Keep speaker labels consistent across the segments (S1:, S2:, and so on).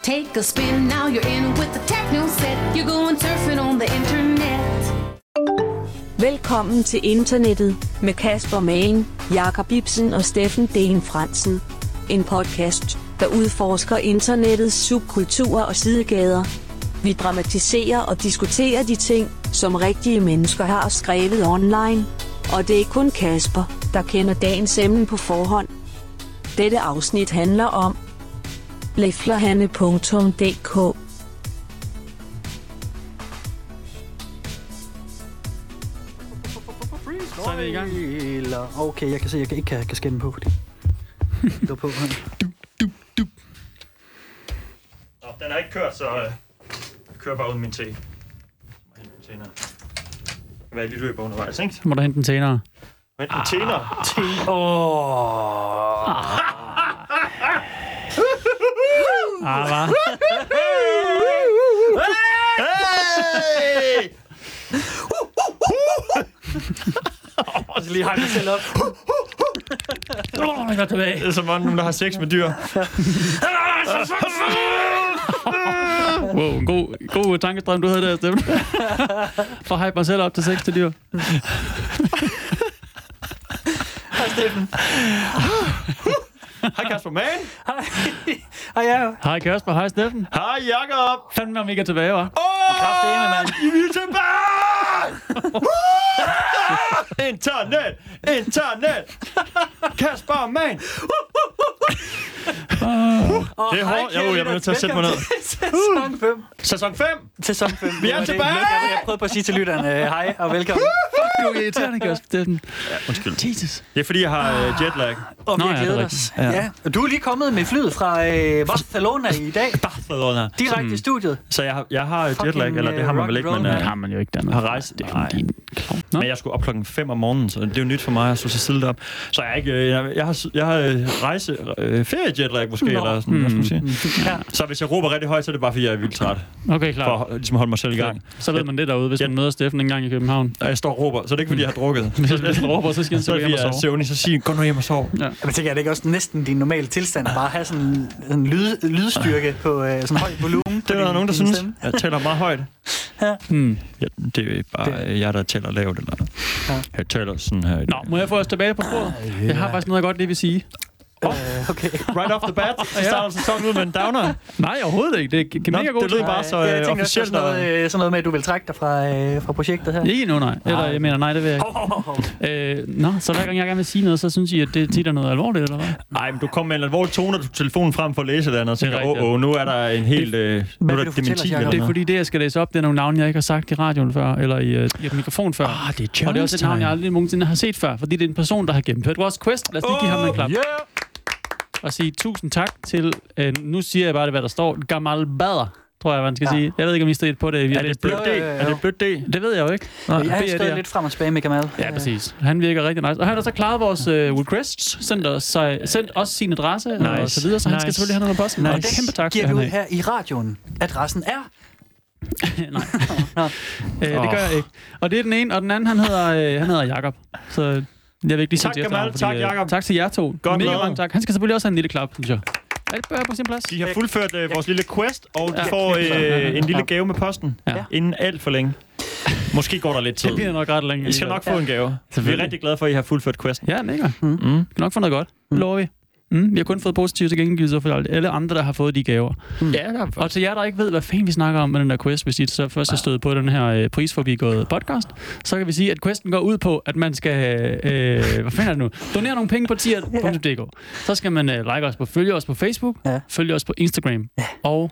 S1: Take a spin, now you're in with the techno set. You're going surfing on the internet.
S2: Velkommen til internettet med Kasper Malen, Jakob Ibsen og Steffen Dehn Fransen. En podcast, der udforsker internettets subkulturer og sidegader. Vi dramatiserer og diskuterer de ting, som rigtige mennesker har skrevet online. Og det er kun Kasper, der kender dagens emne på forhånd. Dette afsnit handler om læflerhanne.dk
S3: Så er vi i gang.
S4: Eller, okay, jeg kan se, at jeg ikke kan, kan skænde på, fordi det var på her.
S5: Nå, den har ikke kørt, så øh, jeg kører bare uden min te. Senere. Det kan være, jeg lige løber undervejs, ikke?
S3: Så må du hente den senere.
S5: Men en tenere. Te.
S3: Ah, hva?
S5: Hey! Og så lige hakker selv op.
S3: Åh, oh, jeg går tilbage.
S5: Det er som om nogen, der har sex med dyr.
S3: Wow, en god, god tankestrøm, du havde der, Steffen. For at hype mig selv op til sex til dyr.
S5: Hej Kasper Mann.
S4: Hej, Ah, ja.
S3: Hej Kasper, hej Steffen.
S5: Hej Jakob.
S3: Fanden om I ikke er tilbage, hva'?
S5: Åh,
S4: Kraftedeme, mand.
S5: I er tilbage! Woo! Internet! Internet! Kasper Mann! Det er hårdt. Jo, jeg bliver nødt til at sætte mig ned.
S4: Sæson 5.
S5: Sæson 5!
S4: Sæson 5.
S5: Vi er tilbage!
S4: Jeg, jeg prøvede på at sige til lytterne, øh, hej og velkommen.
S3: Du er irriterende, Kasper Steffen.
S5: Undskyld.
S3: Jesus.
S5: Det er fordi, jeg har øh, jetlag.
S4: Og vi har
S3: Nå, ja, det er
S4: glædet os.
S3: rigtigt.
S4: Ja.
S3: Ja.
S4: Og du er lige kommet med flyet fra øh, Barcelona i dag.
S5: Barcelona.
S4: Direkte
S3: Mm.
S4: i studiet.
S5: Så jeg har, jeg har
S4: Fucking,
S5: jetlag, eller det har man vel ikke, men,
S4: rock'n'roll,
S3: Det
S5: øh,
S3: har man jo ikke dernede.
S5: Har rejst-
S3: Det er kun
S5: Nej.
S3: din klovn. Nå,
S5: men jeg skulle op klokken 5 om morgenen, så det er jo nyt for mig, at stå så tidligt op. Så jeg, er ikke, øh, jeg, jeg har, s- jeg har øh, rejse, øh, ferie-jetlag måske,
S4: Nå.
S5: Nå. eller sådan, mm. man sige.
S4: Ja.
S5: Så hvis jeg råber rigtig højt, så er det bare, fordi jeg er vildt træt,
S3: okay,
S5: for at
S3: klar.
S5: ho- ligesom holde mig selv i gang.
S3: Så ved man det derude, hvis man møder Steffen en gang i København.
S5: Og jeg står og råber, så er det ikke, fordi jeg har drukket.
S3: Hvis han råber, så skal han
S5: Så
S3: så
S5: er
S3: gå
S5: det, fordi
S3: hjem og
S5: jeg er
S3: sove.
S5: søvnig, så siger jeg, gå nu hjem og sov.
S4: Jamen, tænker jeg, det ikke også næsten din normale tilstand at bare have sådan en lyd, lydstyrke på øh, sådan høj volumen?
S5: Det er der nogen, der synes. Jeg taler meget højt.
S3: Hmm.
S5: Ja, det er bare øh, jeg, der taler lavt. Eller... Jeg taler sådan her. i
S3: Nå,
S5: dag.
S3: må jeg få os tilbage på sporet? Jeg har faktisk noget, jeg godt lige vil sige.
S4: Okay.
S5: Right off the bat, så starter sæsonen ud med en downer.
S3: Nej, overhovedet ikke. Det er
S5: Nå,
S3: mega god
S5: det lyder bare så
S4: Ja,
S5: øh,
S4: jeg tænkte også,
S5: officielt.
S4: sådan noget, øh, sådan noget med, at du vil trække dig fra, øh, fra projektet her.
S3: Ikke endnu, nej. Eller jeg mener, nej, det vil jeg ikke. Øh, nå, så hver gang jeg gerne vil sige noget, så synes I, at det tit er noget alvorligt, eller hvad?
S4: øh,
S5: Nej, men du kom med en alvorlig tone, og du tog telefonen frem for at læse et eller andet, og
S3: Det er
S5: tænker,
S3: rigtigt.
S5: åh, åh, nu er der en helt... Øh, nu er
S4: vil
S5: der
S4: du
S5: et
S4: fortælle os,
S5: dementi
S4: Jacob?
S5: eller
S3: Det er
S5: noget.
S3: fordi, det jeg skal læse op, det er nogle navne, jeg ikke har sagt i radioen før, eller i, øh, i et mikrofon før.
S5: Ah, det er
S3: og det er også et navn, jeg aldrig nogensinde har set før, fordi det er en person, der har gennemført vores quest. Lad os lige give ham en klap
S5: Yeah!
S3: og sige tusind tak til, øh, nu siger jeg bare, det, hvad der står, Gamal Bader, tror jeg, man skal
S4: Ja.
S3: ja. sige. Jeg ved ikke, om I stod på det. Vi
S5: Er
S3: har
S5: det
S3: læst
S5: blødt
S3: det.
S5: D? Er det blødt D?
S3: Det ved jeg jo ikke.
S5: Nå,
S4: Jeg har
S3: det er
S4: stået
S3: det.
S4: lidt frem og tilbage med Kamal.
S3: Ja, præcis. Han virker rigtig nice. Og han har så klaret vores øh, requests, sendt os, sig, sendt os sin adresse nice. og
S5: Nice.
S3: så videre, så nice. han skal
S5: Nice.
S3: selvfølgelig have noget på posten. Nice.
S4: Den
S3: Og kæmpe tak
S4: giver
S3: skal
S4: vi ud
S3: han have.
S4: her i radioen. Adressen er...
S3: Nej, øh, det gør jeg ikke. Og det er den ene, og den anden, han hedder, øh, han hedder Jakob. Så jeg vil ikke lige sige
S5: Tak,
S3: til
S5: Gamal. Tak,
S3: efternavn, øh,
S5: Jakob.
S3: Tak til jer to.
S5: Godt
S3: Mega
S5: lavet.
S3: mange tak. Han skal selvfølgelig også have en lille klap, synes jeg. Er det bare på sin plads?
S5: De har fuldført øh, vores lille quest, og de
S3: Ja.
S5: får øh, en lille
S3: Ja.
S5: gave med posten.
S3: Ja.
S5: Inden alt for længe. Måske går der lidt tid.
S3: Det bliver nok ret længe.
S5: I skal nok få en gave. Vi er
S3: Selvfølgelig.
S5: rigtig glade for, at I har fuldført questen.
S3: Ja, mega.
S5: Mm.
S3: Vi kan nok få noget godt. Det lover vi. Mm, vi har kun fået positive tilkendegivelser fra alle andre, der har fået de gaver.
S5: Ja, der er
S3: Og til jer, der ikke ved, hvad fanden vi snakker om med den der quest, hvis I så først har stået på den her øh, prisforbigået podcast, så kan vi sige, at questen går ud på, at man skal, øh, hvad fanden er det nu, donere nogle penge på tier.dk. Så skal man øh, like os på, følge os på Facebook,
S4: Ja.
S3: ja. følge os på Instagram, ja. og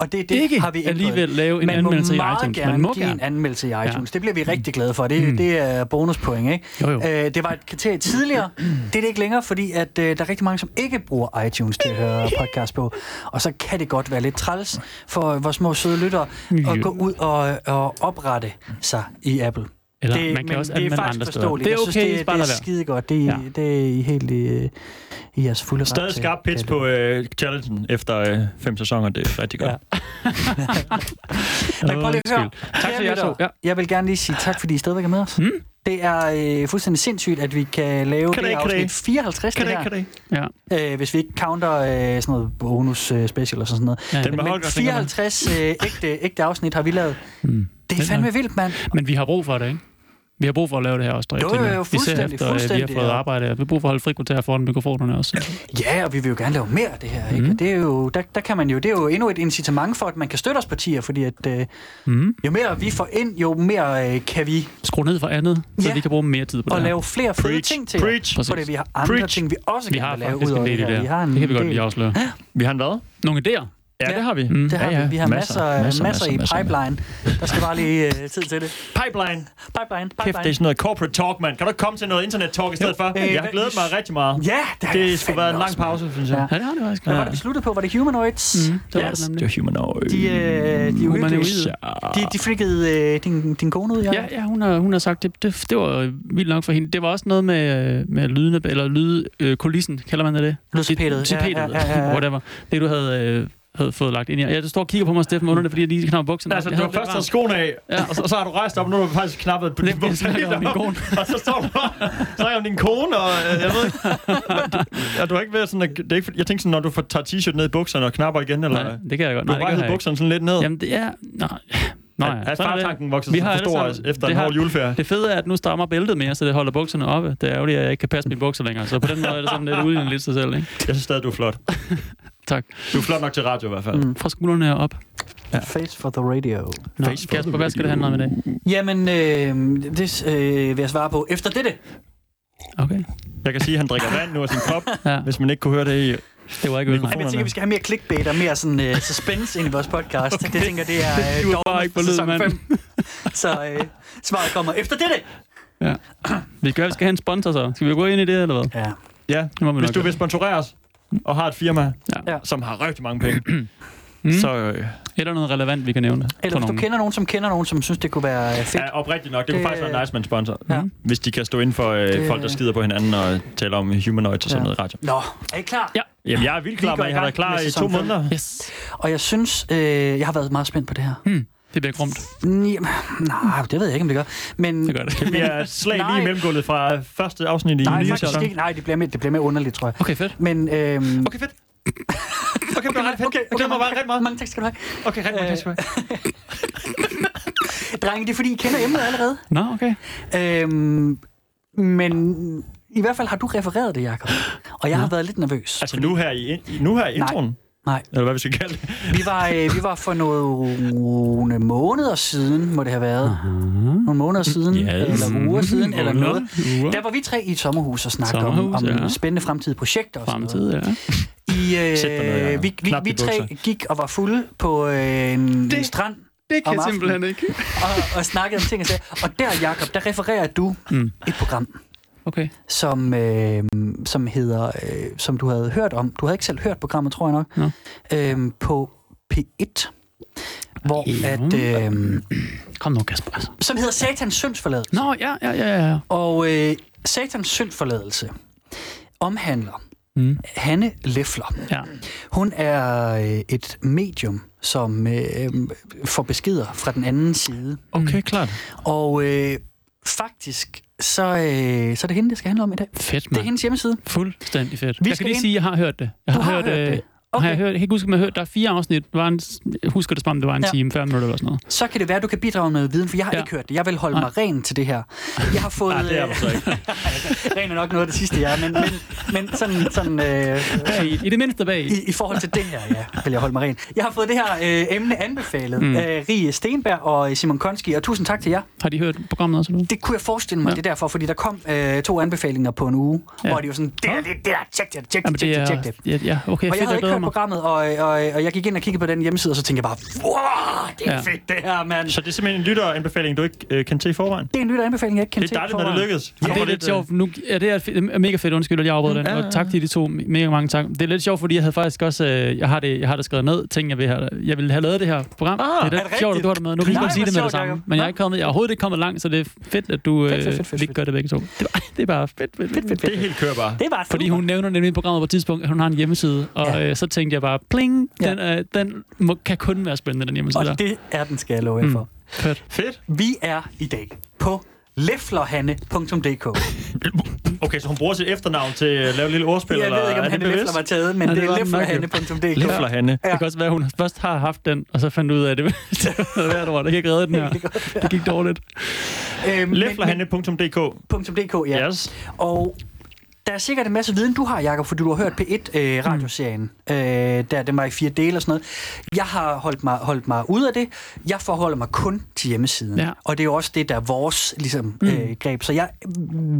S4: Og det, det
S3: det ikke
S4: har vi ændret.
S3: alligevel lave en
S4: Man må
S3: anmeldelse i
S4: meget
S3: iTunes.
S4: gerne
S3: Man må
S4: give en
S3: gerne.
S4: anmeldelse i iTunes. Ja. Det bliver vi rigtig glade for. Det, mm. det er bonuspoint, ikke?
S3: Jo, jo.
S4: Øh, det var et kriterie tidligere. Det er det ikke længere, fordi at, øh, der er rigtig mange, som ikke bruger iTunes til at høre podcast på. Og så kan det godt være lidt træls for øh, vores små søde lyttere at
S3: Ja.
S4: gå ud og, og oprette sig i Apple.
S3: Eller det, man kan
S4: men
S3: også
S4: det er
S3: anmelde
S4: faktisk
S3: andre steder.
S4: forståeligt.
S3: Det er
S4: Jeg
S3: okay,
S4: synes,
S3: I
S4: det,
S3: skal bare
S4: det
S3: lade
S4: er
S3: være.
S4: skide godt. Det, ja.
S3: Ja.
S4: det er I helt i, i jeres fulde ret
S5: stadig
S4: til.
S5: skarp pitch på øh, challengen efter øh, fem sæsoner. Det er rigtig godt.
S4: Ja. Men prøv lige at høre.
S3: Tak
S4: Kære
S3: til jer to.
S4: lyttere, Jeg vil gerne lige sige tak, fordi I stadigvæk er med os.
S3: Mm.
S4: Det er øh, fuldstændig sindssygt, at vi kan lave
S5: Kan
S4: det
S5: det,
S4: her
S5: kan det.
S4: afsnit 54, det her.
S5: Kan det,
S3: Ja.
S4: Øh, hvis vi ikke counter øh, sådan noget bonus øh, special og sådan noget.
S3: Ja.
S5: Den
S4: Men, men
S5: beholder, den
S4: 54 øh, ægte, ægte afsnit har vi lavet.
S3: Mm.
S4: Det er
S3: Den
S4: fandme
S3: er-
S4: vildt, mand.
S3: Men vi har brug for det, ikke? Vi har brug for at lave det her også, Drik.
S4: Jo, jo, jo, fuldstændig,
S3: efter, øh, vi har
S4: fuldstændig,
S3: fået
S4: ja.
S3: arbejde. Vi har brug for at holde frikvarter foran mikrofonerne også.
S4: Ja, og vi vil jo gerne lave mere af det her. Ikke?
S3: Mm.
S4: Mm. Det er jo, der, der kan man jo, det er jo endnu et incitament for, at man kan støtte os partier, fordi at, øh,
S3: Mm.
S4: jo mere vi får ind, jo mere øh, kan vi
S3: Skru ned for andet, så
S4: Ja.
S3: vi kan bruge mere tid på
S4: og
S3: det her.
S4: lave flere fede
S5: Preach,
S4: ting til
S5: preach.
S4: jer, fordi vi har andre
S5: Preach.
S4: ting, vi også
S3: Vi
S4: kan
S3: har
S4: lave
S3: faktisk
S4: ud
S3: en
S4: over
S3: del i
S4: det
S3: det
S4: her. Vi har
S3: her.
S4: en
S3: Det kan vi godt
S4: del.
S3: lige afsløre.
S5: Vi har en hvad?
S3: Nogle idéer.
S5: Ja, det har vi.
S3: Mm.
S4: Det har
S5: Ja, ja.
S4: vi. Vi har
S5: Masser,
S4: masser, masser, masser,
S5: masser, masser,
S4: i
S5: masser.
S4: pipeline. Der skal bare lige øh, tid til det.
S5: Pipeline.
S4: Pipeline,
S5: Kæft,
S4: pipeline.
S5: det er sådan noget corporate talk, mand. Kan du ikke komme til noget internet talk i stedet for?
S4: Øh,
S5: Jeg har glædet mig rigtig meget.
S4: Ja, det, har jeg
S5: Det skulle
S4: fandme
S5: være en lang
S4: også, mand.
S5: pause, synes jeg.
S4: Ja.
S3: Ja, det har det faktisk.
S4: Hvad
S3: Ja.
S4: var det, vi sluttede på? Var det Humanoids? Mm.
S3: Mm, det var
S5: Yes,
S3: det
S5: det
S3: nemlig.
S5: er humanoid.
S4: De, øh, de,
S3: Humanoid.
S4: ulykkes- de, de frikkede øh, din, din kone ud, ja.
S3: Ja, ja hun, har, hun har sagt, det, det, det var vildt nok for hende. Det var også noget med, øh, med lyden, eller lydkulissen, kalder man det det?
S4: Lydtapetet.
S3: Tapetet,
S4: Ja, ja, ja, ja.
S3: whatever. Det, du havde, øh, havde fået lagt ind i. Ja, du står og kigger på mig, Steffen, under det, fordi jeg lige knapper bukserne.
S5: Altså,
S3: Jeg
S5: du har
S3: har det
S5: først taget
S3: varmt.
S5: skoene af, og så, og så har du rejst op, og nu har du faktisk knappet på din
S3: Lidt
S5: bukser
S3: snakker
S5: helt
S3: om min
S5: op.
S3: kone.
S5: Og så står du bare, snakker om din kone, og øh, jeg ved ikke, og du har ikke været sådan, at, det er ikke, fordi- jeg tænkte sådan, når du får, tager t-shirt ned i bukserne og knapper igen, eller?
S3: Nej, det kan jeg godt.
S5: du har bare
S3: Nej, det gør
S5: hævet
S3: jeg ikke.
S5: bukserne sådan lidt ned.
S3: Jamen, det er... Nej. Nej,
S5: at, at fartanken vokser
S3: Vi
S5: sig
S3: har
S5: for
S3: alle
S5: stor
S3: sammen-
S5: efter
S3: det
S5: en
S3: har-
S5: hård julefærd.
S3: Det fede er, at nu strammer bæltet mere, så det holder bukserne oppe. Det er ærgerligt, at jeg ikke kan passe mine bukser længere. Så på den måde er det sådan lidt udlignet lidt sig selv, ikke?
S5: Jeg synes stadig, du er flot.
S3: Tak.
S5: Du er flot nok til radio i hvert fald. Mm.
S3: Fra skuldrene her op.
S4: Face for the radio.
S3: Nå,
S5: Face for
S3: Kasper, hvad skal det handle om i dag?
S4: Jamen, øh, det øh, vil jeg svare på efter dette.
S3: Okay.
S5: Jeg kan sige, at han drikker vand nu af sin krop,
S3: Ja,
S5: hvis man ikke kunne høre det i
S3: det var ikke vildt.
S4: Jamen, jeg tænker,
S5: mikrofonerne.
S4: vi skal have mere clickbait og mere sådan, øh, suspense ind i vores podcast. Okay. Det tænker jeg, det
S3: Det
S4: er øh,
S3: giver bare
S4: dogmet
S3: ikke
S4: for
S3: på lyd,
S4: sæson
S3: mand.
S4: 5. Så øh, svaret kommer efter dette.
S3: Ja. Vi gør, vi skal have en sponsor så. Skal vi gå ind i det, eller hvad?
S4: Ja.
S5: Ja,
S3: Det må vi
S5: hvis
S3: nok
S5: du
S3: gøre.
S5: vil sponsorere os, og har et firma,
S3: Ja.
S4: Ja.
S5: som har rigtig mange penge,
S3: Mm.
S5: så øh,
S3: Eller noget relevant, vi kan nævne.
S4: Eller
S3: for
S4: hvis du
S3: nogen.
S4: kender nogen, som kender nogen, som synes, det kunne være øh, fedt.
S5: Ja, oprigtigt nok. Det kunne
S4: Det- øh,
S5: faktisk være nice med en sponsor. Ja.
S4: Ja.
S5: Mm. Hvis de kan stå inden for øh,
S4: Det-
S5: folk, der skider på hinanden og taler om humanoids og sådan
S4: Ja.
S5: noget i radio.
S4: Nå, er I klar?
S3: Ja.
S5: Jamen, jeg er
S4: Vi
S5: vildt klar,
S4: går
S5: men
S4: i
S5: jeg har været
S4: gang
S5: klar
S4: med
S5: i to
S4: sæson fem.
S5: måneder.
S3: Yes.
S4: Og jeg synes, øh, jeg har været meget spændt på det her.
S3: Hmm. Det bliver grumt.
S4: Mm. Jamen, nej, det ved jeg ikke, om det gør. Men
S3: Det gør det.
S5: Det bliver et slag lige i
S4: Nej.
S5: mellemgulvet fra første afsnit i
S4: nej,
S5: nye
S4: faktisk
S5: sæson.
S4: ikke. Nej, det bliver, mere, det bliver mere underligt, tror jeg.
S3: Okay, fedt.
S4: Men øhm,
S5: Okay, fedt. Okay, det var ret fedt. Okay, okay, mig bare rigtig meget.
S4: mange tak skal du have.
S5: Okay, rigtig meget. tak skal du have.
S4: Drenge, det er fordi, I kender emnet allerede.
S3: Nå, okay.
S4: Øhm, men i hvert fald har du refereret det, Jacob. Og jeg har været lidt nervøs.
S5: Altså nu her i, i- nu her i
S4: Nej.
S5: introen.
S4: Nej,
S5: Eller hvad vi skal kalde det.
S4: vi var, øh, vi var for nogle måneder siden, må det have været. Nogle måneder siden,
S5: Yes.
S4: eller uger siden, eller
S3: Måneder,
S4: noget.
S3: uger.
S4: Der var vi tre i et sommerhus og snakkede om,
S3: Sommerhus,
S4: om
S3: ja.
S4: spændende fremtidige projekter og sådan noget.
S3: Fremtid, ja.
S4: I,
S5: Sæt dig ned, Jacob.
S4: øh, vi, vi,
S5: Knap
S4: vi
S5: de
S4: tre
S5: bukser.
S4: gik og var fulde på øh, en, en
S3: Det-
S4: strand
S3: Det
S4: kan jeg aftenen. simpelthen
S3: ikke.
S4: og, og snakkede om ting og sager. Og der, Jakob, der refererer du
S3: Mm.
S4: et program,
S3: Okay.
S4: som, øh, som hedder, øh, som du havde hørt om. Du havde ikke selv hørt programmet, tror jeg nok.
S3: Nå.
S4: Øh, på P1, hvor
S3: Ja.
S4: at, øh,
S3: Kom nu, Kasper. altså.
S4: som hedder Satans syndsforladelse.
S3: Nå, ja, ja, ja, ja.
S4: Og øh, Satans syndsforladelse omhandler
S3: Mm.
S4: Hanne Leffler.
S3: Ja.
S4: Hun er øh, et medium, som øh, øh, får beskeder fra den anden side.
S5: Okay,
S3: Mm.
S5: klart.
S4: Og øh, faktisk, så, øh, så er det hende, det skal handle om i dag.
S3: Fedt,
S4: Det er
S3: mand.
S4: hendes hjemmeside.
S3: Fuldstændig fedt.
S4: Vi
S3: jeg
S4: skal
S3: kan lige
S4: ind-
S3: sige, at jeg har hørt det. Jeg
S4: Du har hørt
S3: øh,
S4: det?
S3: Okay. Har
S4: Okay,
S3: jeg hørt, jeg kan ikke huske, om jeg har hørt, der er fire afsnit. Det var en, jeg husker det som om, det var en
S4: Ja.
S3: ja. time, 40 minutter eller sådan noget.
S4: så kan det være, du kan bidrage med noget viden, for jeg har
S3: Ja.
S4: ja. ikke hørt det. Jeg vil holde
S3: Nej. Ah,
S4: mig ren til det her. Jeg har fået...
S5: Nej, det er
S4: øh,
S5: du så ikke.
S4: ren er nok noget af det sidste, jeg er, men, men, men sådan... sådan øh,
S3: Bag, i, I det mindste bag. I.
S4: i, I forhold til det her, ja, vil jeg holde mig ren. Jeg har fået det her øh, emne anbefalet
S3: Mm.
S4: mm. af Rie Stenberg og Simon Konski, og tusind tak til jer.
S3: Har de hørt programmet også? Eller? hvad?
S4: Det kunne jeg forestille mig,
S3: Ja.
S4: ja. det er derfor, fordi der kom øh, to anbefalinger på en uge,
S3: Ja.
S4: ja. hvor de var sådan, det er det, det der, tjek det, tjek
S3: Jamen,
S4: det,
S3: det
S4: tjek
S3: er...
S4: det, tjek det.
S3: Ja, ja, okay,
S4: Og jeg havde
S3: fedt, jeg
S4: ikke
S3: glæder
S4: hørt
S3: mig.
S4: programmet, og, og, og jeg gik ind og kiggede på den hjemmeside, og så tænkte jeg bare, wow, det er
S3: Ja.
S4: ja. fedt det her, mand.
S5: Så det er simpelthen en lytteranbefaling, du ikke øh, kan til i forvejen.
S4: Det er en lytter anbefaling, jeg ikke kan
S5: Det er dejligt, når det lykkes.
S3: Ja, det er lidt sjovt. Nu, ja, det er fe- det er mega fedt. Undskyld, at jeg afbrød den.
S5: Ja, ja,
S3: Og tak til de to. Mega mange tak. Det er lidt sjovt, fordi jeg havde faktisk også... øh, Jeg har det, jeg har det skrevet ned. Ting, jeg vil have, jeg ville have lavet det her program.
S5: Ah,
S3: det er
S4: er det
S3: lidt sjovt,
S4: rigtigt?
S3: at du har det med. Nu kan jeg
S4: Nej,
S3: godt sige
S4: hvor
S3: det med det
S4: sjovt,
S3: samme.
S4: Jacob.
S3: Men jeg er,
S4: Nå.
S3: ikke kommet, jeg er overhovedet ikke kommet langt, så det er fedt, at du
S4: fedt,
S3: øh,
S4: fedt, fedt,
S3: ikke gør det begge to. Det er bare, det er bare fedt, fedt, fedt, fedt.
S5: Det er helt kørbart.
S4: Det var
S3: Fordi hun nævner nemlig i programmet på et tidspunkt, at hun har en hjemmeside, og
S4: Ja.
S3: øh, så tænkte jeg bare, pling,
S4: Ja.
S3: den, øh, den må, kan kun være spændende, den hjemmeside der.
S4: Og det er den, skal jeg love jer for.
S3: Fedt.
S5: Fedt.
S4: Vi er i dag på Leflerhanne.dk.
S5: Okay, så hun bruger sit efternavn til at lave et lille ordspil,
S4: Jeg
S5: eller
S4: ved ikke, om
S5: er det
S4: Hanne Lefler
S5: bevidst?
S4: var taget, men
S3: Nej,
S4: det
S3: det
S4: er
S3: var den nok, jo.
S4: leflerhanne.dk.
S5: Lefler Hanne.
S3: Det kan også være, at hun først har haft den, og så fandt ud af, at det var hvert år, der gik redde den her. Det gik dårligt.
S4: Øhm, men-
S5: Leflerhanne.dk.
S4: .dk, ja.
S5: Yes.
S4: Og der er sikkert en masse viden, du har, Jacob, fordi du har hørt P1-radioserien.
S3: Mm.
S4: Øh, der, den var i fire dele og sådan noget. Jeg har holdt mig, holdt mig ud af det. Jeg forholder mig kun til hjemmesiden.
S3: Ja. Mm.
S4: Og det er jo også det, der er vores ligesom, øh, greb. Så jeg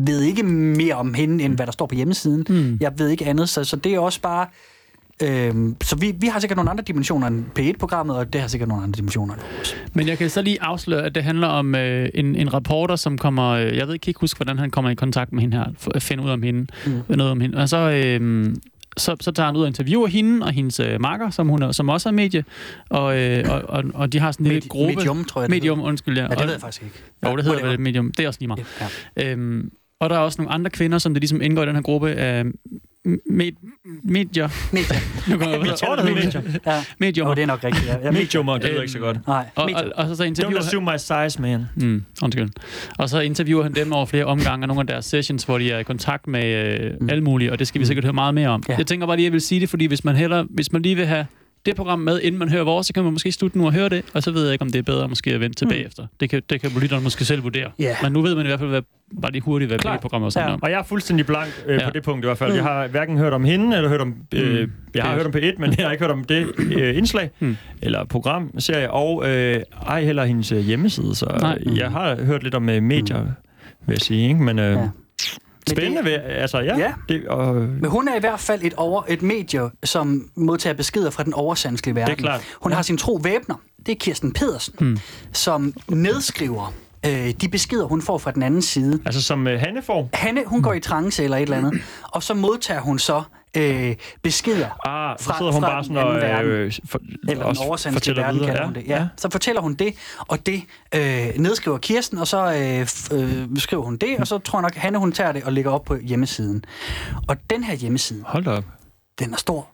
S4: ved ikke mere om hende, end hvad der står på hjemmesiden.
S3: Mm.
S4: Jeg ved ikke andet. Så, så det er også bare... Øhm, så vi, vi har sikkert nogle andre dimensioner end P1-programmet, og det har sikkert nogle andre dimensioner. end vores.
S3: Men jeg kan så lige afsløre, at det handler om øh, en, en reporter, som kommer... Øh, jeg ved ikke, kan ikke huske, hvordan han kommer i kontakt med hende her. For at finde ud om hende. Mm. Noget om hende. Og så, øh, så, så tager han ud og interviewer hende og hendes øh, makker, som, hun er, som også er medie. Og, øh, og, og, og de har sådan en lille
S4: Medi-
S3: gruppe...
S4: medium, tror jeg, det
S3: Medium, undskyld. Ja.
S4: Ja, det
S3: Og-
S4: ved jeg faktisk ikke.
S3: Jo, det hedder
S4: Whatever.
S3: vel medium. Det er også lige meget.
S4: Ja.
S3: Øhm, og der er også nogle andre kvinder, som det ligesom indgår i den her gruppe af m- med- medier.
S4: Medier.
S3: Nu kommer jeg
S5: Jeg tror, det hedder medium.
S4: Ja.
S3: medier.
S4: Jo, det er nok rigtigt. Ja. Ja,
S5: Mediummer, det lyder ikke
S4: Øhm,
S5: så godt.
S4: Nej,
S3: Og,
S4: medier.
S3: og, og, så, så
S5: Don't
S3: interviewer han,
S5: assume my size, man.
S3: mm, undskyld. og så interviewer han dem over flere omgange og nogle af deres sessions, hvor de er i kontakt med øh, mm. alle mulige, og det skal vi sikkert høre meget mere om.
S4: Ja.
S3: Ja. Jeg tænker bare lige, at jeg vil sige det, fordi hvis man, heller, hvis man lige vil have det program med, inden man hører vores, så kan man måske slutte nu og høre det, og så ved jeg ikke, om det er bedre måske at vente til bagefter. Det kan, det kan lytteren måske selv vurdere.
S4: Ja.
S3: Men nu ved man i hvert fald, hvad, bare lige hurtigt, hvad
S5: Klart.
S3: det program også handler
S4: Ja.
S3: om.
S5: Og jeg er fuldstændig blank øh, ja. på
S3: Ja.
S5: det punkt i hvert
S4: Mm.
S5: fald. Jeg har hverken hørt om hende, eller hørt om... Øh, Jeg har
S3: P1.
S5: hørt om P1, men jeg har ikke hørt om det øh, indslag,
S4: Mm.
S5: eller program, serie, og øh, ej heller hendes øh, hjemmeside. Så
S3: Nej.
S5: Nej. jeg har hørt lidt om øh, medier, vil jeg sige. Ikke? Men øh,
S4: Mm. Ja.
S5: ja. spændende, ved, altså ja.
S4: Ja.
S5: ja. Det, og,
S4: Men hun er i hvert fald et, over, et medie, som modtager beskeder fra den oversandslige verden.
S5: Det er klart.
S4: Hun har sin tro væbner. Det er Kirsten Pedersen, mm. som nedskriver øh, de beskeder, hun får fra den anden side.
S5: altså som øh, Hanne får.
S4: Hanne, hun går i trance eller et eller andet, og så modtager hun så øh, beskeder
S5: Ah, så
S4: fra,
S5: sidder hun
S4: fra
S5: bare
S4: den
S5: sådan
S4: anden
S5: og
S4: verden.
S5: øh, for,
S4: Eller den oversandslige
S5: fortæller
S4: verden,
S5: videre.
S4: kalder hun det. Ja. Så fortæller hun det, og det øh, nedskriver Kirsten, og så øh, f- øh, skriver hun det, og så tror jeg nok, Hanne hun tager det og lægger op på hjemmesiden. Og den her hjemmeside,
S5: Hold da op.
S4: den er stor,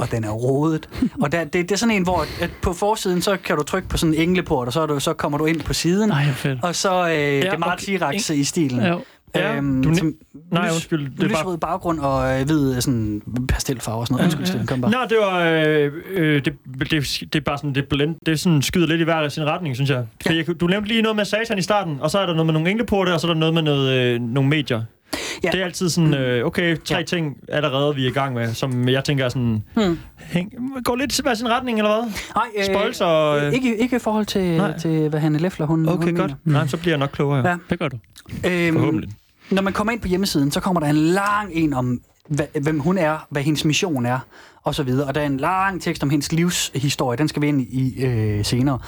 S4: og den er rodet. Og der, det, det er sådan en, hvor at på forsiden, så kan du trykke på sådan en engleport, og så, er du, så kommer du ind på siden.
S3: Nej, hvor fedt.
S4: Og så øh, ja, det er meget
S3: okay.
S4: T-Rex i stilen. Øhm,
S3: Ja.
S5: Ja, du ne- Nej, undskyld, det
S4: Det
S5: er
S4: lysrød bare... baggrund og øh, hvid sådan, pastelfarve og sådan noget. Undskyld, Sten, kom bare.
S5: Nå, det var... Øh, øh, det, det, det, er bare sådan, det, blend, det er sådan skyder lidt i hver sin retning, synes jeg. For jeg kunne- du nævnte lige noget med satan i starten, og så er der noget med nogle engleporte, og så er der noget med noget, øh, nogle medier.
S4: Ja. Mm.
S5: Ja. Det er altid sådan, øh, okay, tre ja. ting allerede, vi er i gang med, som jeg tænker er sådan... Hmm. Hæng, går lidt i hver sin retning, eller hvad?
S4: Nej, øh,
S5: Spøjs og... Øh,
S4: ikke, ikke i forhold til,
S5: Nej.
S4: til hvad Hanne Leffler, hun,
S5: okay,
S4: hun
S5: godt. Nej, så bliver jeg nok klogere.
S4: Ja.
S5: Ja.
S3: Det gør du.
S4: mener. Øhm,
S5: Forhåbentlig.
S4: når man kommer ind på hjemmesiden, så kommer der en lang en om, hva- hvem hun er, hvad hendes mission er, og så videre. Og der er en lang tekst om hendes livshistorie, den skal vi ind i øh, senere.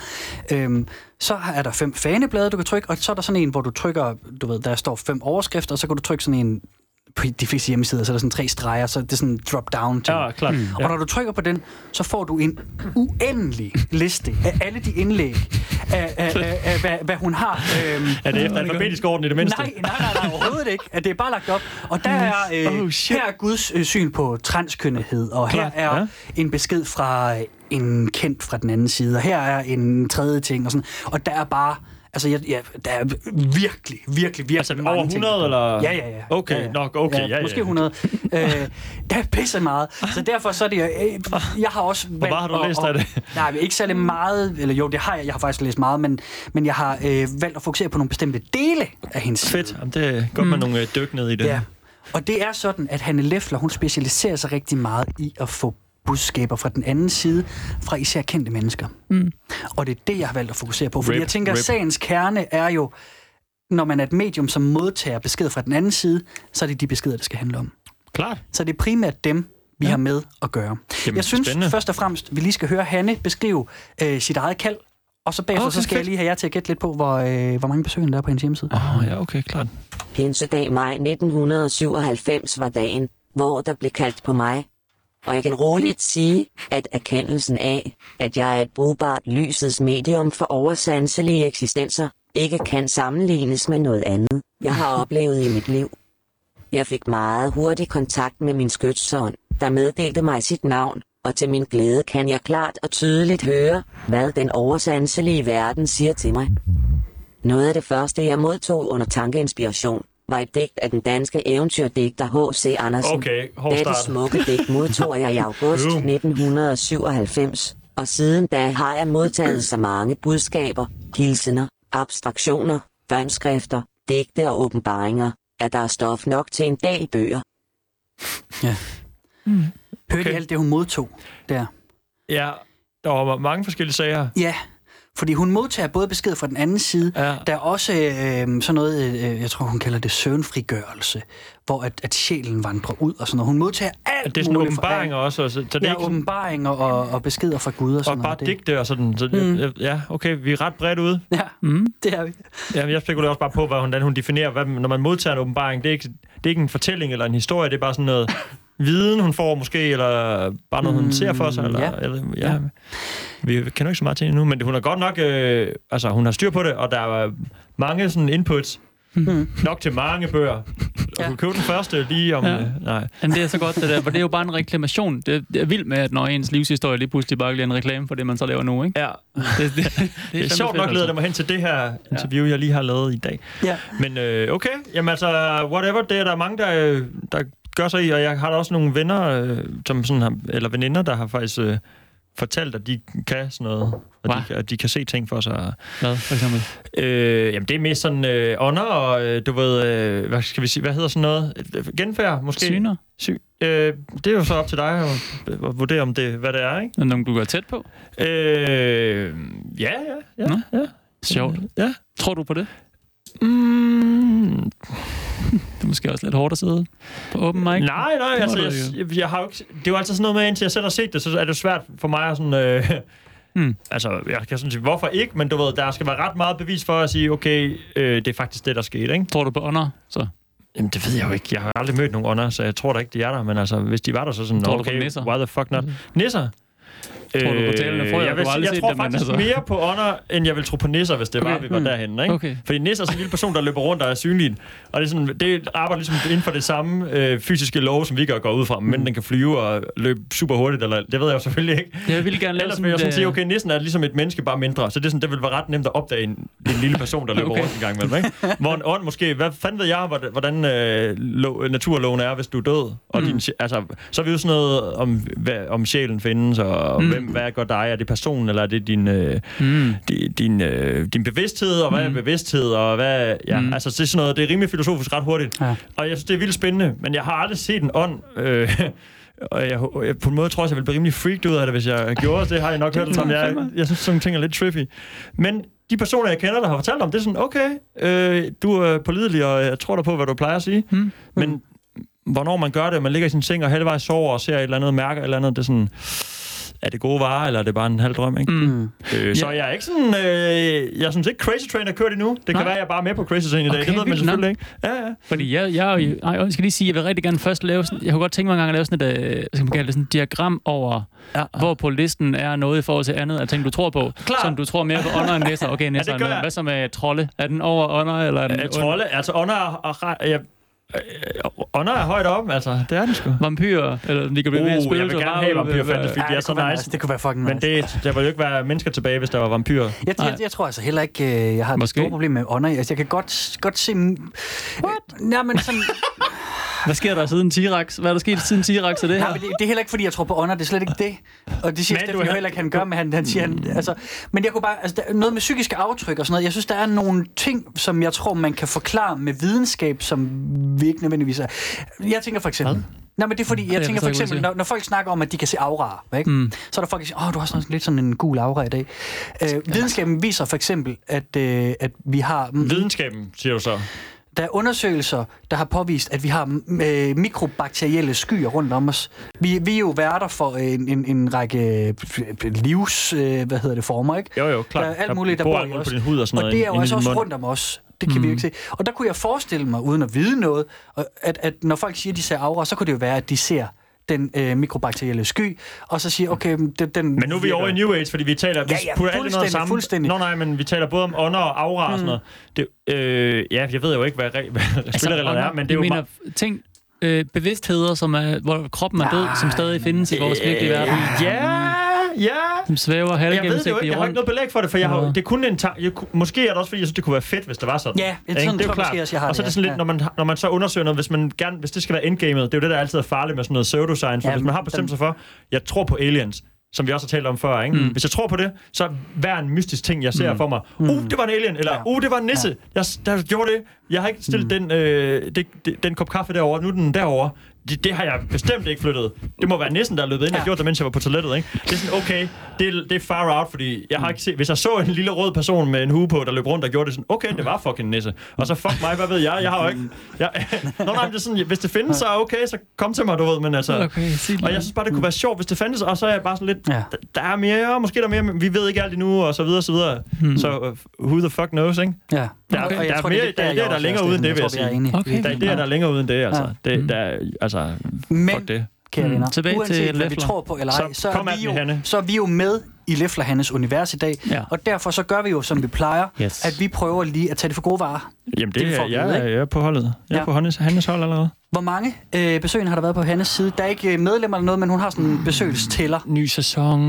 S4: Øhm, så er der fem faneblade, du kan trykke, og så er der sådan en, hvor du trykker, du ved, der står fem overskrifter, og så kan du trykke sådan en, på de fleste hjemmesider, så er der sådan tre streger, så er det sådan en drop-down ting.
S5: Ja, klart. Mm.
S4: Og når du trykker på den, så får du en uendelig liste af alle de indlæg, af, af, af, af hvad, hvad hun har. Øhm,
S5: Er det efter alfabetisk orden i det mindste?
S4: Nej, nej, nej, nej, overhovedet ikke. At det er bare lagt op. Og der er, øh, oh,
S5: Oh, shit.
S4: her er Guds øh, syn på transkønnethed, og her
S5: Klart,
S4: er ja.
S5: ja.
S4: en besked fra øh, en kendt fra den anden side, og her er en tredje ting, og sådan. Og der er bare, altså, jeg, ja, der er virkelig, virkelig, virkelig
S5: Altså
S4: mange
S5: over
S4: ting.
S5: 100, eller?
S4: Ja, ja, ja.
S5: Okay,
S4: ja, ja.
S5: nok, okay, ja, ja.
S4: Måske 100. øh, der er pisse meget. Så derfor så er det... Øh, jeg har også... Hvor
S5: meget har du læst af det?
S4: Nej, men ikke særlig meget. Eller jo, det har jeg. Jeg har faktisk læst meget, men, men jeg har øh, valgt at fokusere på nogle bestemte dele af hendes
S5: Fedt. Jamen, det er godt med nogle øh, dyk ned i det.
S4: Hmm. Ja. Og det er sådan, at Hanne Leffler, hun specialiserer sig rigtig meget i at få budskaber fra den anden side, fra især kendte mennesker. Mm. Og det er det, jeg har valgt at fokusere på. Fordi
S5: Rip,
S4: jeg tænker,
S5: rip.
S4: at sagens kerne er jo, når man er et medium, som modtager besked fra den anden side, så er det de beskeder, det skal handle om.
S5: Klart.
S4: Så det er primært dem, vi ja. har med at gøre. Jamen,
S5: Jamen,
S4: jeg synes spændende.
S5: spændende.
S4: først og fremmest, vi lige skal høre Hanne beskrive øh, sit eget kald, og så bagefter, okay,
S5: Okay,
S4: så skal fedt. jeg
S5: fedt.
S4: lige have jer til at gætte lidt på, hvor, øh, hvor mange besøgende der er på hendes hjemmeside.
S5: Åh, oh, ja, okay, klart.
S6: Pinsedag maj 1997 var dagen, hvor der blev kaldt på mig. Og jeg kan roligt sige, at erkendelsen af, at jeg er et brugbart lysets medium for oversanselige eksistenser, ikke kan sammenlignes med noget andet, jeg har oplevet i mit liv. Jeg fik meget hurtig kontakt med min skytsånd, der meddelte mig sit navn, og til min glæde kan jeg klart og tydeligt høre, hvad den oversanselige verden siger til mig. Noget af det første, jeg modtog under tankeinspiration, var et digt af den danske eventyrdigter H.C. Andersen.
S5: Okay, hård
S6: Dette
S5: start.
S6: smukke digt modtog jeg i august
S5: Øv.
S6: 1997, og siden da har jeg modtaget så mange budskaber, hilsener, abstraktioner, børnskrifter, digte og åbenbaringer, at der er stof nok til en dag i bøger.
S4: Ja. Hørte okay. I alt det, hun modtog der?
S5: Ja, der var mange forskellige sager.
S4: Ja, fordi hun modtager både besked fra den anden side,
S5: Ja.
S4: ja. der er også øh, sådan noget, øh, jeg tror hun kalder det søvnfrigørelse, hvor at, at sjælen vandrer ud og sådan noget. Hun modtager alt
S5: Det er sådan
S4: muligt fra-
S5: åbenbaringer også, og så, så det er
S4: Ja,
S5: ikke sådan-
S4: åbenbaringer og, og beskeder fra Gud og sådan
S5: og bare
S4: noget. Det-
S5: digte og sådan. Så, mm. Ja, okay, vi er ret bredt ude.
S4: Ja, mm. det er vi.
S5: Jamen, jeg spekulerer også bare på, hvad hun, hvordan hun definerer, hvad, når man modtager en åbenbaring. Det er, ikke, det er ikke en fortælling eller en historie, det er bare sådan noget viden, hun får måske, eller bare noget, hun ser for sig. Eller,
S4: ja.
S5: Eller, ja. Vi kender ikke så meget til hende nu, men hun har godt nok, øh, altså hun har styr på det, og der er mange sådan inputs, mm. nok til mange bøger. Og du køber den første lige om...
S3: Ja.
S5: Ja. Øh, nej.
S3: Jamen, det er så godt, det der, for det er jo bare en reklamation. Det er, det er vildt med, at når ens livshistorie lige pludselig bare bliver en reklame for det, man så laver nu, ikke?
S5: Ja.
S3: Det, det, det, det,
S5: Det er altså. sjovt nok leder
S3: altså.
S5: det mig hen til det her interview, jeg lige har lavet i dag.
S4: Ja.
S5: Men øh, okay, jamen altså, whatever, det er der mange, der, øh, der gør sig i, og jeg har da også nogle venner, øh, som sådan har, eller veninder, der har faktisk øh, fortalt, at de kan sådan noget, og
S3: Hva?
S5: de, kan- at de kan se ting for sig.
S3: Hvad, for eksempel?
S5: Øh, jamen, det er mest sådan øh, ånder, og øh, du ved, øh, hvad skal vi sige, hvad hedder sådan noget? Øh, Genfærd, måske?
S3: Syner?
S5: Syn. Øh, det er jo så op til dig at, at vurdere, om det, hvad det er, ikke?
S3: Når nogen, du går tæt på?
S5: Øh, ja, ja, ja,
S3: Nå.
S5: ja.
S3: Sjovt.
S5: Ja.
S3: Tror du på det?
S5: Mm,
S3: Det er måske også lidt hårdt at sidde på åben mic.
S5: nej, nej,
S3: Det
S5: altså,
S3: må
S5: jeg,
S3: du
S5: jeg, jeg har jo ikke, det er jo altid sådan noget med, indtil jeg selv har set det, så er det jo svært for mig at sådan, øh,
S3: Mm.
S5: altså, jeg kan sådan sige, hvorfor ikke, men du ved, der skal være ret meget bevis for at sige, okay, øh, det er faktisk det, der skete, ikke?
S3: Tror du på ånder? Så
S5: Jamen, det ved jeg jo ikke. Jeg har aldrig mødt nogen ånder, så jeg tror da ikke, de er der, men altså, hvis de var der, så sådan,
S3: Tror du på
S5: okay,
S3: nisser? Mhm.
S5: why the fuck not? Nisser? Øh,
S3: Tror du på talende frøer?
S5: jeg,
S3: Du
S5: vil,
S3: har
S5: sige-
S3: aldrig
S5: jeg
S3: set
S5: tror
S3: dem, men
S5: faktisk
S3: altså-
S5: mere på ånder, end jeg vil tro på nisser, hvis det var,
S3: Okay,
S5: vi var
S3: mm.
S5: derhen, ikke?
S3: Okay.
S5: Fordi nisser er sådan en lille person, der løber rundt og er synlig. Og det, er sådan, det arbejder ligesom inden for det samme øh, fysiske lov, som vi gør går ud fra.
S3: Mm.
S5: Men den kan flyve og løbe super hurtigt, eller det ved jeg jo selvfølgelig ikke.
S3: jeg vil gerne lave
S5: Ellers
S3: sådan,
S5: vil jeg sådan
S3: et,
S5: sige,
S3: øh,
S5: okay, nissen er ligesom et menneske, bare mindre. Så det, er sådan, det vil være ret nemt at opdage en, en lille person, der løber
S3: Okay.
S5: okay. rundt en gang imellem. Ikke? Hvor en ånd måske, hvad fanden ved jeg, hvordan- hvordan øh, lo, naturloven er, hvis du er død? Og mm. din, sj- altså, så er vi jo sådan noget om, hvad, om sjælen findes, og mm. hvem, hvad gør dig? Er det personen, eller er det din, øh, mm. di, din, øh, din bevidsthed, og hvad mm. er bevidsthed? Og hvad, ja, mm. altså, det er sådan noget, det er rimelig filosofisk ret hurtigt. Ja.
S4: Ja.
S5: Og jeg synes, det er vildt spændende, men jeg har aldrig set en ånd... Øh, og jeg, hå- jeg, på en måde tror jeg, også, jeg ville blive rimelig freaked ud af det, hvis jeg gjorde det. Det har jeg nok hørt om. Jeg, jeg synes, sådan nogle ting er lidt trippy. Men de personer, jeg kender, der har fortalt om det, er sådan, okay, øh, du er pålidelig, og jeg tror dig på, hvad du plejer at sige. Hmm. Men hvornår man gør det, man ligger i sin seng og halvvejs sover og ser et eller andet, mærker et eller andet, det er sådan, er det gode varer, eller er det bare en halv drøm, ikke? Mm. Øh, så jeg er ikke sådan, øh, jeg synes ikke Crazy Train er kørt endnu. Det kan
S3: Nej.
S5: være, jeg bare er med på Crazy Train i dag.
S3: Okay,
S5: det ved man
S3: vildt nok.
S5: selvfølgelig ikke. Ja, ja.
S3: Fordi jeg, jeg, ej, jeg skal lige sige, jeg vil rigtig gerne først lave sådan, jeg kunne godt tænke mig en gang at lave sådan et, øh, skal man kalde det sådan et diagram over,
S5: Ja.
S3: ja. hvor på listen er noget i forhold til andet af ting, du tror på.
S5: Klar.
S3: Som du tror mere på ånder end næser. Okay, næser
S5: det
S3: ja,
S5: gør
S3: noget.
S5: jeg.
S3: Hvad så med trolde? Er den over ånder, eller er den
S5: Øh,
S3: ond?
S5: trolde, altså ånder er, og, re- ja, øh, ånder er højt op, altså. Det er den sgu.
S3: Vampyrer, eller de kan blive
S5: Uh,
S3: mere
S5: jeg
S3: spøgelser.
S5: vil gerne
S3: varulve,
S5: have vampyr
S3: hvad-
S5: fantasy.
S4: Ej,
S5: er
S4: det,
S5: så
S4: kunne være
S5: nice.
S4: nice. det kunne være fucking
S5: Men
S4: nice.
S5: det, der vil jo ikke være mennesker tilbage, hvis der var vampyrer.
S4: Jeg,
S3: Nej.
S4: jeg, jeg tror altså heller ikke, øh, jeg har et
S3: Måske.
S4: stort problem med ånder. Altså, jeg kan godt, godt se... What? Nej, men sådan,
S3: Hvad sker der siden T-Rex? Hvad er der sket siden T-Rex og det her?
S4: nej, men det, det, er heller ikke, fordi jeg tror på ånder. Det er slet ikke det. Og det siger
S5: Men du
S4: Steffen
S5: har-
S4: jo heller ikke, han gør med, han, han siger... Han, altså, men jeg kunne bare... Altså, der, er noget med psykiske aftryk og sådan noget. Jeg synes, der er nogle ting, som jeg tror, man kan forklare med videnskab, som vi ikke nødvendigvis er. Jeg tænker for eksempel... Nej, men det er fordi, jeg
S3: jeg
S4: tænker for
S3: forstår ikke, hvad du
S4: eksempel,
S3: siger.
S4: når, når folk snakker om, at de kan se auraer, ikke? Mm. så er der folk, der siger, åh, du har sådan lidt sådan en gul aura i dag. Øh, videnskaben viser for eksempel, at, øh, at vi har
S5: Videnskaben, siger du så.
S4: Der er undersøgelser, der har påvist, at vi har mm, øh, mikrobakterielle skyer rundt om os. Vi, vi er jo værter for en, en, en række øh, øh, livs, øh, hvad hedder det, former, ikke?
S5: Jo, jo, klart.
S4: Der er
S5: Der
S4: alt muligt, der,
S5: bor
S4: bor
S5: alt
S4: i
S5: muligt
S4: os.
S5: på din hud og sådan
S4: og
S5: noget
S4: det er jo
S5: inde i
S4: altså
S5: din
S4: også
S5: mund.
S4: rundt om os. Det kan mm. vi jo ikke se. Og der kunne jeg forestille mig, uden at vide noget, og at, at når folk siger, at de ser aura, så kunne det jo være, at de ser den øh, mikrobakterielle sky, og så siger, okay, men den... den
S5: Men nu er vi over i New Age, fordi vi taler... Vi
S4: Ja, ja,
S5: putter alt i noget
S4: fuldstændig,
S5: sammen.
S4: fuldstændig. Mm.
S5: Nå, nej, men vi taler både om ånder og aura og sådan noget. Det, øh, ja, jeg ved jo ikke, hvad, re- hvad spillereglerne er, men det er jo...
S3: jeg
S5: Altså, Mener,
S3: Altså, mener, ting, Ah, øh, bevidstheder, som er, hvor kroppen er død, som stadig findes i vores virkelige verden.
S5: ja, ja.
S3: Som svæver halv
S5: Jeg ved det jo ikke, jeg har ikke noget belæg for det, for jeg har,
S3: Nå.
S5: det er kun en tanke. Jeg, ku- måske er det også, fordi jeg synes, det kunne være fedt, hvis det var sådan.
S4: Ja, jeg
S5: Ikke?
S4: sådan
S5: det er
S4: tror jeg måske også, jeg har
S5: Og så er
S4: det,
S5: det sådan
S4: ja.
S5: lidt, når man, når man så undersøger noget, hvis, man gerne, hvis det skal være endgamet, det er jo det, der altid er farligt med sådan noget pseudoscience, for
S4: Ja,
S5: hvis man har bestemt
S4: den-
S5: sig for, jeg tror på aliens, som vi også har talt om før, ikke? Mm. Hvis jeg tror på det, så hver en mystisk ting, jeg ser mm. for mig, uh, det var en alien, eller
S4: Ja.
S5: uh, det var en nisse, ja. jeg, s- der gjorde det, jeg har ikke stillet mm. den, øh, det, det, den kop kaffe derovre, nu er den derovre. Det, det har jeg bestemt ikke flyttet. Det må være nissen, der er løbet ind og
S4: Ja.
S5: gjort det, mens jeg var på toilettet. Ikke? Det er sådan, okay, det er, det er far out, fordi jeg har ikke set... Hvis jeg så en lille rød person med en hue på, der løb rundt og gjorde det sådan, okay, det var fucking nisse. Og så fuck mig, hvad ved jeg? Jeg har jo ikke... Jeg, Nå, nej, men det er sådan, hvis det findes, så er okay, så kom til mig, du ved, men altså...
S3: Okay, sig
S5: Og jeg synes bare, det kunne være sjovt, hvis det fandtes, og så er jeg bare sådan lidt,
S4: Ja.
S5: ja. der er mere, måske der er mere, men vi ved ikke alt endnu, og så videre, og så videre. Hmm. Så uh, who the fuck knows, ikke?
S4: Ja.
S5: Der, okay.
S3: Okay.
S5: der,
S4: Og jeg
S5: er
S4: tror,
S5: mere,
S4: det er lidt
S5: der, er
S4: der, jeg
S5: der er
S4: også
S5: længere
S4: er
S5: uden
S4: sådan, jeg
S5: det, vil
S4: tror,
S5: jeg
S4: vi er
S5: sige.
S4: enige.
S3: Okay.
S5: Der, det er der er længere uden det, altså.
S4: Ja.
S5: Det, der, er- altså
S4: Men,
S5: fuck det.
S4: kære venner,
S3: Mm. tilbage til
S4: uanset hvad vi
S3: Leffler.
S4: tror på eller ej,
S5: Så
S4: så,
S5: kom
S4: er
S5: med
S4: vi
S5: den,
S4: jo,
S5: Hanne.
S4: så er vi jo med i Leflerhannes univers i dag,
S3: Ja.
S4: og derfor så gør vi jo, som vi plejer,
S3: Yes.
S4: at vi prøver lige at tage det for gode varer.
S5: Jamen, det,
S4: Det
S5: det
S4: får
S5: er,
S4: vi
S5: jeg,
S4: ved,
S5: jeg,
S4: ikke?
S5: jeg er på holdet. Jeg er
S4: Ja.
S5: ja. på Hannes, Hannes hold allerede.
S4: Hvor mange øh, besøgende har der været på Hannes side? Der er ikke øh, medlemmer eller noget, men hun har sådan
S3: Mm.
S4: en besøgstæller.
S3: Ny sæson,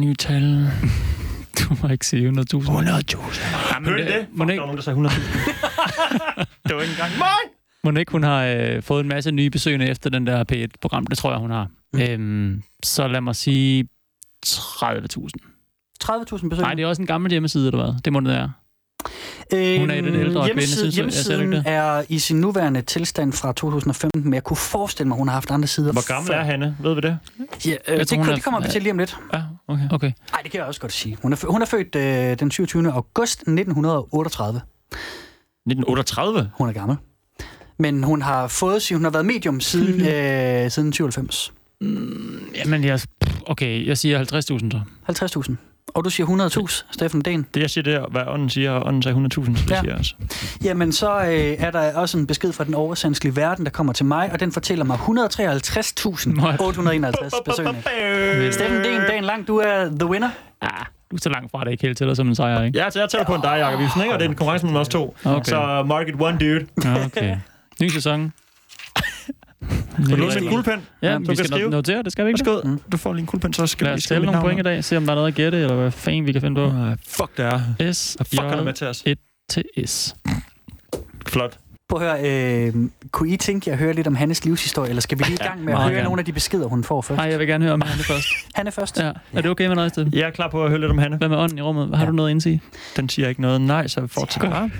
S3: nye tal. Du må ikke sige 100.000.
S5: 100.000. Jamen, Hørte
S3: det-
S5: det? Fuck,
S3: mon
S5: der var
S3: ikke-
S5: nogen, der sagde 100.000. det var ikke engang mig.
S3: Må ikke, hun har øh, fået en masse nye besøgende efter den der P1-program. Det tror jeg, hun har. Mm. Øhm, så lad mig sige 30.000.
S4: 30.000 besøgende.
S3: Nej, det er også en gammel hjemmeside, eller hvad? Det må det være.
S4: Øhm,
S3: Hun er i den ældre kvinde,
S4: hjemmeside,
S3: synes jeg. Jeg ser det
S4: Hjemmesiden
S3: ikke
S4: er i sin nuværende tilstand fra 2015, men jeg kunne forestille mig, hun har haft andre sider.
S5: Hvor gammel er Hanne? Ved vi det?
S4: Ja, øh, det,
S3: tror, hun
S4: tror,
S3: er-
S4: det kommer vi til lige om lidt.
S5: Ja, okay.
S3: Okay.
S4: Nej, det kan jeg også godt sige. Hun er, fø- hun er født øh, den 27. august 1938.
S5: 1938?
S4: Hun er gammel. Men hun har fået sig, hun har været medium siden, øh, siden 97.
S3: Jamen, jeg, okay, jeg siger 50.000 så.
S4: 50.000. Og du siger 100.000, Steffen Den.
S5: Det, jeg siger, det er, hvad ånden siger, og ånden sagde 100.000, så det
S4: Ja.
S5: ja. siger jeg også.
S4: Jamen, så øh, er der også en besked fra den oversandslige verden, der kommer til mig, og den fortæller mig 153.851 besøgende. Steffen Den, dagen lang, du er the winner.
S3: Ah, du er så langt fra det ikke helt til dig som en sejr, ikke?
S5: Ja, så jeg tæller på en dig, Jacob Ibsen, ikke? Og det er en konkurrence mellem os to.
S3: Okay.
S5: Okay. Så market one dude.
S3: Ja. Ah, Okay. Ny sæson.
S5: Kan du låne min guldpen?
S3: Ja,
S5: du
S3: vi
S5: kan
S3: skal
S5: skrive.
S3: no- notere, det skal vi ikke.
S5: Værsgo, du får lige en guldpen, så skal
S3: Lad
S5: vi
S3: os
S5: skrive
S3: tælle
S5: mit
S3: nogle
S5: navn
S3: point i dag, se om der er noget at gætte, eller hvad fanden vi kan finde på.
S5: her. Ah, Fuck, der er.
S3: S,
S5: Ah,
S3: J,
S5: Fuck, han er med til os.
S3: til S.
S5: Flot.
S4: Prøv at høre, øh, kunne I tænke jer at høre lidt om Hannes livshistorie, eller skal vi lige i gang med at
S3: meget
S4: høre
S3: gerne.
S4: nogle af de beskeder, hun får først?
S3: Nej, jeg vil gerne høre om Hanne først.
S4: Han er først.
S3: Ja. Er det okay med dig, Steffen?
S5: Jeg er klar på at høre lidt om Hanne.
S3: Hvad med ånden i rummet? Har du noget at indsige?
S5: Den siger ikke noget. Nej, så fortsæt bare.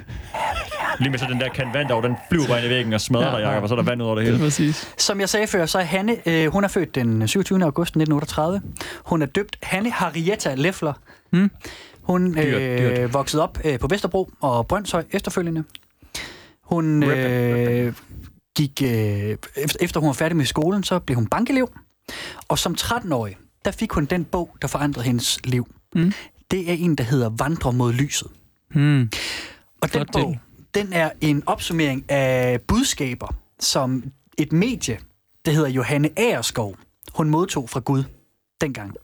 S5: Lige med så den der kan vand over, den flyver bare ind i væggen og smadrer
S3: Ja.
S5: dig, Jacob, og så er der vand ud over det hele.
S3: Præcis.
S4: Som jeg sagde før, så er Hanne, øh, hun er født den 27. august 1938. Hun er døbt Hanne Harrietta Leffler.
S3: Mm.
S4: Hun øh,
S5: Dyrt, dyrt.
S4: voksede op øh, på Vesterbro og Brøndshøj efterfølgende. Hun
S5: Rip it, rip
S4: øh, gik, øh, efter- efter hun var færdig med skolen, så blev hun bankelev. Og som 13-årig, der fik hun den bog, der forandrede hendes liv.
S3: Mm.
S4: Det er en, der hedder Vandre mod lyset.
S3: Hmm.
S4: Og den
S3: Flot
S4: bog,
S3: titel.
S4: den er en opsummering af budskaber, som et medie, det hedder Johanne Aerskov, hun modtog fra Gud dengang.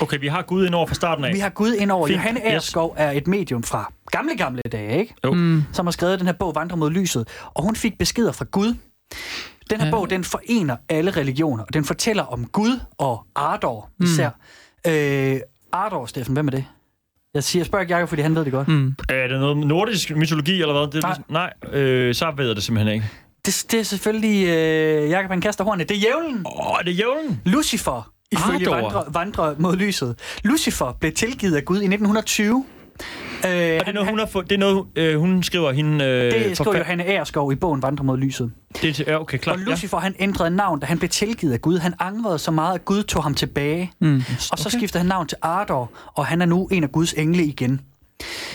S5: Okay, vi har Gud ind over fra starten af.
S4: Vi har Gud ind over.
S5: Fint.
S4: Johanne
S5: Yes.
S4: Aerskov er et medium fra gamle, gamle dage, ikke?
S5: Jo.
S4: Mm. Som har skrevet den her bog, Vandre mod lyset. Og hun fik beskeder fra Gud. Den her bog, den forener alle religioner. og Den fortæller om Gud og Ardor især. Øh, Ardor, Steffen, hvem er det? Jeg siger, jeg spørger ikke Jacob, fordi han ved det godt. Mm.
S5: Er det noget nordisk mytologi eller hvad? Det,
S4: Nej.
S5: nej. Nej, øh, så ved jeg det simpelthen ikke.
S4: Det, det er selvfølgelig... Øh, Jacob, han kaster hornet. Det er djævlen!
S5: Åh, oh, er det jævlen?
S4: Lucifer, ifølge
S5: Ardor.
S4: vandre, vandre mod lyset. Lucifer blev tilgivet af Gud i 1920. Øh,
S5: Og det er noget, hun, har fået, det er noget, øh, hun skriver hende... Øh,
S4: det skriver
S5: forfa-
S4: Johanne Aerskov i bogen Vandre mod lyset.
S5: Det er til, ja, okay, klart.
S4: Og Lucifer, han ændrede navn, da han blev tilgivet af Gud. Han angrede så meget, at Gud tog ham tilbage. Mm. Og så skiftede han navn til Ardor, og han er nu en af Guds engle igen.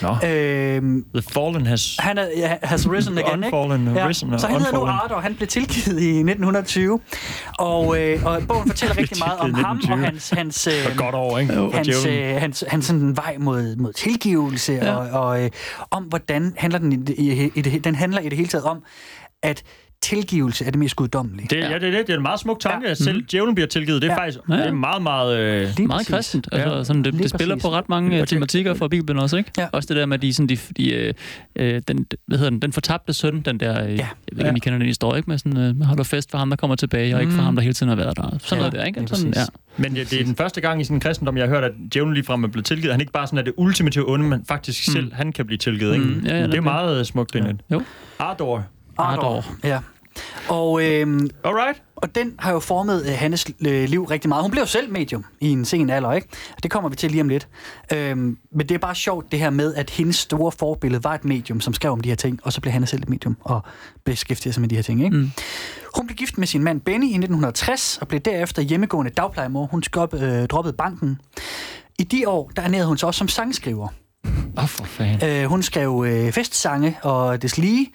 S5: Ja. Nå.
S4: Øh,
S5: The Fallen has...
S4: han er, ja, has risen again, ikke?
S5: Unfallen, uh, risen og
S4: Så han hedder nu
S5: unfallen.
S4: Ardor, han blev tilgivet i 1920. Og, øh, og bogen fortæller rigtig meget om
S5: tilgivet i
S4: ham og
S5: 1920.
S4: hans, hans, øh,
S5: Og godt over, ikke? For
S4: hans,
S5: djævlen.
S4: øh, hans, hans sådan vej mod, mod tilgivelse, ja. og, og øh, om hvordan handler den, i, i, i, det- den handler i det hele taget om, at tilgivelse er det mest guddommelige.
S5: Det, ja. ja, det er det. Det er en meget smuk tanke, at selv djævlen bliver tilgivet. Det er
S4: Ja.
S5: ja. faktisk det er meget, meget... Øh,
S4: Lige
S3: meget
S4: præcis.
S3: kristent. Altså,
S5: Ja.
S3: ja. sådan, det,
S4: Lige
S3: det spiller
S4: præcis.
S3: på ret mange uh, tematikker fra Bibelen også, ikke?
S4: Ja.
S3: Også det der med, at de, sådan, de, de, øh, øh, den, hvad hedder den, den fortabte søn, den der, øh, jeg ved ikke, om I kender den historie, ikke? Med sådan, øh, har du fest for ham, der kommer tilbage, og ikke for ham, der hele tiden har været der. Sådan
S4: Ja,
S3: noget der, ikke?
S4: lige
S3: Sådan,
S4: præcis.
S3: ja.
S5: Men ja, det er den første gang i sin kristendom, jeg har hørt, at djævlen ligefrem er blevet tilgivet. Han er ikke bare sådan er det ultimative onde, men faktisk mm. selv han kan blive tilgivet. Ikke? Mm.
S3: ja,
S5: det er
S3: nemlig.
S5: meget øh, smukt, det ja.
S3: Jo.
S5: Ardor.
S4: Ardor. Ja. Og, øhm,
S5: Alright.
S4: og den har jo formet øh, hans øh, liv rigtig meget. Hun blev jo selv medium i en sen alder, ikke? Det kommer vi til lige om lidt. Øhm, men det er bare sjovt det her med, at hendes store forbillede var et medium, som skrev om de her ting, og så blev han selv et medium og beskæftigede sig med de her ting, ikke? Mm. Hun blev gift med sin mand Benny i 1960, og blev derefter hjemmegående dagplejemor. Hun skop, øh, droppede banken. I de år, der ernærede hun sig også som sangskriver.
S3: Åh, for fanden. Mhm.
S4: Øh, hun skrev øh, festsange og deslige,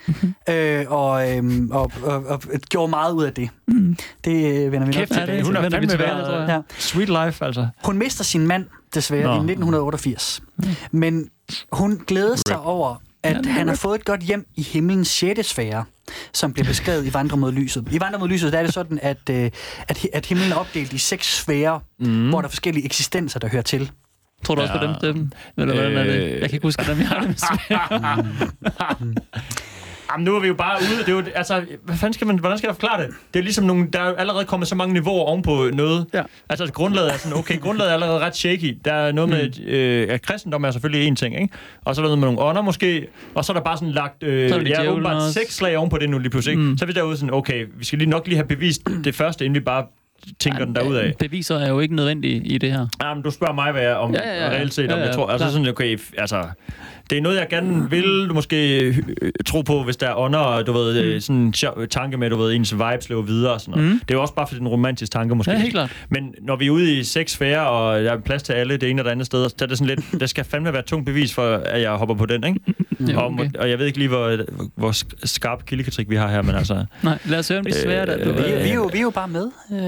S4: øh, og, øh, og, og, og, og gjorde meget ud af det. Mm. Det øh, vender vi nok
S5: Kæft,
S4: til.
S5: ja,
S3: Mhm. det
S5: det, hun
S3: vender
S5: har
S3: vi
S5: fandme
S3: tilbage til, tror
S5: været...
S3: jeg.
S5: Ja.
S4: Ja.
S5: Sweet life, altså.
S4: Hun mister sin mand, desværre,
S5: Nå.
S4: i 1988. Men hun glæder sig over, at han har fået et godt hjem i himlens 6. sfære, som bliver beskrevet i Vandre mod lyset. I Vandre mod lyset der er det sådan, at, øh, at, hi- at himlen er opdelt i seks sfærer,
S5: Mhm.
S4: mm. hvor der er forskellige eksistenser, der hører til.
S3: Tror du også på dem, Steffen? Eller hvordan er det? Jeg kan ikke huske, hvordan vi har det med Sverige.
S5: Jamen, nu er vi jo bare ude. Det er jo, altså, hvad fanden skal man, hvordan skal jeg forklare det? Det er ligesom nogle, der er jo allerede kommet så mange niveauer ovenpå noget.
S3: Ja.
S5: Altså, grundlaget er sådan, okay, grundlaget er allerede ret shaky. Der er noget med,
S3: Mm.
S5: øh, at kristendom er selvfølgelig en ting, ikke? Og så er der noget med nogle ånder måske, og så er der bare sådan lagt, øh,
S3: Så er det
S5: ja,
S3: djævlen
S5: åbenbart
S3: også.
S5: seks slag ovenpå det nu lige pludselig, ikke? Mm. Så er vi derude sådan, okay, vi skal lige nok lige have bevist det første, inden vi bare tænker den derud af.
S3: Beviser er jo ikke nødvendige i det her.
S5: Jamen, Ah, du spørger mig, hvad jeg om ja, ja, ja. reelt set, om ja, ja, jeg tror. Altså,
S3: klar.
S5: sådan, okay, f- altså, det er noget, jeg gerne vil måske øh, tro på, hvis der er ånder, og du ved, mm. sådan en sjov tanke med, du ved, ens vibes lever videre og sådan noget. Mm. Det er jo også bare fordi, det er en romantisk tanke, måske.
S3: Ja, helt klart.
S5: Men når vi er ude i seks sfære, og der er plads til alle det ene og det andet sted, så er det sådan lidt, der skal fandme være tungt bevis for, at jeg hopper på den, ikke?
S3: Ja,
S5: og,
S3: okay.
S5: og, jeg ved ikke lige, hvor, hvor sk- skarp kildekritik vi har her, men altså...
S3: Nej, lad os høre, om det er svært. at du-
S5: Øh,
S4: Vi, vi, er,
S3: øh,
S4: jo, vi er jo bare med øh,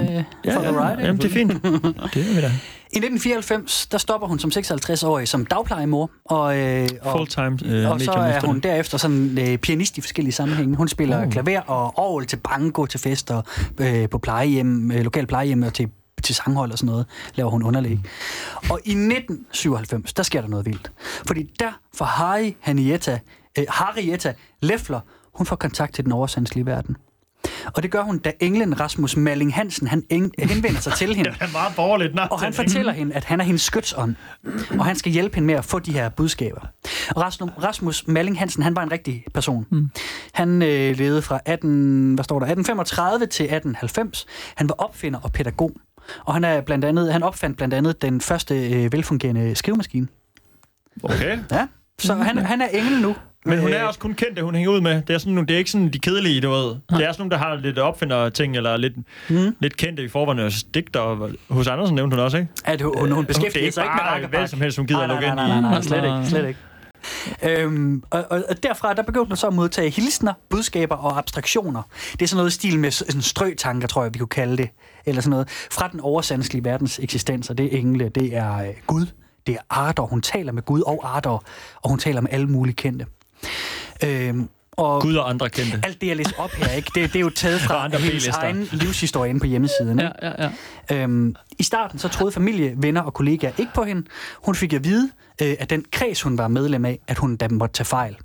S4: for the ride. ikke?
S5: Jamen, det er fint. det er vi da.
S4: I 1994, der stopper hun som 56-årig som dagplejemor, og, øh, og,
S5: Full-time øh,
S4: og så er hun derefter sådan øh, pianist i forskellige sammenhænge. Hun spiller oh. klaver og orgel til banko, til fester, øh, på plejehjem, øh, lokal plejehjem og til, til sanghold og sådan noget, laver hun underlæg.
S5: Mm.
S4: Og i 1997, der sker der noget vildt. Fordi der får Harry Hanietta, øh, Harrietta Leffler, hun får kontakt til den oversandslige verden. Og det gør hun, da englen Rasmus Malling Hansen, han eng- henvender sig til hende.
S5: Han er meget borgerligt. Nå,
S4: Og han fortæller hende, at han er hendes skytsånd, og han skal hjælpe hende med at få de her budskaber. Og Rasmus, Rasmus Malling Hansen, han var en rigtig person. Mm. Han øh, levede fra 18, hvad står der, 1835 til 1890. Han var opfinder og pædagog. Og han, er blandt andet, han opfandt blandt andet den første øh, velfungerende skrivemaskine.
S5: Okay.
S4: Ja. Så han, han er engel nu.
S5: Men hun er
S4: Øh.
S5: også kun kendt, at hun hænger ud med. Det er, sådan, nogle- det er ikke sådan de kedelige, du ved. Det er sådan nogle, der har lidt opfinder-ting, eller lidt, mm.
S4: Hmm.
S5: lidt kendte i forvejen. Og digter, og- hos Andersen nævnte hun også, ikke?
S4: At hun, hun
S5: det er
S4: Øh, beskæftiger
S5: ikke
S4: sig ikke med
S5: bare
S4: Rakkerpak.
S5: hvem som helst, hun gider
S4: nej,
S5: lukke
S4: nej,
S5: ind
S4: nej,
S5: i.
S4: nej, nej, nej, slet
S3: Nej.
S4: ikke, slet ikke. Mm. Øhm, og, og, og derfra der begyndte man så at modtage hilsner, budskaber og abstraktioner. Det er sådan noget i stil med s- sådan strøtanker, tror jeg, vi kunne kalde det. Eller sådan noget. Fra den oversandslige verdens eksistens, og det er engle, det er øh, Gud, det er Ardor. Hun taler med Gud og Ardor, og hun taler med alle mulige kendte. Øhm, og
S5: Gud og andre kendte.
S4: alt det, jeg læser op her, ikke? Det, det er jo taget
S5: Og
S4: fra
S5: andre
S4: hendes
S5: B-lister.
S4: egen livshistorie inde på hjemmesiden. Ikke?
S3: Ja, ja, ja. Mm.
S4: Øhm, I starten så troede familie, venner og kollegaer ikke på hende. Hun fik at vide øh, at den kreds, hun var medlem af, at hun da måtte tage fejl.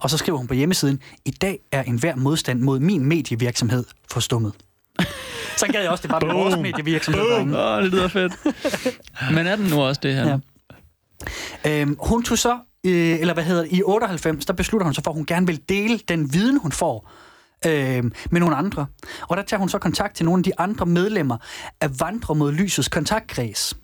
S4: Og så skriver hun på hjemmesiden, i dag er enhver modstand mod min medievirksomhed forstummet. så gad jeg også, det bare blev vores medievirksomhed. drenge.
S3: Åh, det lyder fedt. Men er den nu også det her?
S4: Ja. Øhm, hun tog så, øh, eller hvad hedder det, i 98, der beslutter hun sig for, at hun gerne vil dele den viden, hun får øh, med nogle andre. Og der tager hun så kontakt til nogle af de andre medlemmer af Vandre mod Lysets kontaktkreds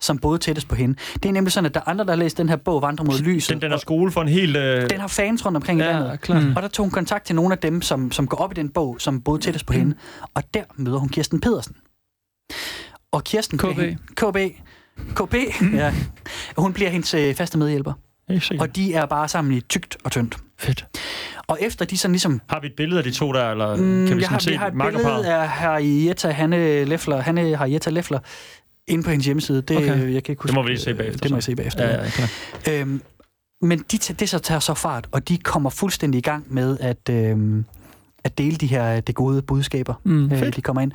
S4: som boede tættest på hende. Det er nemlig sådan, at der er andre, der har læst den her bog, Vandre mod Lyset.
S5: Den, den er skole for en helt... Øh,
S4: den har fans rundt omkring i
S3: Ja,
S4: landet.
S3: klart.
S5: Mm.
S4: Og der tog hun kontakt til nogle af dem, som, som går op i den bog, som boede tættest
S5: Mm.
S4: på hende. Og der møder hun Kirsten Pedersen. Og Kirsten...
S3: KB.
S4: bliver hende- KB. KB,
S5: Mm.
S4: ja. Hun bliver hendes øh, faste medhjælper.
S5: helt sikkert.
S4: Og de er bare sammen i tykt og tyndt.
S5: Fedt.
S4: Og efter de sådan ligesom...
S5: Har vi et billede af de to der, eller
S4: Mm,
S5: kan vi
S4: jeg,
S5: sådan
S4: har,
S5: se
S4: jeg har et
S5: makkerparret?
S4: billede af Harrietta Hanne Leffler, Hanne Harrietta Leffler inde på hendes hjemmeside. Det,
S5: Okay.
S4: okay. jeg kan ikke huske, øh,
S5: Det må vi lige se bagefter,
S4: Det må jeg
S5: så.
S4: se bagefter.
S5: Ja,
S4: Ja,
S5: ja, klar.
S4: ja. Øhm, men de, ta- det så tager så fart, og de kommer fuldstændig i gang med at, øhm, at dele de her øh, det gode budskaber, mm, øh, de kommer ind.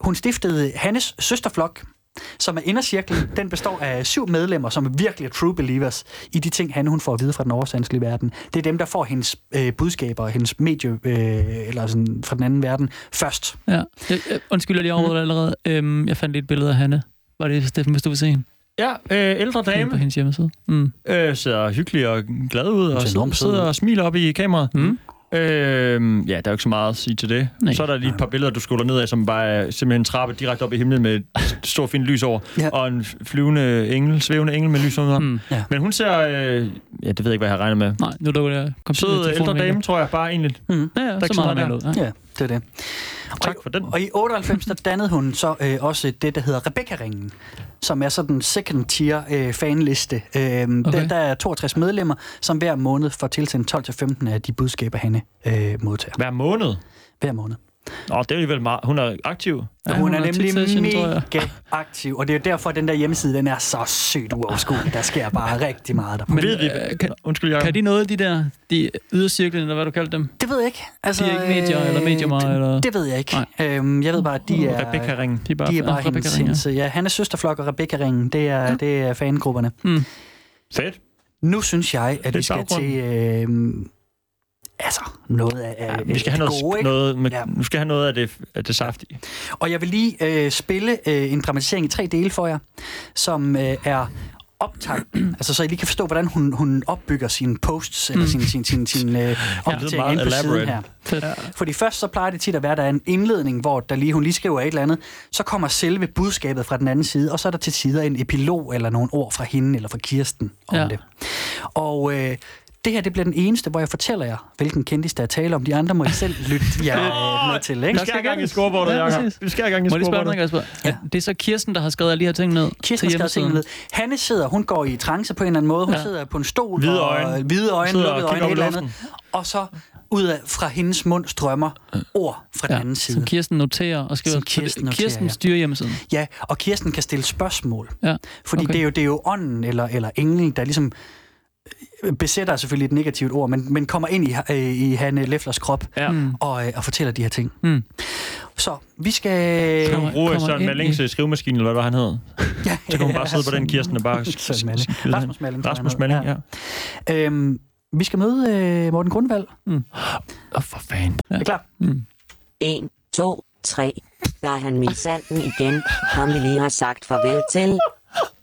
S4: Hun stiftede Hannes søsterflok, som er indercirklen. Den består af syv medlemmer, som er virkelig true believers i de ting, han hun får at vide fra den oversandslige verden. Det er dem, der får hendes øh, budskaber og hendes medie, øh, eller sådan fra den anden verden, først.
S3: Ja. Øh, øh, Undskyld, jeg lige overhovedet
S4: Mm.
S3: allerede. Øhm, jeg fandt lige et billede af Hanne. Var det Steffen, hvis du vil se hende?
S5: Ja, øh, ældre
S3: Inde på
S5: dame
S3: hendes hjemmeside. Mm.
S5: øh, ser hyggelig og glad ud, og
S4: ser enormt
S5: sidder,
S4: sød ud.
S5: sidder og smiler op i kameraet.
S3: Mm.
S5: Øh, ja, der er jo ikke så meget at sige til det.
S3: Nej.
S5: Så er der lige et par billeder, du scroller ned af, som bare er simpelthen en trappe direkte op i himlen med et stort fint lys over.
S4: Ja.
S5: Ja. Og en flyvende engel, svævende engel med lys under. Mm.
S3: Mm.
S4: Ja.
S5: Ja. Men hun ser, øh, ja, det ved jeg ikke, hvad jeg har regnet med.
S3: Nej, nu lukker jeg computeren.
S5: Sød ældre dame, tror jeg, bare egentlig.
S3: Ja, ja,
S5: ikke
S3: så
S5: så
S3: meget
S5: meget
S3: har man ud. Ja.
S4: Mm. Ja, det er det.
S5: Tak for den.
S4: Og i 98, der dannede hun så øh, også det, der hedder Rebecca-ringen, som er sådan en second tier øh, fanliste. Øh, okay. der, der er 62 medlemmer, som hver måned får tilsendt 12-15 af de budskaber, han øh, modtager.
S5: Hver måned.
S4: Hver måned.
S5: Nå, det er alligevel meget. Hun er aktiv.
S4: Ja, hun,
S3: hun
S4: er
S3: har
S4: nemlig
S3: tit session, tror jeg.
S4: mega aktiv, og det er jo derfor, at den der hjemmeside, den er så sygt uoverskuelig. Der sker bare rigtig meget der.
S3: Men
S5: Ved vi,
S3: øh,
S5: kan,
S3: kan,
S5: undskyld, Jacob.
S3: kan de noget, de der de ydercirklen, eller hvad du kalder dem?
S4: Det ved jeg ikke. Altså,
S3: De er ikke medier eller mediumer,
S4: det,
S3: eller-
S4: Det ved jeg ikke.
S3: Nej.
S4: Øhm, jeg ved bare, at de er...
S5: Rebecca Ring.
S3: De er bare,
S4: De er bare
S3: Rebecca
S4: hendes,
S3: Ringer.
S4: hendes, ja, Hannes søsterflok og Rebecca Ringen, det er, ja. det er fangrupperne.
S3: Mm,
S5: Fedt.
S4: Nu synes jeg, at vi
S5: er
S4: skal til øh, altså noget af, af
S5: Vi skal have
S4: det
S5: noget,
S4: gode,
S5: sp-
S4: ikke?
S5: noget med,
S4: Ja.
S5: ja. vi skal have noget af det, af det saftige.
S4: Og jeg vil lige øh, spille øh, en dramatisering i tre dele for jer, som øh, er optagten. altså så I lige kan forstå, hvordan hun, hun opbygger sine posts, eller sine sin, sin, sin, øh, opdateringer
S5: Mm. meget
S4: inde på siden
S5: elaborate.
S4: her.
S3: Fedt.
S4: Fordi først så plejer det tit at være, at der er en indledning, hvor der lige, hun lige skriver et eller andet. Så kommer selve budskabet fra den anden side, og så er der til tider en epilog eller nogle ord fra hende eller fra Kirsten om ja.
S3: Ja.
S4: det. Og øh, det her, det bliver den eneste, hvor jeg fortæller jer, hvilken kendis der er tale om. De andre må I selv lytte jer øh, med til,
S5: Vi
S4: ikke?
S5: skal have
S3: skal
S5: gang i
S3: gerne-
S5: scoreboardet,
S3: Ja,
S5: Jacob.
S3: præcis.
S5: Vi skal have gang i
S3: Må jeg lige spørge om
S5: scoreboardet.
S3: noget, Kasper? Ja. Det er så Kirsten, der har skrevet alle de her ting ned
S4: Kirsten
S3: til
S4: skal også ned.
S3: hjemmesiden.
S4: Hanne sidder, hun går i trance på en eller anden måde. Hun ja.
S3: Ja.
S4: sidder på en stol.
S5: Hvide
S4: og, øh,
S5: øjne.
S4: Hvide øjne,
S5: Sidder og
S4: lukkede øjne,
S5: kigger
S4: et
S5: op i
S4: eller andet. Og så ud af, fra hendes mund strømmer ord fra den anden
S3: Ja, som
S4: side.
S3: Kirsten noterer og skriver.
S4: Som
S3: Så det-
S4: Kirsten noterer,
S3: Kirsten
S4: ja.
S3: styrer hjemmesiden.
S4: Ja, og Kirsten kan stille spørgsmål.
S3: Ja,
S4: Fordi okay.
S3: okay.
S4: det, er jo, det er jo ånden eller, eller englen, der ligesom øh, besætter selvfølgelig et negativt ord, men, men kommer ind i, øh, i Hanne Leflers krop
S5: Ja.
S3: Mm.
S4: og, øh, og fortæller de her ting.
S3: Mm.
S4: Så vi skal...
S5: Kan hun bruge
S3: Kommer
S5: Søren
S3: ind
S5: Mallings
S3: i-
S5: øh, skrivemaskine, eller hvad det var, han hed?
S4: Ja,
S5: Så kan hun bare sidde på den Kirsten og bare... sk-
S4: Søren
S5: sk-
S4: Malling.
S5: skyde
S4: Rasmus
S5: hen.
S4: Malling, tror jeg,
S5: Rasmus
S4: han
S5: Malling,
S4: hedder.
S5: ja.
S4: Øhm, vi skal møde øh, Morten Grundvald.
S5: Mm. Åh, for fanden.
S4: Er I klar?
S6: 1, 2, 3. Der er han min salten igen, ham vi lige har sagt farvel til.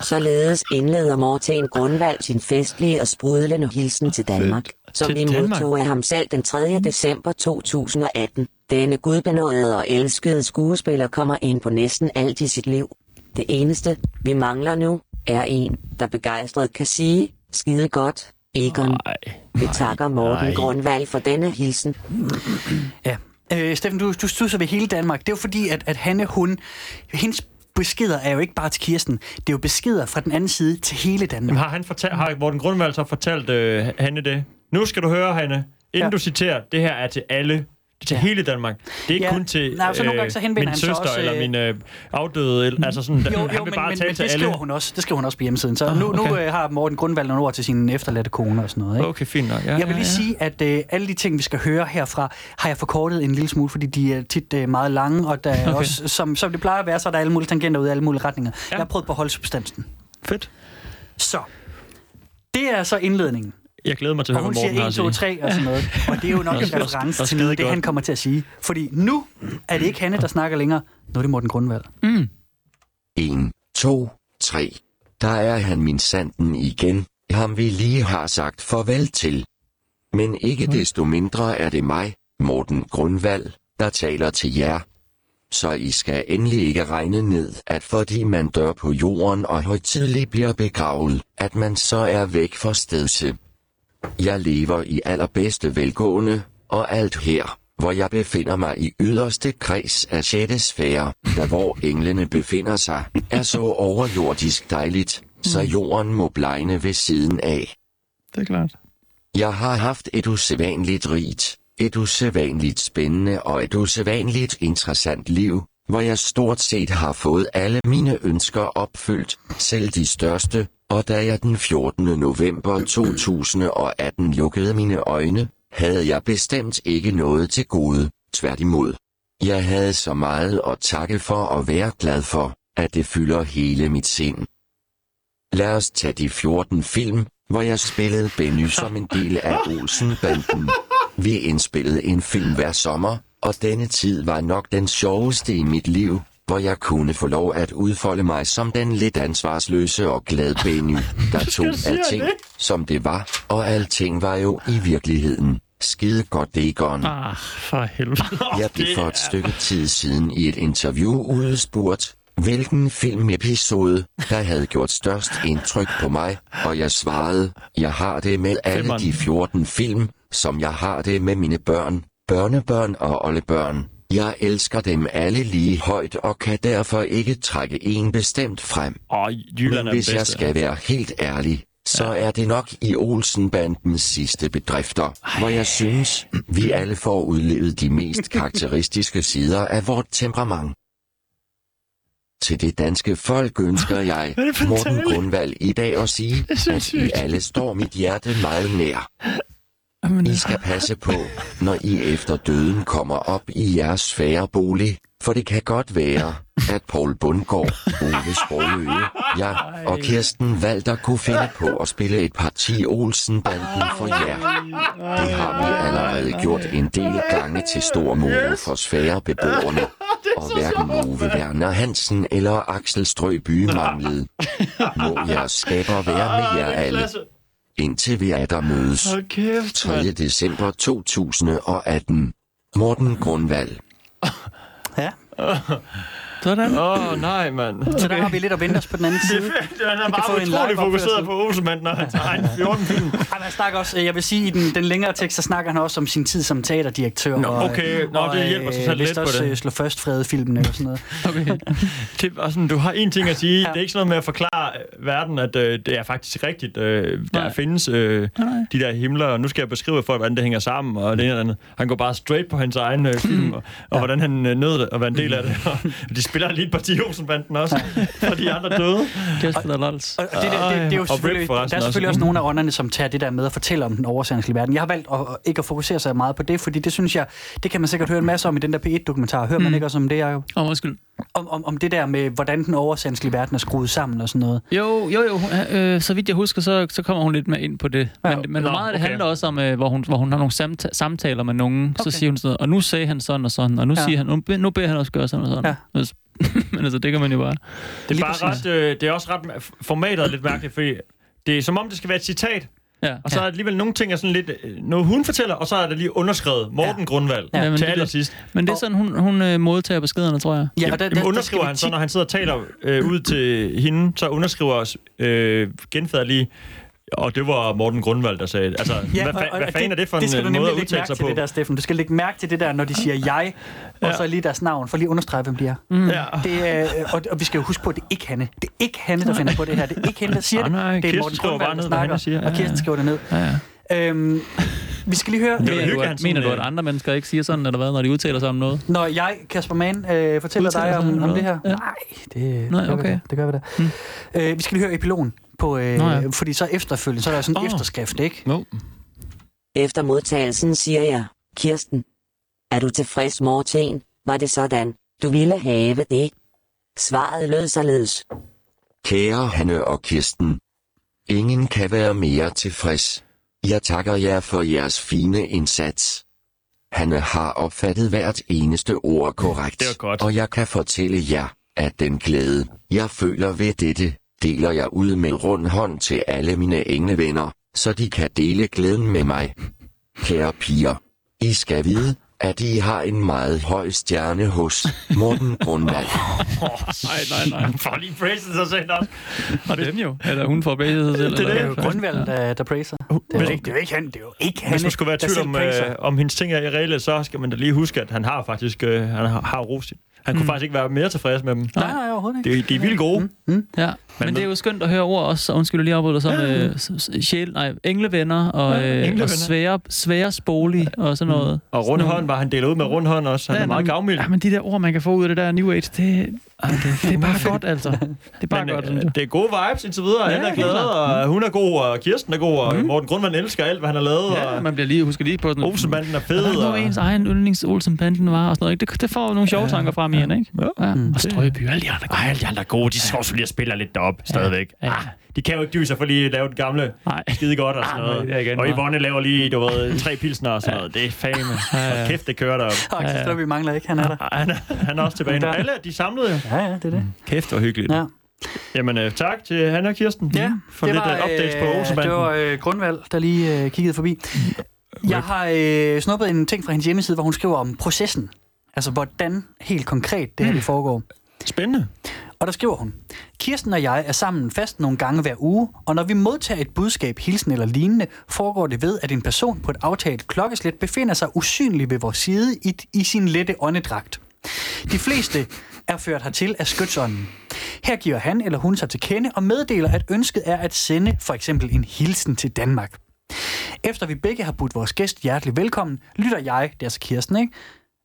S6: Således indleder Morten Grundvald sin festlige og sprudlende hilsen til Danmark, som
S5: Til
S6: vi
S5: Danmark.
S6: modtog af ham selv den 3. december 2018. Denne gudbenåede og elskede skuespiller kommer ind på næsten alt i sit liv. Det eneste, vi mangler nu, er en, der begejstret kan sige, skide godt, Egon.
S5: Ej.
S6: Vi takker Morten
S5: nej.
S6: Grundvald for denne hilsen.
S4: Ja. Øh, Steffen, du, du studser ved hele Danmark. Det er jo fordi, at, at Hanne, hun, hendes beskeder er jo ikke bare til Kirsten. Det er jo beskeder fra den anden side til hele Danmark.
S5: Jamen, har, han fortalt, har Morten Grundvald så fortalt øh, Hanne det? Nu skal du høre, Hanne. Inden
S4: Ja.
S5: ja. du citerer, det her er til alle. Det er til ja. hele Danmark. Det er ikke
S4: Ja.
S5: kun til
S4: Nej, så nogle gange så henvender
S5: min
S4: han sig
S5: søster
S4: også, øh, Mm.
S5: eller min øh, afdøde. Eller, altså sådan,
S4: Jo,
S5: han
S4: jo,
S5: vil
S4: men,
S5: bare
S4: men,
S5: tale
S4: men
S5: til
S4: det
S5: alle.
S4: skriver hun også. Det skriver hun også på hjemmesiden. Så nu, nu
S5: okay.
S4: øh, har Morten Grundvald nogle ord til sin efterladte kone og sådan noget. Ikke?
S5: Okay, fint nok. Ja,
S4: Jeg vil lige
S5: ja,
S4: sige, at øh, alle de ting, vi skal høre herfra, har jeg forkortet en lille smule, fordi de er tit øh, meget lange, og der okay.
S3: Okay.
S4: også, som, som det plejer at være, så er der alle mulige tangenter ud i alle mulige retninger. Ja. Jeg har prøvet på at holde substansen.
S5: ja. Fedt.
S4: Så, det er så indledningen.
S5: Jeg glæder mig til at
S4: Og
S5: høre,
S4: hun
S5: hvad Morten
S4: siger 1, 2,
S5: har at sige.
S4: 3 og sådan noget. Og det er jo nok en
S5: Og- og-
S4: reference
S5: og
S4: til noget,
S5: skide
S4: det han
S5: godt.
S4: kommer til at sige. Fordi nu er det ikke Hanne, der snakker længere. Nu er det Morten Grundvald.
S7: 1, 2, 3. Der er han min sanden igen, ham vi lige har sagt farvel til. Men ikke desto mindre er det mig, Morten Grundvald, der taler til jer. Så I skal endelig ikke regne ned, at fordi man dør på jorden og højtidligt bliver begravet, at man så er væk for stedse. Jeg lever i allerbedste velgående, og alt her, hvor jeg befinder mig i yderste kreds af sjette sfære, der hvor englene befinder sig, er så overjordisk dejligt, så jorden må blegne ved siden af.
S3: Det er klart.
S7: Jeg har haft et usædvanligt rigt, et usædvanligt spændende og et usædvanligt interessant liv, hvor jeg stort set har fået alle mine ønsker opfyldt, selv de største, og da jeg den 14. november 2018 lukkede mine øjne, havde jeg bestemt ikke noget til gode, tværtimod. Jeg havde så meget at takke for og være glad for, at det fylder hele mit sind. Lad os tage de 14 film, hvor jeg spillede Benny som en del af Olsen-banden. Vi indspillede en film hver sommer, og denne tid var nok den sjoveste i mit liv, hvor jeg kunne få lov at udfolde mig som den lidt ansvarsløse og glade Benny, der tog alting, som det var, og alting var jo i virkeligheden skide godt dækkeren.
S3: Ah, for helvede.
S7: Jeg blev for et stykke tid siden i et interview udspurgt, hvilken filmepisode, der havde gjort størst indtryk på mig, og jeg svarede, jeg har det med alle
S5: Femmeren.
S7: de 14 film, som jeg har det med mine børn, børnebørn og oldebørn. Jeg elsker dem alle lige højt og kan derfor ikke trække en bestemt frem.
S5: Åh, Jylland
S7: Men
S5: er den
S7: hvis jeg
S5: bedste. altså.
S7: skal være helt ærlig, så ja. er det nok i Olsenbandens sidste bedrifter, Ej. hvor jeg synes, vi alle får udlevet de mest karakteristiske sider af vort temperament. Til det danske folk ønsker jeg,
S5: Hvad er det for en
S7: Morten
S5: tale?
S7: Grundvald, i dag at sige, at I
S5: sindssygt.
S7: alle står mit hjerte meget nær.
S3: Jamen,
S7: I skal passe på, når I efter døden kommer op i jeres fære bolig, for det kan godt være, at Paul Bundgaard, Ove Sprogøe, jeg og Kirsten Walter kunne finde på at spille et parti Olsen-banden for jer. Det har vi allerede gjort en del gange til stor mode for sfærebeboerne. Og hverken Ove Werner Hansen eller Axel Strøby manglede. Må jeres skaber være med jer alle, indtil vi er der mødes.
S5: Hold kæft,
S7: 3. december 2018. Morten Grundvald.
S4: Ja,
S3: sådan.
S5: Åh, oh, nej, mand.
S4: så der har vi lidt at vente os på den anden side.
S5: Han er
S4: få
S5: bare
S4: en
S5: utrolig
S4: live-opførsel.
S5: fokuseret på Olsenmanden, når han tager en 14 film.
S4: Ej, men han snakker også, øh, jeg vil sige, i den, den længere tekst, der snakker han også om sin tid som teaterdirektør. øh, Nå,
S5: okay. Nå, det hjælper sig selv lidt på det.
S4: slå først fred filmen eller sådan noget.
S3: Okay.
S5: Det var sådan, du har en ting at sige. Det er ikke sådan noget med at forklare øh, verden, at øh, det er faktisk rigtigt. Øh, der
S3: Nej.
S5: findes øh, de der himler, og nu skal jeg beskrive for, hvordan det hænger sammen, og det ene og det andet. Han går bare straight på hans egen øh,
S3: Mm.
S5: film, og, og hvordan han øh, nød det, og var en del af det. Og de spiller lige et parti Olsenbanden også, og de andre døde.
S3: Kasper der lals.
S4: Og og det, der, det, det, er jo
S5: Og
S4: selvfølgelig,
S5: Rip
S4: der er
S5: forresten
S4: selvfølgelig
S5: også.
S4: også nogle af ånderne, som tager det der med at fortælle om den oversandslige verden. Jeg har valgt at, at ikke at fokusere så meget på det, fordi det synes jeg, det kan man sikkert høre en masse om i den der P1-dokumentar. Hører
S5: Mm.
S4: man ikke også om det, Jacob?
S3: Åh, oh, undskyld.
S4: Om, om, om det der med, hvordan den oversandslige verden er skruet sammen og sådan noget.
S3: Jo, jo, jo. Øh, så vidt jeg husker, så, så kommer hun lidt mere ind på det. Men, men
S5: Nå,
S3: meget af det
S5: okay.
S3: handler også om, øh, hvor, hun, hvor hun har nogle samta- samtaler med nogen. Okay. Så siger hun sådan noget, og nu sagde han sådan og sådan, og nu,
S4: Ja.
S3: ja. siger han, nu, be- nu beder han også gøre sådan og sådan. Ja. men altså, det kan man jo bare.
S5: Det er,
S4: Lige
S5: bare ret, øh, det er også ret ma- formatet er lidt mærkeligt, fordi det er som om, det skal være et citat,
S3: Ja.
S5: og så er alligevel nogle ting, er sådan lidt øh, noget, hun fortæller, og så er det lige underskrevet Morten ja. Grundvald
S3: Ja,
S5: ja,
S3: men
S5: til
S3: det-
S5: allersidst.
S3: Men det er sådan, hun, hun øh, modtager beskederne, tror jeg.
S4: Ja,
S5: Ja,
S4: og der, der,
S5: Jamen,
S4: der skal
S5: underskriver
S4: vi
S5: han
S4: tit-
S5: så, når han sidder og taler øh, ud til hende, så underskriver os øh, genfader lige, og det var Morten Grundvald, der sagde det." Altså, ja, hvad,
S4: og-
S5: fa-
S4: og
S5: hvad fanden er det for
S4: det skal
S5: en
S4: du
S5: øh, måde
S4: nemlig
S5: at
S4: lægge
S5: udtale
S4: mærke
S5: sig
S4: til
S5: på?
S4: Det der, Steffen. Du skal lægge mærke til det der, når de siger jeg, og så lige deres navn, for lige at understrege, hvem de er. Mm.
S5: Ja.
S4: Det er øh, og, og, vi skal jo huske på, at det er ikke Hanne. Det er ikke Hanne, der finder på det her. Det er ikke hende, der siger det.
S5: Ah, Nej, nej,
S4: det er
S5: Kirsten skriver bare ned, hvad Hanne siger. Ja,
S4: og Kirsten
S5: ja.
S4: skriver det ned.
S3: Ja,
S4: Ja. Øhm, vi skal lige høre...
S5: var
S3: Mener, du,
S5: hyggeligt, han
S3: at,
S5: sådan,
S3: mener du, at
S5: øh,
S3: andre mennesker ikke siger sådan, eller hvad, når de udtaler sig om noget?
S4: Når jeg, Kasper Mann, øh, fortæller
S3: Udtaler
S4: dig
S3: sig om
S4: om, om
S3: noget.
S4: det her?
S3: Ja.
S4: Nej, det,
S3: Nej,
S4: det gør vi
S3: okay.
S4: da. Det gør vi da. Mm. Øh, vi skal lige høre epilogen, på, øh,
S3: Nå ja.
S4: fordi så efterfølgende, så er der sådan en
S5: Åh.
S4: efterskrift, ikke?
S5: No.
S6: Efter modtagelsen siger jeg, Kirsten. Er du tilfreds, Morten? Var det sådan, du ville have det? Svaret lød således.
S7: Kære Hanne og Kirsten. Ingen kan være mere tilfreds. Jeg takker jer for jeres fine indsats. Hanne har opfattet hvert eneste ord korrekt.
S5: Det var godt.
S7: Og jeg kan fortælle jer, at den glæde, jeg føler ved dette, deler jeg ud med rund hånd til alle mine englevenner, så de kan dele glæden med mig. Kære piger, I skal vide, at I har en meget høj stjerne hos Morten Grundvald.
S3: Nej, nej, nej.
S4: Mm.
S5: Han får lige praiset sig selv også.
S4: Uh,
S3: Og det er dem jo. Eller hun får bæset sig selv.
S5: Det er
S4: Det
S3: eller
S4: er jo
S3: hvad?
S4: Grundvald, der, der praiser. uh, Det er jo
S5: Hvis-
S4: ikke, det er jo ikke han, det er jo ikke han.
S5: Hvis man skulle være i
S4: der
S5: tvivl
S4: selv
S5: om,
S4: praiser.
S5: øh, om hendes ting er i reelle, så skal man da lige huske, at han har faktisk øh, han har, har rost hende. Han kunne faktisk ikke være mere tilfreds med dem.
S4: Mm. Nej, Mm. nej, overhovedet ikke.
S5: Det, er- de er vildt gode.
S3: Ja, men det er jo skønt at høre ord også, og undskyld, jeg lige afbryder, som øh, s- s- sjæl, nej, englevenner og, øh,
S5: englevenner.
S3: og svære, svære spolig og sådan noget.
S5: Og rund
S3: Sådan
S5: hånd var han delt ud med rund hånd også. Han er meget
S3: nogle-
S5: gavmild.
S3: Ja, men de der ord, man kan få ud af det der New Age, det, Ej, det, det er bare godt, altså. Det er bare
S5: Men,
S3: godt,
S5: øh,
S3: synes jeg.
S5: det er gode vibes indtil videre. Ja,
S3: Ja,
S5: han er
S3: helt
S5: glad,
S3: klart. Mhm.
S5: og hun er god, og Kirsten er god, og Morten Grundvand elsker alt, hvad han har lavet,
S3: Ja,
S5: og
S3: man bliver lige, husker lige på sådan...
S5: Olsenbanden er fed.
S3: Hvad nu
S5: Og...
S3: ens egen yndlings Olsenbanden var og sådan noget, ikke? Det, det får nogle sjove tanker frem i hende, ikke? Ja. ja. Og Strøby, alle de andre.
S5: Ej, alle de andre er gode. De står så lige og spiller lidt derop stadigvæk.
S3: Ja.
S5: Ja. Ah, de kan jo ikke dyse sig for lige at lave den gamle
S3: Nej.
S5: skide godt og sådan
S3: Ah, det er
S5: noget.
S3: igen
S5: Og
S3: bare-
S5: Yvonne laver lige, du ved, tre pilsner og sådan noget. Det er fame.
S3: ja.
S5: Og kæft, det kører derop.
S4: Og Axel Strøby mangler ikke, han er der.
S5: Ej, Han er, han er også tilbage nu.
S4: Der.
S5: Alle de samlede jo.
S4: Ja, ja, det er det.
S5: Kæft, hvor hyggeligt.
S4: Ja.
S5: Jamen, øh, tak til Hanna og Kirsten
S4: Ja,
S5: for lidt øh, updates på Olsenbanden.
S4: Det var øh, Grundvald, der lige øh, kiggede forbi.
S5: Mm.
S4: Jeg har øh, snuppet en ting fra hendes hjemmeside, hvor hun skriver om processen. Altså, hvordan helt konkret
S5: Mm.
S4: det her det foregår.
S5: Spændende.
S4: Og der skriver hun, Kirsten og jeg er sammen fast nogle gange hver uge, og når vi modtager et budskab, hilsen eller lignende, foregår det ved, at en person på et aftalt klokkeslæt befinder sig usynlig ved vores side i, i sin lette åndedragt. De fleste er ført hertil af skytsånden. Her giver han eller hun sig til kende og meddeler, at ønsket er at sende for eksempel en hilsen til Danmark. Efter vi begge har budt vores gæst hjertelig velkommen, lytter jeg, det er så Kirsten, ikke?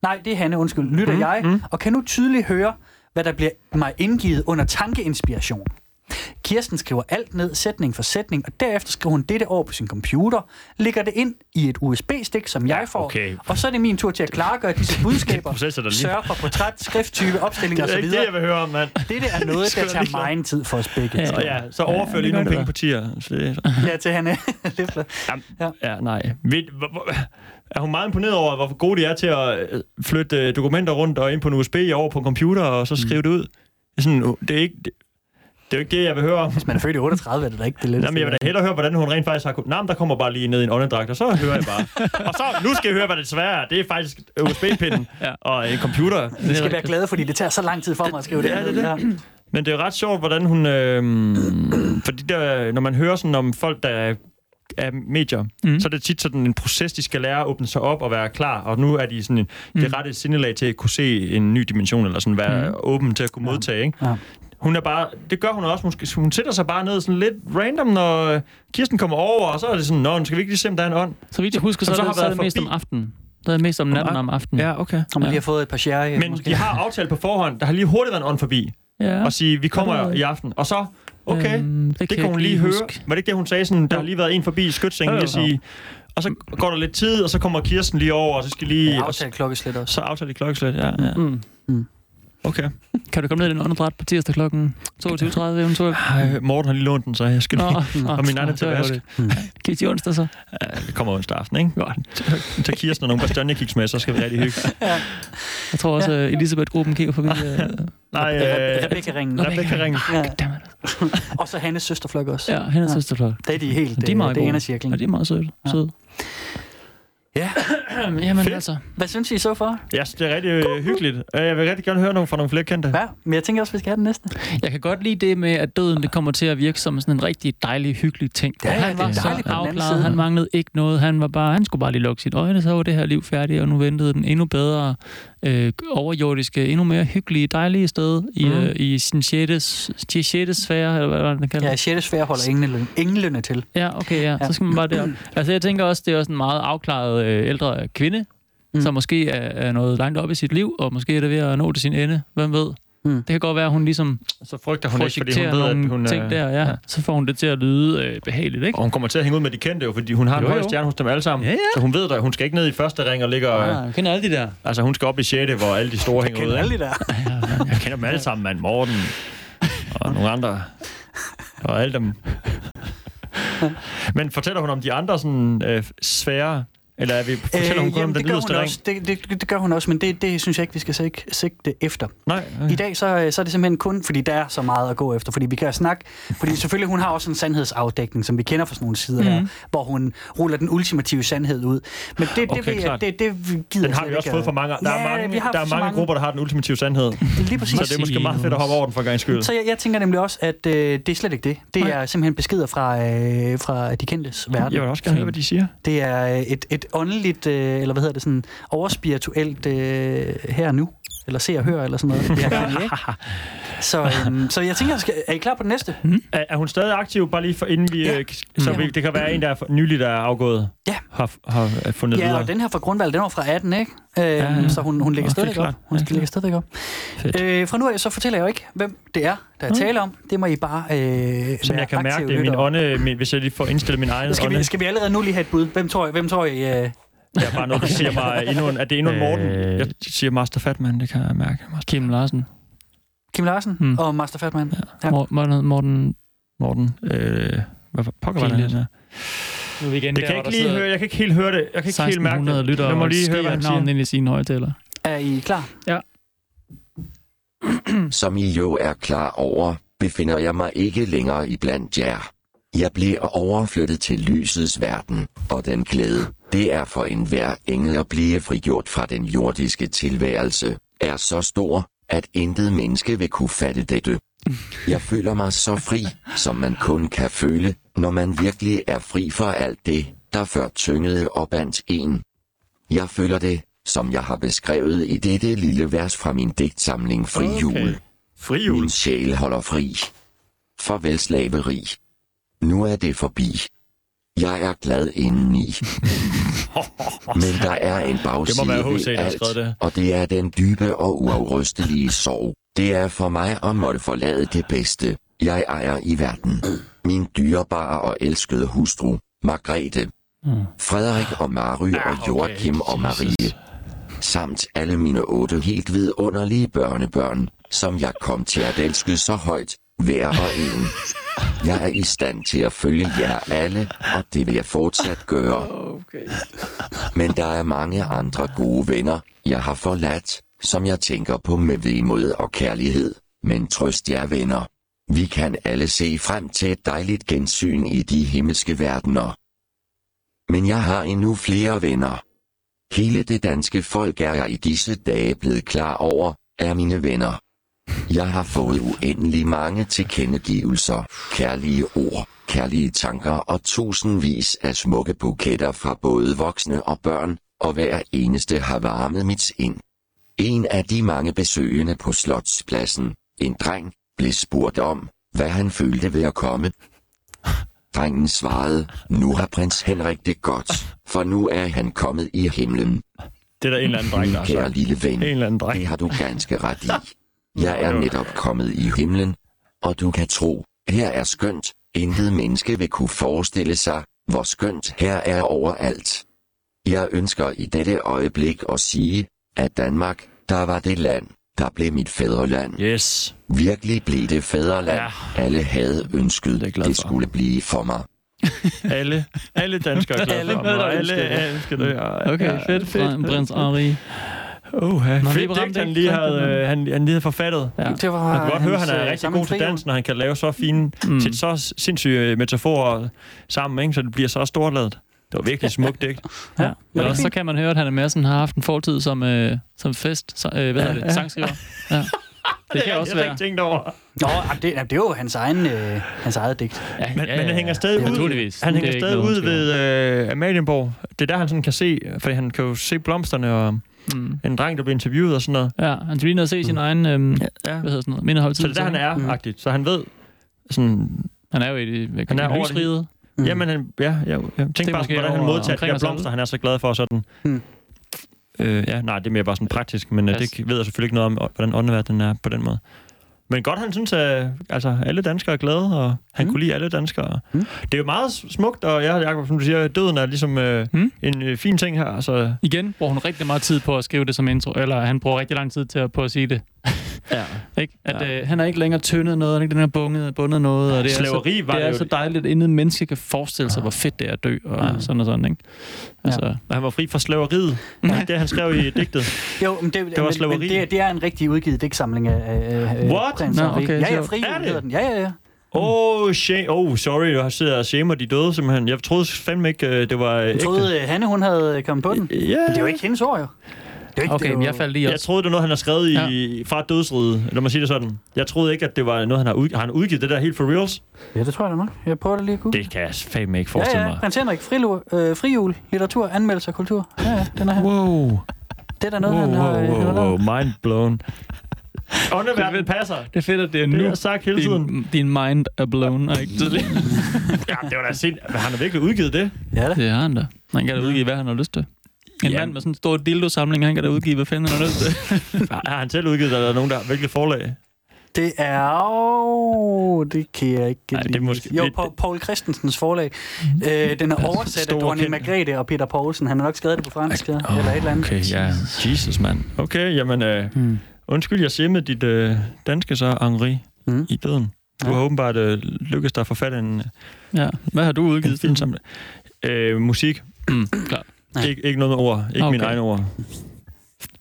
S4: Nej, det er Hanne, undskyld. Lytter
S5: Mhm,
S4: mm, jeg, mm. og kan nu tydeligt høre, hvad der bliver mig indgivet under tankeinspiration. Kirsten skriver alt ned, sætning for sætning, og derefter skriver hun dette over på sin computer, lægger det ind i et USB-stik, som jeg får,
S5: okay.
S4: og så er det min tur til at klargøre disse budskaber,
S5: proces er der lige.
S4: sørge for portræt, skrifttype, opstilling
S5: Det er
S4: osv.
S5: ikke det, jeg vil høre om, mand.
S4: Dette er noget,
S5: Skal
S4: der
S5: jeg
S4: tager
S5: lige klare?
S4: meget tid for os begge.
S5: Så ja, så overfør
S3: Ja,
S5: lige
S3: det
S5: nogle
S3: gør det
S5: penge
S3: da.
S5: på tier. Så det,
S4: Ja, til Hanne Lefler.
S5: ja, nej. Ved, hvor, hvor, er hun meget imponeret over, hvor gode de er til at øh, flytte øh, dokumenter rundt og ind på en USB over på en computer og så skrive mm. det ud? Det er, sådan, uh, det, er ikke, det, det er jo ikke det, jeg vil høre om.
S4: Man er født i 38, er det da ikke det lidt?
S5: Jamen, jeg vil da hellere høre, hvordan hun rent faktisk har kunnet... Nej, men der kommer bare lige ned i en åndedragt, og så hører jeg bare. og så, nu skal jeg høre, hvad det svære er. Det er faktisk USB-pinden
S3: Ja.
S5: ja. og en computer.
S4: Vi skal være glade, fordi det tager så lang tid for mig at skrive det.
S5: Ja,
S4: her
S5: det
S4: ned.
S5: er det. Men det er ret sjovt, hvordan hun... Øh, fordi der, når man hører sådan om folk, der er- er medier, mm. så er det tit sådan en proces, de skal lære at åbne sig op og være klar. Og nu er de sådan en, mm. det rette sindelag til at kunne se en ny dimension, eller sådan være mm. åben til at kunne modtage. Ikke?
S4: Ja.
S5: Hun er bare, det gør hun også. Hun, skal, hun sætter sig bare ned sådan lidt random, når øh, Kirsten kommer over, og så er det sådan, nå, nu skal vi ikke lige se, om der er en ånd.
S3: Så vidt jeg husker,
S5: Som
S3: så, så
S5: så
S3: har
S5: har
S3: det, så er
S5: været
S3: det mest om
S5: forbi.
S3: aftenen. Det er mest om natten og om aftenen.
S5: Ja, okay.
S4: Og man lige har fået et par sherry.
S5: Men de har aftalt på forhånd, der har lige hurtigt været en ånd forbi,
S3: ja.
S5: og sige, vi
S3: Ja, det
S5: kommer
S3: ved jeg.
S5: i aften. Og så, okay,
S3: Øhm, det
S5: det,
S3: kan
S5: det
S3: jeg
S5: kan hun
S3: ikke
S5: lige
S3: lige
S5: høre.
S3: huske.
S5: Var det ikke det, hun sagde? Sådan, der har lige været en forbi i skytssengen,
S3: Jo,
S5: lige
S3: jo.
S5: at sige. Og så går der lidt tid, og så kommer Kirsten lige over, og så skal lige...
S4: Ja,
S5: og
S4: aftalt klokkeslæt også.
S5: så aftaler de klokkeslæt, ja. ja.
S3: Mm.
S5: Okay.
S3: Kan du komme ned i den åndedræt på tirsdag kl. 22.30 eventuelt?
S5: Ej, Øh, Morten har lige lånt den, så jeg skal
S3: Nå,
S5: lige...
S3: nå,
S5: Og Ah, min anden
S3: nå,
S5: til
S3: det var
S5: vask.
S3: det. Kan I til onsdag så?
S5: Ja, det kommer onsdag aften, ikke? Godt. Tag Kirsten og nogle bastanjekiks med, så skal vi rigtig hygge.
S3: Jeg tror også, at Elisabeth-gruppen kigger forbi.
S5: Ah,
S3: øh,
S5: Nej,
S4: Re-
S5: øh,
S4: Rebecca ringen.
S5: Rebecca ringe.
S4: Ja.
S3: goddammit.
S4: Og så Hannes søsterflok også.
S3: Ja, hendes
S4: Ja.
S3: søsterflok.
S4: Det er de helt, øh,
S3: Det er meget
S4: det
S3: gode.
S4: ender
S3: Ja, de
S4: cirklen.
S3: er meget søde. søde.
S4: Ja.
S3: Jamen
S5: Fedt.
S3: altså.
S4: Hvad synes I så for?
S5: Ja, det er rigtig øh, hyggeligt. Øh, Jeg vil rigtig gerne høre nogle fra nogle flere kendte.
S4: Ja, men jeg tænker også, vi skal have den næste.
S3: Jeg kan godt lide det med, at døden det kommer til at virke som sådan en rigtig dejlig, hyggelig ting.
S4: Ja, ja,
S3: han
S4: det er
S3: var så
S4: dejligt på den anden
S3: afklaret,
S4: side.
S3: han manglede ikke noget. Han, var bare, han skulle bare lige lukke sit øjne, så var det her liv færdigt, og nu ventede den endnu bedre, øh, overjordiske, endnu mere hyggelige, dejlige sted i,
S4: Mhm.
S3: mm. øh, i sin 6. 6. sfære, eller hvad var det, den kalder?
S4: Ja, 6. sfære holder englene, englene til.
S3: Ja, okay, ja.
S4: Ja.
S3: Så skal man bare derop. Altså, jeg tænker også, det er også en meget afklaret øh, ældre kvinde, mm. som måske er, er noget langt op i sit liv, og måske er det ved at nå til sin ende. Hvem ved?
S4: Mm.
S3: Mm. Det kan godt være, at hun ligesom
S5: Så frygter hun ikke, fordi hun
S3: projekterer
S5: ved,
S3: nogle
S5: at hun...
S3: ting
S5: øh,
S3: der, ja. ja. Så får hun det til at lyde øh, behageligt, ikke?
S5: Og hun kommer til at hænge ud med de kendte jo, fordi hun har
S3: Jo,
S5: en høj
S3: jo.
S5: stjerne hos dem alle sammen.
S3: Ja, ja.
S5: Så hun ved at hun skal ikke ned i første ring og ligge og...
S3: jeg kender alle de der.
S5: Altså, hun skal op i 6., hvor alle de store hænger ud.
S4: Kender
S5: ikke?
S4: alle de der?
S5: Jeg kender dem alle sammen, mand. Morten og nogle andre. Og alle dem. Men fortæller hun om de andre sådan, øh, sfære? Eller er vi, fortæller øh, hun kun
S4: jamen,
S5: om den
S4: det, gør
S5: yderste
S4: hun
S5: ring?
S4: også. Det, det, det, gør hun også, men det, det synes jeg ikke, vi skal sig- sigte efter.
S5: Nej.
S4: I
S5: Okay.
S4: dag så, så er det simpelthen kun, fordi der er så meget at gå efter, fordi vi kan snakke, fordi selvfølgelig hun har også en sandhedsafdækning, som vi kender fra sådan nogle sider mm. her, hvor hun ruller den ultimative sandhed ud. Men det, det,
S5: Okay,
S4: okay, ved jeg,
S5: klart.
S4: det, det vi gider
S5: Den har
S4: slet
S5: vi også
S4: ikke
S5: fået
S4: at-
S5: for mange. Der
S4: ja,
S5: er mange,
S4: vi har
S5: der er
S4: så
S5: mange grupper, der har den ultimative sandhed.
S4: Lige præcis.
S5: Så det er måske meget fedt at hoppe over den for en gang skyld.
S4: Så jeg, jeg tænker nemlig også, at øh, det er slet ikke det. Det er simpelthen beskeder fra, øh, fra de kendtes verden.
S5: Jeg vil også gerne høre, hvad de siger.
S4: Det er øh, et, et åndeligt, øh, eller hvad hedder det, sådan overspirituelt øh, her og nu. eller se og hør, eller sådan noget. Jeg kan, ikke? Så, øhm, så jeg tænker, skal, er I klar på den næste?
S5: Er, er hun stadig aktiv, bare lige for, inden vi...
S4: Ja.
S5: Ja. Så vi, det kan være en, der er for, nylig der er afgået,
S4: Ja.
S5: har, har fundet
S4: Ja,
S5: videre.
S4: og den her fra Grundvalg, den var fra 18, ikke? Øhm,
S5: ja.
S4: Så hun, hun ligger
S5: Okay,
S4: stadigvæk op.
S5: klart.
S4: Hun
S5: Ja,
S4: skal ligge stadigvæk op.
S5: Fedt.
S4: Øh, fra nu af, så fortæller jeg jo ikke, hvem det er, der er tale om. Det må I bare øh,
S5: Så
S4: være
S5: jeg kan mærke
S4: aktive
S5: det i min
S4: lyttere.
S5: ånde, min, hvis jeg lige får indstillet min egen
S4: Skal
S5: ånde.
S4: vi, skal vi allerede nu lige have et bud? Hvem tror I, hvem tror I øh,
S5: Jeg er bare noget, der siger mig endnu en, at det er endnu en Morten.
S3: Øh.
S5: Jeg siger Master Fatman, det kan jeg mærke. Master
S3: Kim Larsen.
S4: Kim Larsen
S3: Mm.
S4: mm. og Master Fatman? Ja.
S3: Mor- Morten, Morten
S5: Morten. Øh, hvad for- pokker var det,
S3: Pinligt.
S5: han sagde?
S3: Nu er vi igen
S5: Det kan jeg ikke lige høre. Jeg kan ikke helt høre det. Jeg kan ikke helt mærke det.
S3: lytter
S5: Jeg må
S3: og
S5: lige høre, hvad
S3: skriger
S5: han
S3: navnet
S5: siger.
S3: ind i sine højtaler.
S4: Er I klar?
S7: Som I jo er klar over, befinder jeg mig ikke længere iblandt jer. Jeg bliver overflyttet til lysets verden, og den glæde, det er for enhver engel at blive frigjort fra den jordiske tilværelse, er så stor, at intet menneske vil kunne fatte dette. Jeg føler mig så fri, som man kun kan føle, når man virkelig er fri for alt det, der før tyngede og bandt en. Jeg føler det, som jeg har beskrevet i dette lille vers fra min digtsamling Fri Jul.
S5: Okay. Frihjul.
S7: Min sjæl holder fri. Farvel slaveri. Nu er det forbi. Jeg er glad indeni. Men der er en bagside
S5: Det må være H.C.,
S7: ved
S5: der har skrevet det.
S7: alt, og det er den dybe og uafrystelige sorg. Det er for mig at måtte forlade det bedste, jeg ejer i verden. Min dyrebare og elskede hustru, Margrethe.
S5: Mm.
S7: Frederik og Mary
S5: Ah,
S7: og Joachim og Marie samt alle mine otte helt vidunderlige børnebørn, som jeg kom til at elske så højt, hver og en. Jeg er i stand til at følge jer alle, og det vil jeg fortsat gøre. Men der er mange andre gode venner, jeg har forladt, som jeg tænker på med vemod og kærlighed. Men trøst jer venner. Vi kan alle se frem til et dejligt gensyn i de himmelske verdener. Men jeg har endnu flere venner. Hele det danske folk er jeg i disse dage blevet klar over, er mine venner. Jeg har fået uendelig mange tilkendegivelser, kærlige ord, kærlige tanker og tusindvis af smukke buketter fra både voksne og børn, og hver eneste har varmet mit sind. En af de mange besøgende på Slotspladsen, en dreng, blev spurgt om, hvad han følte ved at komme. Drengen svarede, nu har prins Henrik det godt, for nu er han kommet i himlen.
S5: Det er der en eller anden dreng,
S7: Min
S5: der har
S7: kære
S5: sagt.
S7: lille ven,
S5: En eller anden dreng.
S7: det har du ganske ret i. Jeg
S5: Nå,
S7: er
S5: jo.
S7: netop kommet i himlen, og du kan tro, her er skønt. Intet menneske vil kunne forestille sig, hvor skønt her er overalt. Jeg ønsker i dette øjeblik at sige, at Danmark, der var det land, der blev mit fædreland.
S5: Yes.
S7: Virkelig blev det fædreland,
S5: Ja.
S7: alle havde ønsket,
S5: Det er jeg
S7: det,
S5: glad
S7: det
S5: for.
S7: skulle blive for mig.
S5: Alle, alle danskere er glade for mig.
S3: med dig
S5: Alle
S3: elsker det.
S5: elsker det. og-
S3: Okay,
S5: ja,
S3: fedt. Fra Prins Ari.
S5: Oh, ja.
S3: Nå,
S5: Fedt
S3: lige ramte
S5: digt, han
S3: ikke
S5: lige havde,
S3: rigtigt, men-
S5: øh, han, han lige havde forfattet.
S3: Ja.
S4: Det var
S5: Man kan godt høre,
S4: hans,
S5: han er
S4: øh,
S5: rigtig god til
S4: sammenfri-
S5: dans, når han kan lave så fine,
S3: Mm.
S5: mm. til så sindssyge øh, metaforer sammen, ikke? så det bliver så storladet. Det var virkelig smukt digt.
S3: Ja.
S4: det
S3: Eller også så
S4: fint?
S3: kan man høre, at Hanne Madsen har haft en fortid som, øh, som fest, så, øh, hvad hedder det, sangskriver. Ja. Det kan også
S5: jeg
S3: være.
S5: ikke tænkt over.
S4: Nå, ah, det, ah, det er jo hans, egen, øh, hans eget digt.
S3: Ja,
S5: Men, ja, men han hænger stadig
S3: Ja,
S5: ud,
S3: naturligvis.
S5: han
S3: Det er
S5: hænger
S3: ikke
S5: stadig
S3: noget,
S5: ud
S3: hun
S5: ved øh, Amalienborg. Det er der, han sådan kan se, for han kan jo se blomsterne og
S3: Mm.
S5: en dreng, der bliver interviewet og sådan noget.
S3: Ja, han skal lige ned og se sin egen, øhm, hvad
S5: Ja.
S3: hedder sådan noget, mindeholdtid.
S5: Mm. Så det er der, han
S4: Mm.
S5: er, agtigt. Så han ved, sådan,
S3: Han er jo i det, hvad
S5: Han
S3: han
S5: er
S3: er
S5: over det
S3: lysriget.
S4: Mm.
S5: Jamen, han- ja, ja, ja.
S3: Det
S5: Tænk
S3: er
S5: bare,
S3: måske
S5: hvordan han
S3: over-
S5: modtager de
S3: omkring
S5: her
S3: os alle.
S5: blomster, han er så glad for, sådan...
S4: Mm.
S5: Øh, ja, nej, det er mere bare sådan praktisk, men yes.
S3: Pas.
S5: det ved jeg selvfølgelig ikke noget om, hvordan åndeverdenen er på den måde. Men godt, han synes, at altså, alle danskere er glade, og han
S4: Mm.
S5: mm. kunne lide alle danskere.
S4: Mm.
S5: Mm. Det er jo meget smukt, og ja, Jacob, som du siger, døden er ligesom øh,
S3: Mm.
S5: mm. en øh, fin ting her. Så,
S3: Igen bruger hun rigtig meget tid på at skrive det som intro, eller han bruger rigtig lang tid til at, på at sige det.
S5: ja.
S3: Ikke? At
S5: Ja.
S3: øh, han er ikke længere tyndet noget, han er ikke længere bunget, bundet noget. Og det er
S5: Slaveri
S3: så,
S5: var
S3: det
S5: det
S3: er
S5: jo.
S3: så dejligt, at intet menneske kan forestille sig, hvor fedt det er at dø, og
S5: Ja.
S3: sådan og sådan, ikke? Altså,
S5: Og han var fri for slaveriet. Nej, det han skrev i digtet.
S4: Jo, men det,
S5: var
S4: men, men
S5: slaveri.
S4: det, er- det er en rigtig udgivet digtsamling af øh, øh,
S5: What?
S4: Prins
S3: Nå,
S4: Henrik.
S3: okay,
S4: Ja, ja,
S3: så-
S4: fri
S5: Er det?
S4: hedder den. Ja, ja, ja.
S5: Oh, shame. oh, sorry, jeg sidder og shamer de døde simpelthen. Jeg troede fandme ikke, øh, det var øh,
S4: Jeg
S5: ægte.
S4: troede, øh, Hanne, hun havde øh, kommet på den. Men
S5: Ja.
S4: det er jo ikke hendes ord, jo. Det er jo ikke, det
S3: okay,
S4: er
S3: men
S4: jo...
S3: jeg faldt lige
S5: Jeg
S3: også.
S5: troede, det var noget, han har skrevet i, fra dødsriget. Lad mig sige det sådan. Jeg troede ikke, at det var noget, han har, ud, har han udgivet det der helt for reals.
S4: Ja, det tror jeg da nok. Jeg prøver det lige at google.
S5: Det kan jeg fandme ikke
S4: Ja,
S5: forestille
S4: ja,
S5: mig.
S4: prins Henrik, frilu, øh, frihjul, litteratur, anmeldelse og kultur. Ja, ja, den er her.
S5: Wow.
S4: Det er da noget, han har... øh, han har lavet.
S5: mind blown. Underverden passer.
S3: Det er fedt, at det er nu.
S5: Det har jeg sagt hele
S3: Din, din mind er blown, og ikke tidligere.
S5: Ja, det var da sind. Han har virkelig udgivet det.
S4: Ja, da.
S3: det har han da. Han kan da udgive, hvad han har lyst til. En
S5: Ja.
S3: mand med sådan en stor dildo-samling, han kan da udgive, hvad fanden han har lyst til.
S5: Har han selv udgivet, eller er der nogen, der har hvilket forlag?
S4: Det er... Oh, det kan jeg ikke
S5: Ej, det Mm-hmm. altså, er
S4: lide.
S5: måske
S4: Jo,
S5: lidt-
S4: Paul, Paul Christensens forlag. Øh, den er oversat
S5: stor
S4: af Dronning
S5: kendt.
S4: Margrethe og Peter Poulsen. Han har nok skrevet det på fransk, ja. eller et eller andet.
S5: Okay, ja. Jesus, mand. Okay, jamen... Øh, hmm. Undskyld, jeg simmede dit øh, danske så, Henri,
S4: Mm.
S5: mm. i døden. Du har åbenbart øh, lykkedes dig at forfatte en,
S3: Ja. Hvad har du
S5: en
S3: udgivet?
S5: film sammen. Øh, musik.
S3: Mm, klar.
S5: Ik- ikke noget med ord. Ikke
S3: Ah,
S5: okay. mine
S3: okay.
S5: egne ord.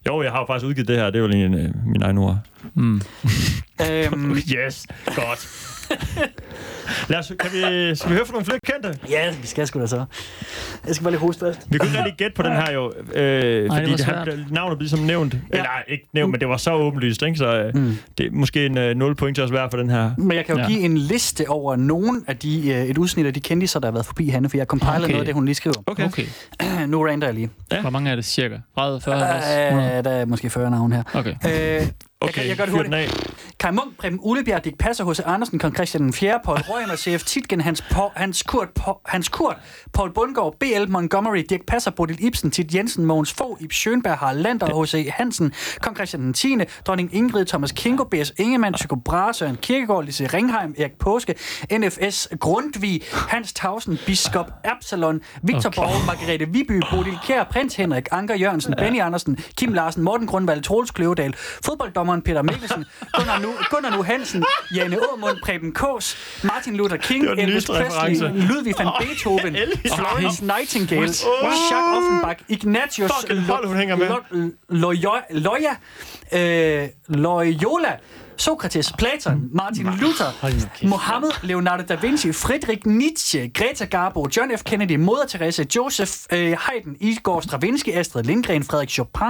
S5: Jo, jeg har jo faktisk udgivet det her. Det er jo lige en, øh, mine egne ord.
S3: Mm.
S4: Øhm,
S5: Yes, godt. Lad os, kan vi, skal vi høre fra nogle flere kendte?
S4: ja, vi skal sgu da så. Jeg skal bare lige hoste først.
S5: Vi kunne ikke rigtig gætte på den her jo, øh, fordi
S3: var
S5: det
S3: svært.
S5: han, navnet blev som nævnt. Ja. Eller ikke nævnt, men det var så åbenlyst, ikke? Så øh, mm. det er måske en øh, 0 point til os hver for den her.
S4: Men jeg kan jo
S3: Ja.
S4: ja. give en liste over nogen af de, øh, et udsnit af de kendiser, der har været forbi Hanne, for jeg har compilet
S3: Okay.
S4: noget af det, hun lige skriver.
S3: Okay. okay.
S4: nu ranter jeg lige.
S3: Hvor mange er det cirka? 30, 40, 50, 100?
S4: Øh, der er måske 40 navne her.
S3: Okay.
S4: Øh, okay, jeg, kan, jeg gør det
S5: fyr den
S4: hurtigt.
S5: af.
S4: Kai Munk, Preben Ullebjerg, Dirk Passer, H.C. Andersen, Kong Christian den 4., Paul Røgen og CF Titgen, Hans, po- Hans, Kurt, po- Hans Kurt, Paul Bundgaard, B.L. Montgomery, Dirk Passer, Bodil Ibsen, Tit Jensen, Mogens Fogh, Ib Schønberg, Harald Lander, H.C. Hansen, Kong Christian den 10., Dronning Ingrid, Thomas Kinko, B.S. Ingemann, Tycho Brahe, Søren Kierkegaard, Lise Ringheim, Erik Påske, NFS Grundtvig, Hans Tausen, Biskop Absalon, Victor okay. Borg, Margrethe Viby, Bodil Kjær, Prins Henrik, Anker Jørgensen, Benny Andersen, Kim Larsen, Morten Grundvald, Troels Kløvedal, fodbolddommeren Peter Mikkelsen, Gunnar nu, Gunnar nu Hansen, Jane Aamund, Preben Kås, Martin Luther King,
S5: Det var den
S4: Elvis
S5: nyeste
S4: Presley,
S5: reference.
S4: Ludwig van Beethoven,
S5: Elvis
S4: Florence Nightingale,
S5: What?
S4: Jacques Offenbach, Ignatius,
S5: Fucking hold, hun hænger med.
S4: Lo- Loyo- Loya, øh, Loyola, Sokrates,
S5: Mm.
S4: Platon, Martin Luther, Mohammed, Leonardo da Vinci, Friedrich Nietzsche, Greta Garbo, John F. Kennedy, Moder Teresa, Joseph øh, Haydn, Igor Stravinsky, Astrid Lindgren, Frederik Chopin,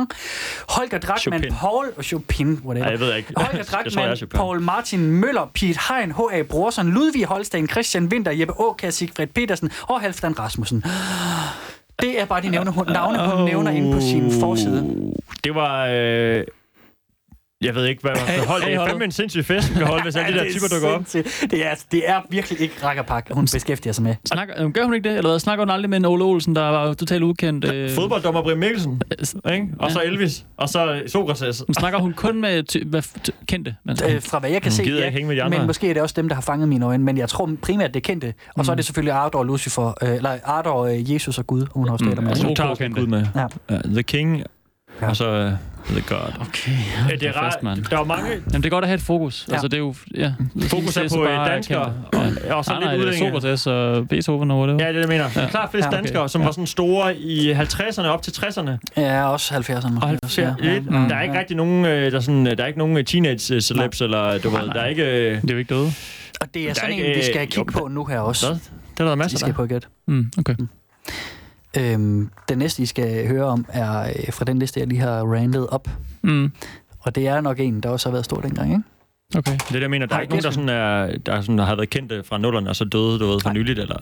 S4: Holger Drachmann,
S5: Chopin.
S4: Paul Chopin, whatever.
S5: Ej, jeg ved ikke.
S4: Holger
S5: Jeg tror, jeg er
S4: Drachmann,
S5: Chopin.
S4: Paul Martin Møller, Piet Hein, H.A. Brorsen, Ludvig Holstein, Christian Winter, Jeppe Aakær, Sigfred Petersen og Halfdan Rasmussen. Det er bare de nævne, hun, navne, hun nævner inde på sin forside.
S5: Det var... Øh, jeg ved ikke, hvad man skal holde. Det er fandme en sindssyg fest, man kan holde, hvis alle de der typer dukker op.
S4: sindssygt. Det er, det er virkelig ikke rakkerpak, hun beskæftiger sig med.
S3: Snakker, øh, gør hun ikke det? Eller hvad? Snakker hun aldrig med en Ole Olsen, der var totalt ukendt? Øh,
S5: Fodbolddommer Brian Mikkelsen,
S3: øh,
S5: ikke? Og så Elvis, og så øh, Sokrates.
S3: men Snakker hun kun med ty- hvad, f- ty- kendte? Men,
S4: Øh, fra hvad jeg kan se,
S5: gider ikke hænge med de andre.
S4: men måske er det også dem, der har fanget mine øjne, men jeg tror primært, det er kendte. Og
S5: Mm.
S4: så er det selvfølgelig Ardor og Lucifer, øh, eller Ardor, øh, Jesus og Gud, hun
S5: Mm.
S4: også taler med.
S3: altså,
S5: Nu tager
S3: OK
S5: også en
S3: kendte.
S5: Gud med.
S4: Ja.
S5: Ja, The King, og så øh, The God.
S3: okay,
S5: Ja, det er
S3: fast, mand.
S5: rart. Der er mange...
S3: Jamen, det er godt at have et fokus. Ja. Altså, det er jo... Ja.
S5: Fokus er
S3: Det så
S5: på øh,
S3: bare
S5: danskere,
S3: kendte.
S5: og, og så
S3: Nej, nej,
S5: lidt
S3: det er
S5: udlændinge.
S3: Sokrates og Beethoven og whatever.
S5: Ja, det er det, jeg mener. Ja. Klart flest
S4: Ja, okay.
S5: danskere, som var sådan store i 50'erne op til 60'erne.
S4: Ja, også 70'erne. måske også,
S5: Ja. Lidt. Der er ikke rigtig nogen, øh, der er, sådan, øh, der er ikke nogen øh, teenage øh, celebs, eller du ved, der er ikke... øh,
S3: Det er jo ikke døde.
S4: Og det er
S5: er
S4: sådan
S5: ikke,
S4: en, vi
S5: øh,
S4: skal kigge
S5: jo,
S4: på nu her også.
S5: Hvad? Det er der
S4: I
S5: masser
S4: skal
S5: af.
S4: på et gæt.
S3: Mm, okay.
S4: Øhm, den næste, I skal høre om, er øh, fra den liste, jeg lige har randet op.
S3: Mm,
S4: Og det er nok en, der også har været stor dengang, ikke?
S3: okay.
S5: Det er det, jeg mener. Der er
S4: Har
S5: ikke nogen, der, sådan er, der, sådan, har været kendte fra nullerne, og så døde, du ved, for nyligt, eller...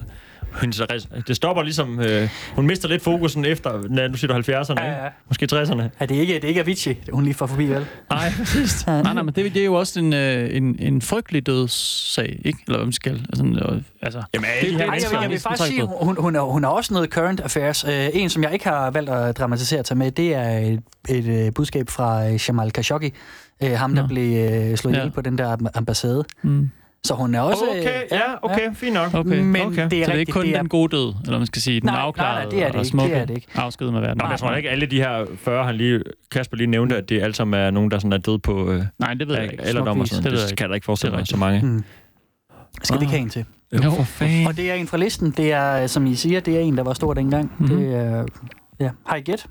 S5: Hun, så res- det stopper ligesom... Øh, hun mister lidt fokusen efter, na, nu siger du 70'erne,
S4: Ja, ja.
S5: ikke? Måske 60'erne.
S4: Er det ikke, det er ikke Avicii, hun lige får forbi, vel?
S5: Nej, præcis.
S3: Nej, nej, men det, det er jo også en, øh, en, en frygtelig dødssag, ikke? Eller hvad man skal. Altså, øh, altså,
S5: Jamen, alle de her
S4: Ej, jeg,
S5: mennesker...
S4: vil, jeg vil
S3: næsten
S4: faktisk sige,
S3: trække
S4: hun, hun, hun, har, hun har også noget current affairs. Øh, en, som jeg ikke har valgt at dramatisere til med, det er et, et øh, budskab fra øh, Jamal Khashoggi. Øh, ham, der
S3: Nå.
S4: blev øh, slået
S3: Ja.
S4: ihjel på den der am- ambassade.
S3: mm,
S4: Så hun er også... øh,
S5: Okay, ja, okay, fint nok.
S3: okay.
S4: Men
S5: okay.
S4: det er rigtigt.
S5: Så det
S3: Så det er ikke kun
S4: det er,
S3: den gode død, eller hvad man skal sige, den
S4: Nej, nej,
S3: afklarede
S4: nej, det er det
S3: og
S4: ikke,
S3: smukke
S4: det er det ikke.
S3: afsked med verden.
S5: Nå, men jeg tror ikke, alle de her 40, han lige, Kasper lige nævnte, at det alle sammen er nogen, der sådan er døde på øh,
S3: Nej, det ved jeg ikke.
S5: alderdom og sådan noget.
S3: Det ved
S5: Det,
S3: jeg
S5: det
S3: ikke.
S5: kan jeg da ikke forestille
S3: Det er
S5: mig så mange.
S4: Mm. Skal det ikke have en til?
S3: Jo, for fanden.
S4: Og det er en fra listen. Det er, som I siger, det er en, der var stor dengang. Mm-hmm. Det er... Ja. Har I gæt?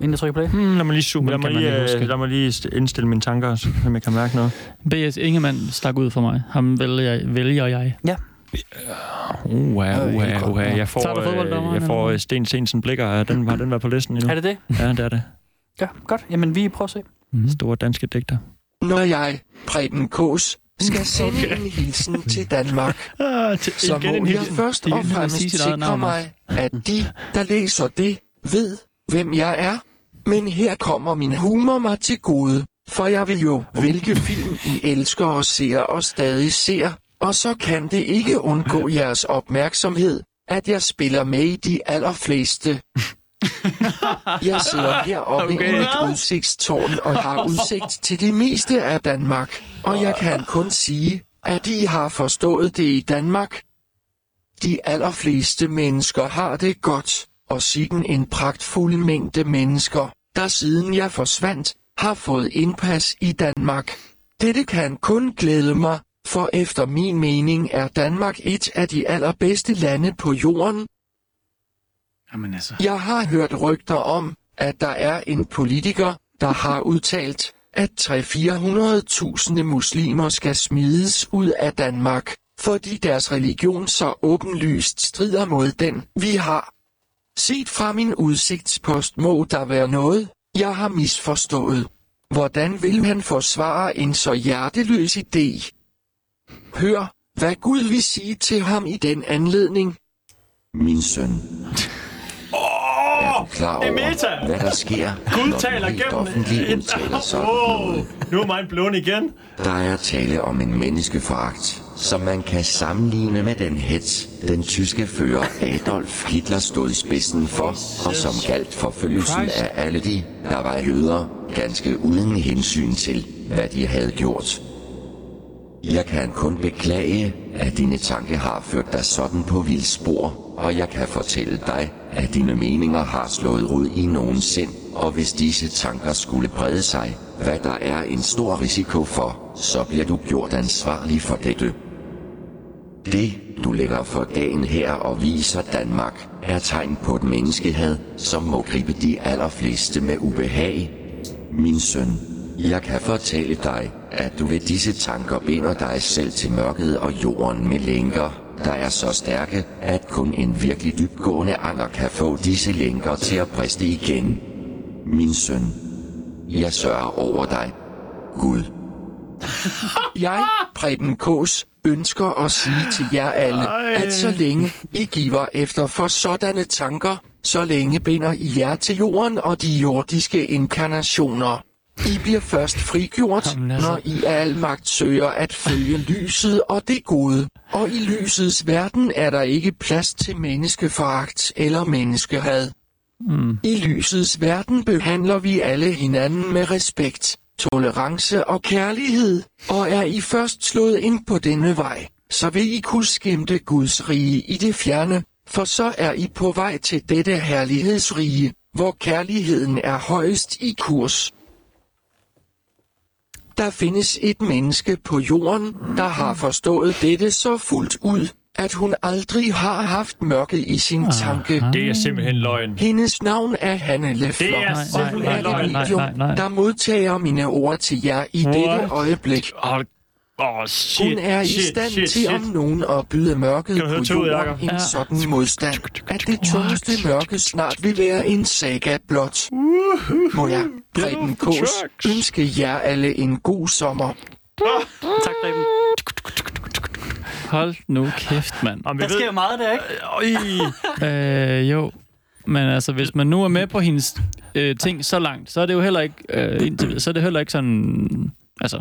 S4: Inden jeg trykker play?
S5: Hmm, lad mig lige zoome. Lad
S3: Men kan
S5: mig
S3: man
S5: lige,
S3: ikke
S5: øh,
S3: huske?
S5: lad mig lige st- indstille mine tanker, så jeg kan mærke noget.
S3: B.S. Ingemann stak ud for mig. Ham vælger jeg. Vælger jeg.
S5: Uha,
S4: uha, uha.
S5: Jeg
S3: Så er
S5: får,
S3: der fodbolddommeren,
S5: øh, jeg får
S3: eller?
S5: øh, Sten Sensen blikker. Er Den, har den været på listen endnu?
S4: Er det det?
S5: Ja, det er det.
S4: Ja, godt. Jamen, vi prøver at se.
S5: Store danske digter.
S7: Når jeg, Preben Kås, skal sende okay. en hilsen til Danmark,
S5: Ah, til,
S7: så må jeg først
S3: Det er
S7: og
S3: lige at sige
S7: fremmest
S3: sit eget
S7: sikre
S3: navn
S7: mig, at de, der læser det, ved, hvem jeg er. Men her kommer min humor mig til gode, for jeg vil jo, hvilke film I elsker og ser og stadig ser, og så kan det ikke undgå jeres opmærksomhed, at jeg spiller med i de allerfleste. Jeg sidder heroppe okay. i mit udsigtstårn og har udsigt til det meste af Danmark, og jeg kan kun sige, at I har forstået det i Danmark. De allerfleste mennesker har det godt, og sikken en pragtfuld mængde mennesker, der siden jeg forsvandt, har fået indpas i Danmark. Dette kan kun glæde mig, for efter min mening er Danmark et af de allerbedste lande på jorden.
S3: Jamen altså.
S7: Jeg har hørt rygter om, at der er en politiker, der har udtalt, at 300-400.000 muslimer skal smides ud af Danmark, fordi deres religion så åbenlyst strider mod den, vi har. Set fra min udsigtspost må der være noget, jeg har misforstået. Hvordan vil han forsvare en så hjerteløs idé? Hør, hvad Gud vil sige til ham i den anledning. Min søn. Oh, klar
S5: det er
S7: over,
S5: meta.
S7: hvad der sker,
S5: Gud
S7: når
S5: taler
S7: du helt
S5: gennem...
S7: offentligt
S5: et-
S7: udtaler sådan
S5: Åh,
S7: noget.
S5: nu er mig blown igen.
S7: Der er tale om en menneskeforagt, som man kan sammenligne med den hets, den tyske fører Adolf Hitler stod i spidsen for, og som galt forfølgelsen af alle de, der var jøder, ganske uden hensyn til, hvad de havde gjort. Jeg kan kun beklage, at dine tanker har ført dig sådan på vildspor, og jeg kan fortælle dig, at dine meninger har slået rod i nogen sind, og hvis disse tanker skulle brede sig, hvad der er en stor risiko for, så bliver du gjort ansvarlig for dette. Det, du lægger for dagen her og viser Danmark, er tegn på et menneskehed, som må gribe de allerfleste med ubehag. Min søn, jeg kan fortælle dig, at du ved disse tanker binder dig selv til mørket og jorden med lænker, der er så stærke, at kun en virkelig dybgående anger kan få disse lænker til at briste igen. Min søn, jeg sørger over dig. Gud. Jeg, Preben Kås, ønsker at sige til jer alle, Ej. at så længe I giver efter for sådanne tanker, så længe binder I jer til jorden og de jordiske inkarnationer. I bliver først frigjort,
S3: Jamen altså.
S7: når I af al magt søger at følge lyset og det gode. Og i lysets verden er der ikke plads til menneskeforagt eller menneskehad. I lysets verden behandler vi alle hinanden med respekt, tolerance og kærlighed, og er I først slået ind på denne vej, så vil I kunne skimte Guds rige i det fjerne, for så er I på vej til dette herlighedsrige, hvor kærligheden er højest i kurs. Der findes et menneske på jorden, der har forstået dette så fuldt ud, at hun aldrig har haft mørke i sin tanke.
S5: Det er simpelthen løgn.
S7: Hendes navn er Hanne Leffler,
S5: Det er
S7: og
S5: simpelthen
S7: hun er
S5: løgn.
S7: et
S3: Nej,
S7: medium,
S3: nej, nej.
S7: der modtager mine ord til jer i dette øjeblik.
S5: Åh, oh, shit,
S7: Hun er i
S5: shit,
S7: stand
S5: shit,
S7: til om
S5: shit.
S7: nogen at byde mørket
S5: Kan du høre
S7: på
S5: toget,
S7: jorden
S5: Jacob?
S7: en
S3: Ja.
S7: sådan modstand, at det tungeste mørke snart vil være en saga blot. Må jeg, Preben Kås, ønske jer alle en god sommer.
S4: Tak, Preben.
S3: Hold nu kæft, mand.
S5: Om vi
S4: Der sker
S5: ved,
S4: meget der, ikke?
S3: Øh, jo, men altså, hvis man nu er med på hendes øh, ting så langt, så er det jo heller ikke, øh, indtil, videre, så er det heller ikke sådan... Altså,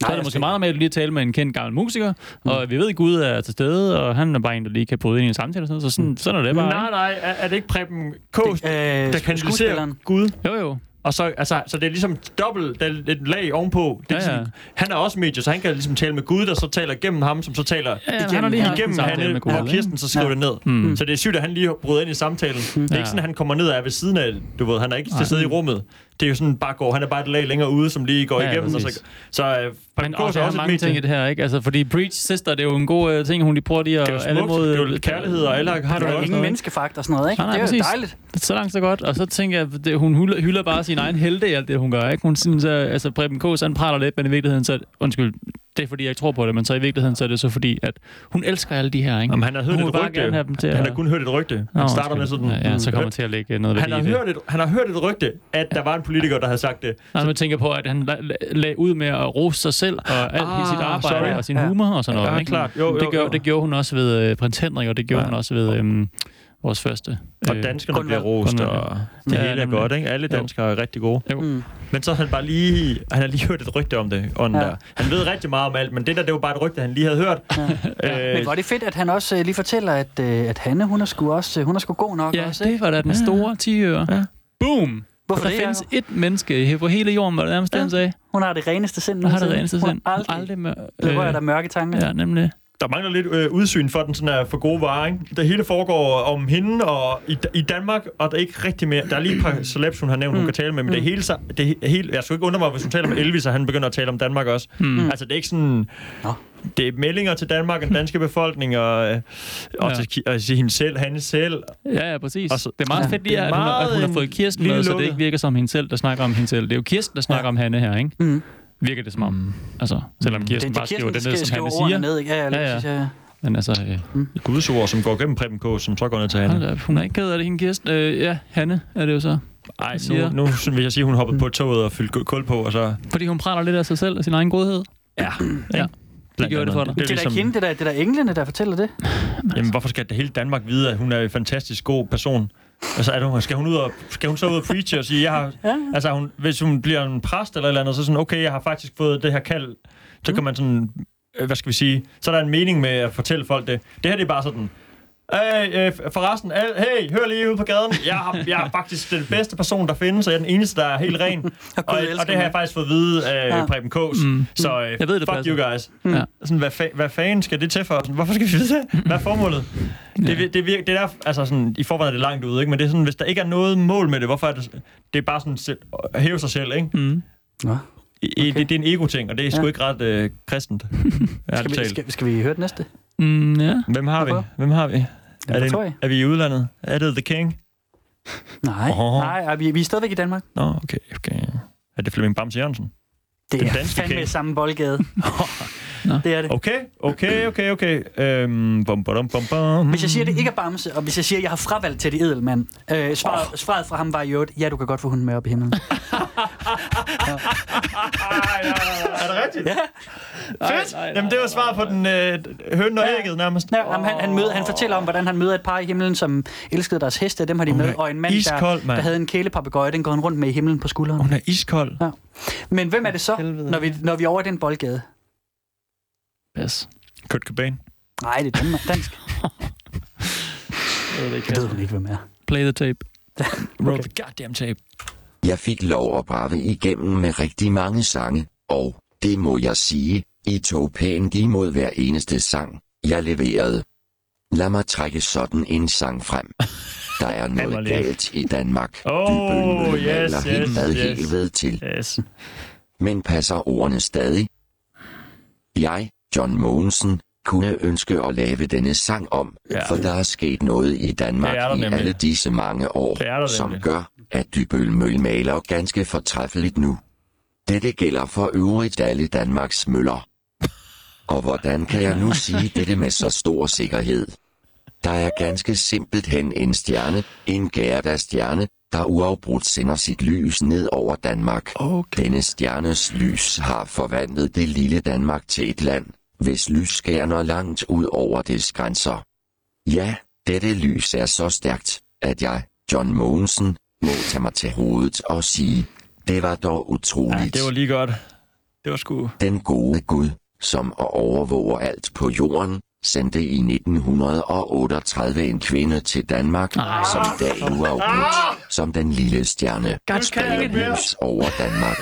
S3: så er det
S4: altså,
S3: måske meget med at lige tale med en kendt gammel musiker, og vi ved, at Gud er til stede, og han er bare en, der lige kan bryde ind i en samtale og sådan noget, så sådan, sådan er det bare.
S5: nej, nej, er, er det ikke Preben Kås,
S4: Øh,
S5: der kanaliserer
S4: skuespilleren.
S5: Gud?
S3: ikke? Jo, jo.
S5: Og så, altså, så det er ligesom dobbelt, der er et lag ovenpå. Det er
S3: Ja,
S5: ja, ja.
S3: ja.
S5: Ligesom, han er også medier, så han kan ligesom tale med Gud, der så taler gennem ham, som så taler
S3: Ja, han
S5: igennem,
S3: har lige haft en
S5: igennem
S3: samtale
S5: Hanne,
S3: med Gud,
S5: og
S3: ikke?
S5: Kirsten, så skriver det ned. Mm. Så det er sygt, at han lige bryder ind i samtalen. Det er
S3: Ja.
S5: ikke sådan, at han kommer ned af ved siden af, du ved, han er ikke til stede i rummet. Det er jo sådan, bare går, han er bare et lag længere ude, som lige går
S3: Ja, ja,
S5: igennem. Og
S3: præcis.
S5: så, så øh,
S3: Men
S5: han går
S3: også,
S5: så
S3: der er
S5: også et
S3: mange
S5: medie.
S3: ting i
S5: Det
S3: det her, ikke? Altså, fordi Breach Sister, det er jo en god øh, ting, hun lige prøver lige at... øh,
S5: er jo
S3: alle
S5: smukt, det er jo kærlighed, og alle har det
S4: Der er
S5: også.
S4: ingen menneskefakt og sådan noget, ikke?
S3: Nej, nej,
S4: det er jo
S3: præcis.
S4: dejligt.
S3: Så langt, så godt. Og så tænker jeg, det, hun hylder, hylder bare sin egen helte i alt det, hun gør. Ikke? Hun synes, at, altså, Preben Kås, han praler lidt, men i virkeligheden så... Undskyld, det er fordi, jeg ikke tror på det, men så i virkeligheden så er det så fordi, at hun elsker alle de her, ikke?
S5: Jamen, han har hørt
S3: hun
S5: et
S3: vil bare
S5: rygte.
S3: gerne have dem til
S5: Han
S3: at-
S5: har kun hørt et rygte. Han
S3: Nå,
S5: starter med
S3: undskyld.
S5: sådan...
S3: Ja, ja, så kommer til at lægge noget
S5: Han
S3: værdi
S5: har,
S3: i det.
S5: hørt et, han har hørt et rygte, at der var en politiker, der havde sagt det.
S3: Nej, man tænker på, at han la- la- lagde ud med at rose sig selv og alt ah, sit arbejde
S5: sorry.
S3: og sin
S4: Ja.
S3: humor og sådan noget.
S5: Ja,
S3: ikke?
S5: klart. Jo,
S3: det,
S5: jo,
S3: gjorde,
S5: jo.
S3: det gjorde hun også ved øh, prins Henrik, og det gjorde
S5: Ja.
S3: hun også ved... Øhm, vores første.
S5: Og danskerne
S4: Grundtvig.
S5: bliver rost,
S3: Grundtvig, ja.
S5: og det
S3: Ja,
S5: hele er
S3: nemlig.
S5: godt, ikke? Alle
S3: Jo.
S5: danskere er rigtig gode.
S3: Jo.
S4: Mm.
S5: Men så har han bare lige, han har lige hørt et rygte om det, ånden
S4: Ja.
S5: ja. der. Han ved rigtig meget om alt, men det der, det var bare et rygte, han lige havde hørt. Ja.
S4: Men hvor er det fedt, at han også øh, lige fortæller, at, øh, at Hanne, hun er sgu også, øh, hun er sgu god nok
S3: Ja,
S4: også,
S3: det var da den store 10 øre. Ja.
S5: Ja.
S3: Boom!
S4: Hvorfor
S3: der
S4: det,
S3: findes
S4: Jacob?
S3: et menneske på hele jorden, hvor det nærmest ja. den sagde.
S4: Hun har det reneste sind
S3: Der har det
S4: nogensinde.
S3: reneste
S4: Hun
S3: sind.
S4: har aldrig, aldrig
S3: aldrig med,
S4: blevet rørt af mørke tanker.
S3: Ja, nemlig.
S5: Der mangler lidt øh, udsyn for den sådan er for gode varer, ikke? Det hele foregår om hende og i, i Danmark, og der er ikke rigtig mere. Der er lige et
S3: Mm.
S5: par celebs, hun har nævnt, hun kan tale med, men det er hele, så- det er hele, jeg skulle ikke undre mig, hvis hun taler med Elvis, og han begynder at tale om Danmark også. Mm. Altså, det er ikke sådan...
S4: Nå.
S5: Det er meldinger til Danmark, og den danske befolkning, og, øh, og,
S3: Ja.
S5: ja. til, og til hende selv, han selv.
S3: Ja, ja, præcis.
S5: Og så-
S3: det er meget
S5: Ja.
S3: fedt,
S5: Det
S3: lige,
S5: er
S3: at, hun, har- at hun har
S5: meget
S3: fået
S5: en
S3: Kirsten
S5: lille
S3: med, så det
S5: lukket.
S3: ikke virker som hende selv, der snakker om hende selv. Det er jo Kirsten, der snakker ja. om Hanne her, ikke?
S4: Mm.
S3: Virker det som om. Altså, selvom
S5: Mm.
S3: Kirsten
S4: Det,
S3: bare
S4: det,
S3: skriver
S4: Kirsten
S3: det
S4: skal
S3: ned, som
S4: skrive
S3: Hanne
S4: ordene
S3: siger.
S4: ned, ikke? Ja, ja,
S3: Ja,
S4: lige
S3: ja.
S4: præcis, ja, ja.
S3: Men altså, øh,
S5: Gudsord, som går gennem Preben K., som så går ned til
S3: hold
S5: Hanne.
S3: da op, hun er ikke ked af det, hende Kirsten. Øh, ja, Hanne er det jo så.
S5: Ej,
S3: siger-
S5: nu, nu vil jeg sige, at hun hoppede på toget og fyldte kul på, og så...
S3: Fordi hun praler lidt af sig selv og sin egen godhed.
S5: Ja.
S3: Ja.
S5: Blandt
S3: gjorde det ligesom- for
S5: andet.
S3: dig.
S4: Det er da ikke hende, det er da- det er da englene, der fortæller det. altså.
S5: Jamen, hvorfor skal det hele Danmark vide, at hun er en fantastisk god person? Altså, er det, skal, hun ud og, skal hun så ud og preache og sige, jeg har, ja. altså, hun, hvis hun bliver en præst eller et eller andet, så sådan, okay, jeg har faktisk fået det her kald. Så
S4: Mm.
S5: kan man sådan, øh, hvad skal vi sige, så er der en mening med at fortælle folk det. Det her, det er bare sådan, Hey, øh, forresten, al- hey, hør lige ude på gaden. Jeg, har, jeg er faktisk den bedste person, der findes, og jeg er den eneste, der er helt ren. og, og,
S4: elsker
S5: det har jeg
S4: mig.
S5: faktisk fået at vide af
S4: Ja.
S5: ja. Preben Kås. Mm. Så øh,
S3: Jeg ved, det
S5: fuck
S3: passer. Mm.
S5: you guys.
S3: Ja.
S5: Sådan, hvad, fa- hvad fanden skal det til for? Sådan, Hvorfor skal vi vide det? Hvad er formålet? Det, vir- det, vir- det er der, altså sådan, i forvejen er det langt ude, ikke? men det er sådan, hvis der ikke er noget mål med det, hvorfor er det, det er bare sådan, selv- at hæve sig selv, ikke?
S3: Mm.
S4: Nå.
S5: I, okay. det, det er en ego-ting, og det er sgu
S4: Ja.
S5: ikke ret øh, kristent.
S4: Skal vi,
S5: Skal
S4: skal, skal vi høre det næste?
S3: Mm, ja.
S5: Hvem har vi? Hvem har vi? Er, det
S4: tror jeg.
S5: en, er vi i udlandet? Er det The King?
S4: Nej,
S5: Åh.
S4: nej, ej, vi, vi er stadigvæk i Danmark.
S5: Nå, okay, okay. Er det Flemming Bams Jørgensen?
S4: Det
S5: Den
S4: er
S5: danske
S4: fandme
S5: kage.
S4: samme boldgade. det er det.
S5: Okay, okay, okay, okay. Øhm, bum, bum, bum, bum.
S4: Hvis jeg siger,
S3: Mm.
S4: det ikke er Bamse, og hvis jeg siger, at jeg har fravalgt til det edelmand, øh, svaret, oh. svaret fra ham var i øvrigt, ja, du kan godt få hunden med op i himlen.
S5: Ej, nej, nej, nej. er det rigtigt?
S4: Ja.
S5: Fedt! Jamen, det var svar på den øh, høn og ægget nærmest.
S4: Ja, ham, han, han, møder, han fortæller om, hvordan han møder et par i himlen, som elskede deres heste, dem har de
S5: Hun
S4: med,
S5: er
S4: og en mand,
S5: iskold,
S4: der,
S5: mand.
S4: der havde en kælepapegøje, den går han rundt med i himlen på skulderen.
S5: Hun er iskold.
S4: Ja. Men hvem er det så,
S3: Helvede.
S4: når vi, når vi er over i den boldgade?
S3: Pas.
S5: Kurt Cobain.
S4: Nej, det er Danmark. Dansk.
S3: Jeg ved det ikke.
S4: Det ved hun ikke, hvem er.
S3: Play the tape.
S5: Roll okay. the goddamn tape.
S7: Jeg fik lov at brave igennem med rigtig mange sange, og, det må jeg sige, I tog pænt imod hver eneste sang, jeg leverede. Lad mig trække sådan en sang frem. Der er
S5: var
S7: noget
S5: lidt.
S7: galt i Danmark.
S5: Oh,
S7: Dybbølmølle
S5: yes,
S7: maler helt
S5: yes,
S7: hvad
S5: yes.
S7: helvede til,
S5: Yes.
S7: men passer ordene stadig? Jeg, John Mogensen, kunne ønske at lave denne sang om,
S5: Ja.
S7: ja. for der er sket noget i Danmark
S5: Det er der
S7: i
S5: nemlig.
S7: alle disse mange år,
S5: Det er der
S7: som
S5: nemlig.
S7: gør, at Dybøl Møl maler ganske fortræffeligt nu. Dette gælder for øvrigt alle Danmarks møller. Og hvordan kan jeg nu sige dette med så stor sikkerhed? Der er ganske simpelt hen en stjerne, en Gerda stjerne, der uafbrudt sender sit lys ned over Danmark. Okay. Denne stjernes lys har forvandlet det lille Danmark til et land, hvis lys skærner langt ud over dets grænser. Ja, dette lys er så stærkt, at jeg, John Mogensen, må tage mig til hovedet og sige, det var dog utroligt.
S5: Ja, det var lige godt. Det var sgu...
S7: Den gode Gud, som og overvåger alt på jorden, sendte i 1938 en kvinde til Danmark, Ej. som i dag uafbrudt, som den lille stjerne, spreder lys over Danmark.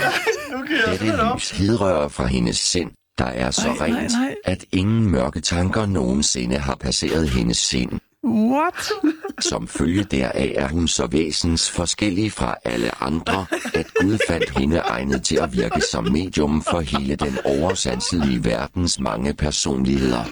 S7: Dette lys hidrører fra hendes sind, der er så
S3: Nej, nej,
S7: rent,
S3: nej.
S7: at ingen mørke tanker nogensinde har passeret hendes sind.
S3: What?
S7: Som følge deraf er hun så væsens forskellig fra alle andre, at Gud fandt hende egnet til at virke som medium for hele den oversanselige verdens mange personligheder.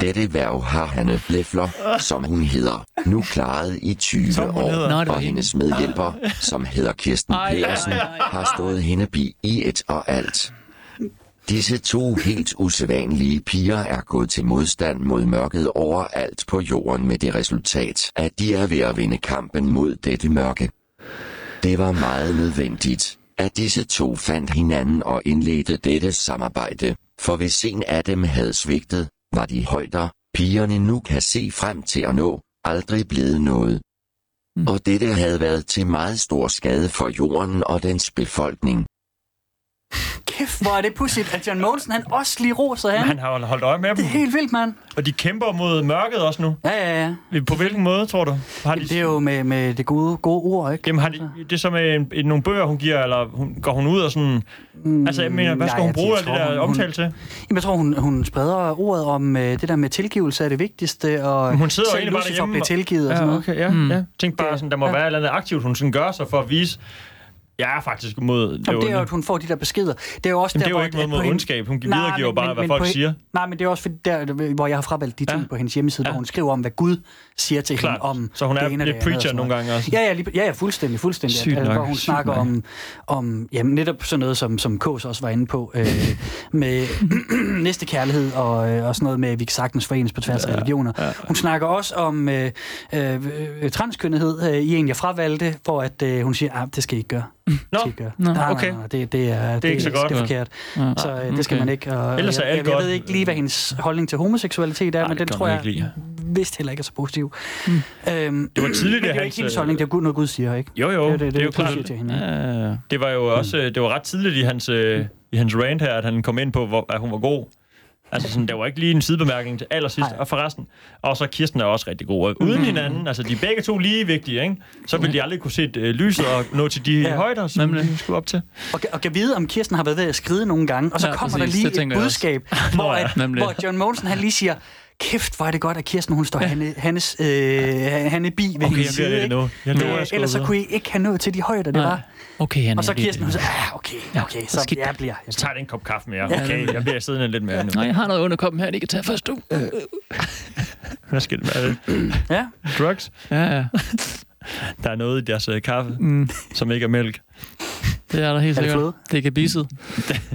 S7: Dette værv har Hanne Blefler, som hun hedder, nu klaret i 20
S5: Som hun hedder.
S7: år,
S3: Nå, det var
S7: og
S3: hende.
S7: hendes medhjælper, som hedder Kirsten
S3: Ej, ej,
S7: Pedersen,
S3: ej, ej.
S7: har stået hende bi i et og alt. Disse to helt usædvanlige piger er gået til modstand mod mørket overalt på jorden med det resultat, at de er ved at vinde kampen mod dette mørke. Det var meget nødvendigt, at disse to fandt hinanden og indledte dette samarbejde, for hvis en af dem havde svigtet, var de højder, pigerne nu kan se frem til at nå, aldrig blevet noget.
S3: Mm.
S7: Og dette havde været til meget stor skade for jorden og dens befolkning.
S4: Kæft, hvor er det pudsigt, at John Mogensen, han også lige roser han.
S5: Han har jo holdt øje med dem.
S4: Det er helt vildt, mand.
S5: Og de kæmper mod mørket også nu.
S4: Ja, ja, ja.
S5: På hvilken måde, tror du? Har de,
S4: Det er jo med, med det gode, gode ord, ikke?
S5: Jamen, har de, det er som en, en, nogle bøger, hun giver, eller hun, går hun ud og sådan... Mm, altså, jeg mener, hvad
S4: nej,
S5: skal hun
S4: jeg
S5: bruge alt
S4: tror,
S5: det der
S4: hun-
S5: omtale til?
S4: Jamen, jeg tror, hun, hun spreder ordet om øh, det der med tilgivelse er det vigtigste, og
S5: Men hun sidder jo
S4: selv
S5: egentlig bare
S4: Lucifer
S5: derhjemme
S4: bliver
S5: og-
S4: tilgivet og sådan
S5: Ja,
S4: noget.
S5: okay, ja, mm. ja. Tænk bare sådan, der må ja. være et eller andet aktivt, hun sådan gør sig for at vise, jeg er faktisk mod
S4: Jamen,
S5: det,
S4: det er jo,
S5: onde.
S4: at hun får de der beskeder. Det er jo også
S5: Jamen, det
S4: der,
S5: er jo
S4: hvor-
S5: ikke noget
S4: at
S5: mod
S4: på hende-
S5: ondskab. Hun
S4: Nej,
S5: videregiver jo
S4: men-
S5: bare,
S4: men-
S5: hvad
S4: men
S5: folk
S4: på hen-
S5: siger.
S4: Nej, men det er også fordi, der, hvor jeg har fravalgt de ting
S5: Ja.
S4: ja. på hendes hjemmeside, ja.
S5: Ja.
S4: hvor hun skriver om, hvad Gud siger til
S5: Klart.
S4: hende om
S5: Så hun er
S4: det ene og
S5: lidt
S4: det andet og
S5: preacher
S4: sådan
S5: nogle
S4: noget.
S5: gange også.
S4: Ja, ja, lige, ja, ja, fuldstændig, fuldstændig.
S3: Sygt
S4: altså,
S3: nok,
S4: hvor hun
S3: sygt
S4: snakker
S3: nok.
S4: om, om jamen, netop sådan noget, som, som Kås også var inde på, øh, med næste kærlighed og, øh, og sådan noget med, at vi kan sagtens forenes på tværs af religioner. Hun snakker også om øh, øh, øh, transkønnethed øh, i en, jeg fravalgte, hvor at, øh, hun siger, at det skal I ikke gøre.
S5: Nå,
S4: Skal I ikke gøre.
S3: Nå,
S4: nej,
S5: okay.
S4: nej, nej, det, det, er, det,
S5: ikke så godt.
S4: Det er forkert.
S3: Ja. Mm,
S4: Så øh, det skal
S3: Okay.
S4: man ikke. Og,
S5: Mm, Ellers er
S4: jeg,
S5: alt
S4: jeg, jeg
S5: godt.
S4: ved ikke lige, hvad hendes holdning til homoseksualitet er,
S5: Nej,
S4: men
S5: det
S4: den
S5: kan
S4: tror
S5: man
S4: jeg
S5: ikke lide.
S4: vist heller ikke er så positiv. Mm. Øhm,
S5: det var
S4: men
S5: tidligt,
S4: det er
S5: at
S4: jo
S5: hans,
S4: ikke hendes
S5: øh,
S4: holdning, det er Gud, noget Gud siger, ikke?
S5: Jo, jo,
S4: det,
S5: det er jo klart.
S4: Til hende, ikke?
S3: Ja, ja.
S5: Det var
S4: Mm.
S5: jo også øh, det var ret tidligt i hans, øh, i hans rant her, at han kom ind på, hvor, at hun var god. Altså sådan, der var ikke lige en sidebemærkning til allersidst,
S4: Nej. Mm.
S5: og forresten. Og så Kirsten er også rigtig god. Og Uden hinanden, altså de er begge to lige vigtige, ikke? Så ville de aldrig kunne se øh, lyset og nå til de
S4: Ja.
S5: højder, som
S3: Nemlig.
S5: de skulle op til.
S4: Og, kan- og kan vide, om Kirsten har været ved at skride nogle gange, og så
S3: Ja,
S4: ja, kommer
S3: præcis,
S4: der
S3: det
S4: lige
S3: tænker
S4: et
S3: jeg
S4: budskab, hvor,
S5: ja,
S4: at,
S3: nemlig.
S4: hvor John Mogensen han lige siger, kæft, hvor er det godt, at Kirsten hun står Hanne, Hannes, øh, Hanne Bi ved hendes
S5: Okay, jeg bliver
S4: side,
S5: det
S4: ikke?
S5: nu. Jeg lover,
S4: Øh,
S5: jeg skal
S4: ellers så
S5: ud.
S4: kunne I ikke have nået til de højder, det
S3: Nej.
S4: var.
S3: Okay, Hanne.
S4: Og så
S3: det er
S4: Kirsten, hun
S3: det.
S4: siger, ah, okay, okay, så
S3: skidt.
S4: jeg bliver. Jeg
S5: Så Altså, tager jeg en kop kaffe mere. Okay, jeg bliver siddende lidt mere nu.
S3: Nej, jeg har noget under koppen her, det kan tage først du.
S4: Øh.
S5: Hvad skal det være?
S4: bliver. Ja.
S5: Drugs?
S3: Ja, ja.
S5: Der er noget i deres øh, kaffe,
S3: Mm.
S5: som ikke er mælk.
S3: Det er der helt
S4: Er det
S3: sikkert.
S4: fløde?
S3: Det kan bisset.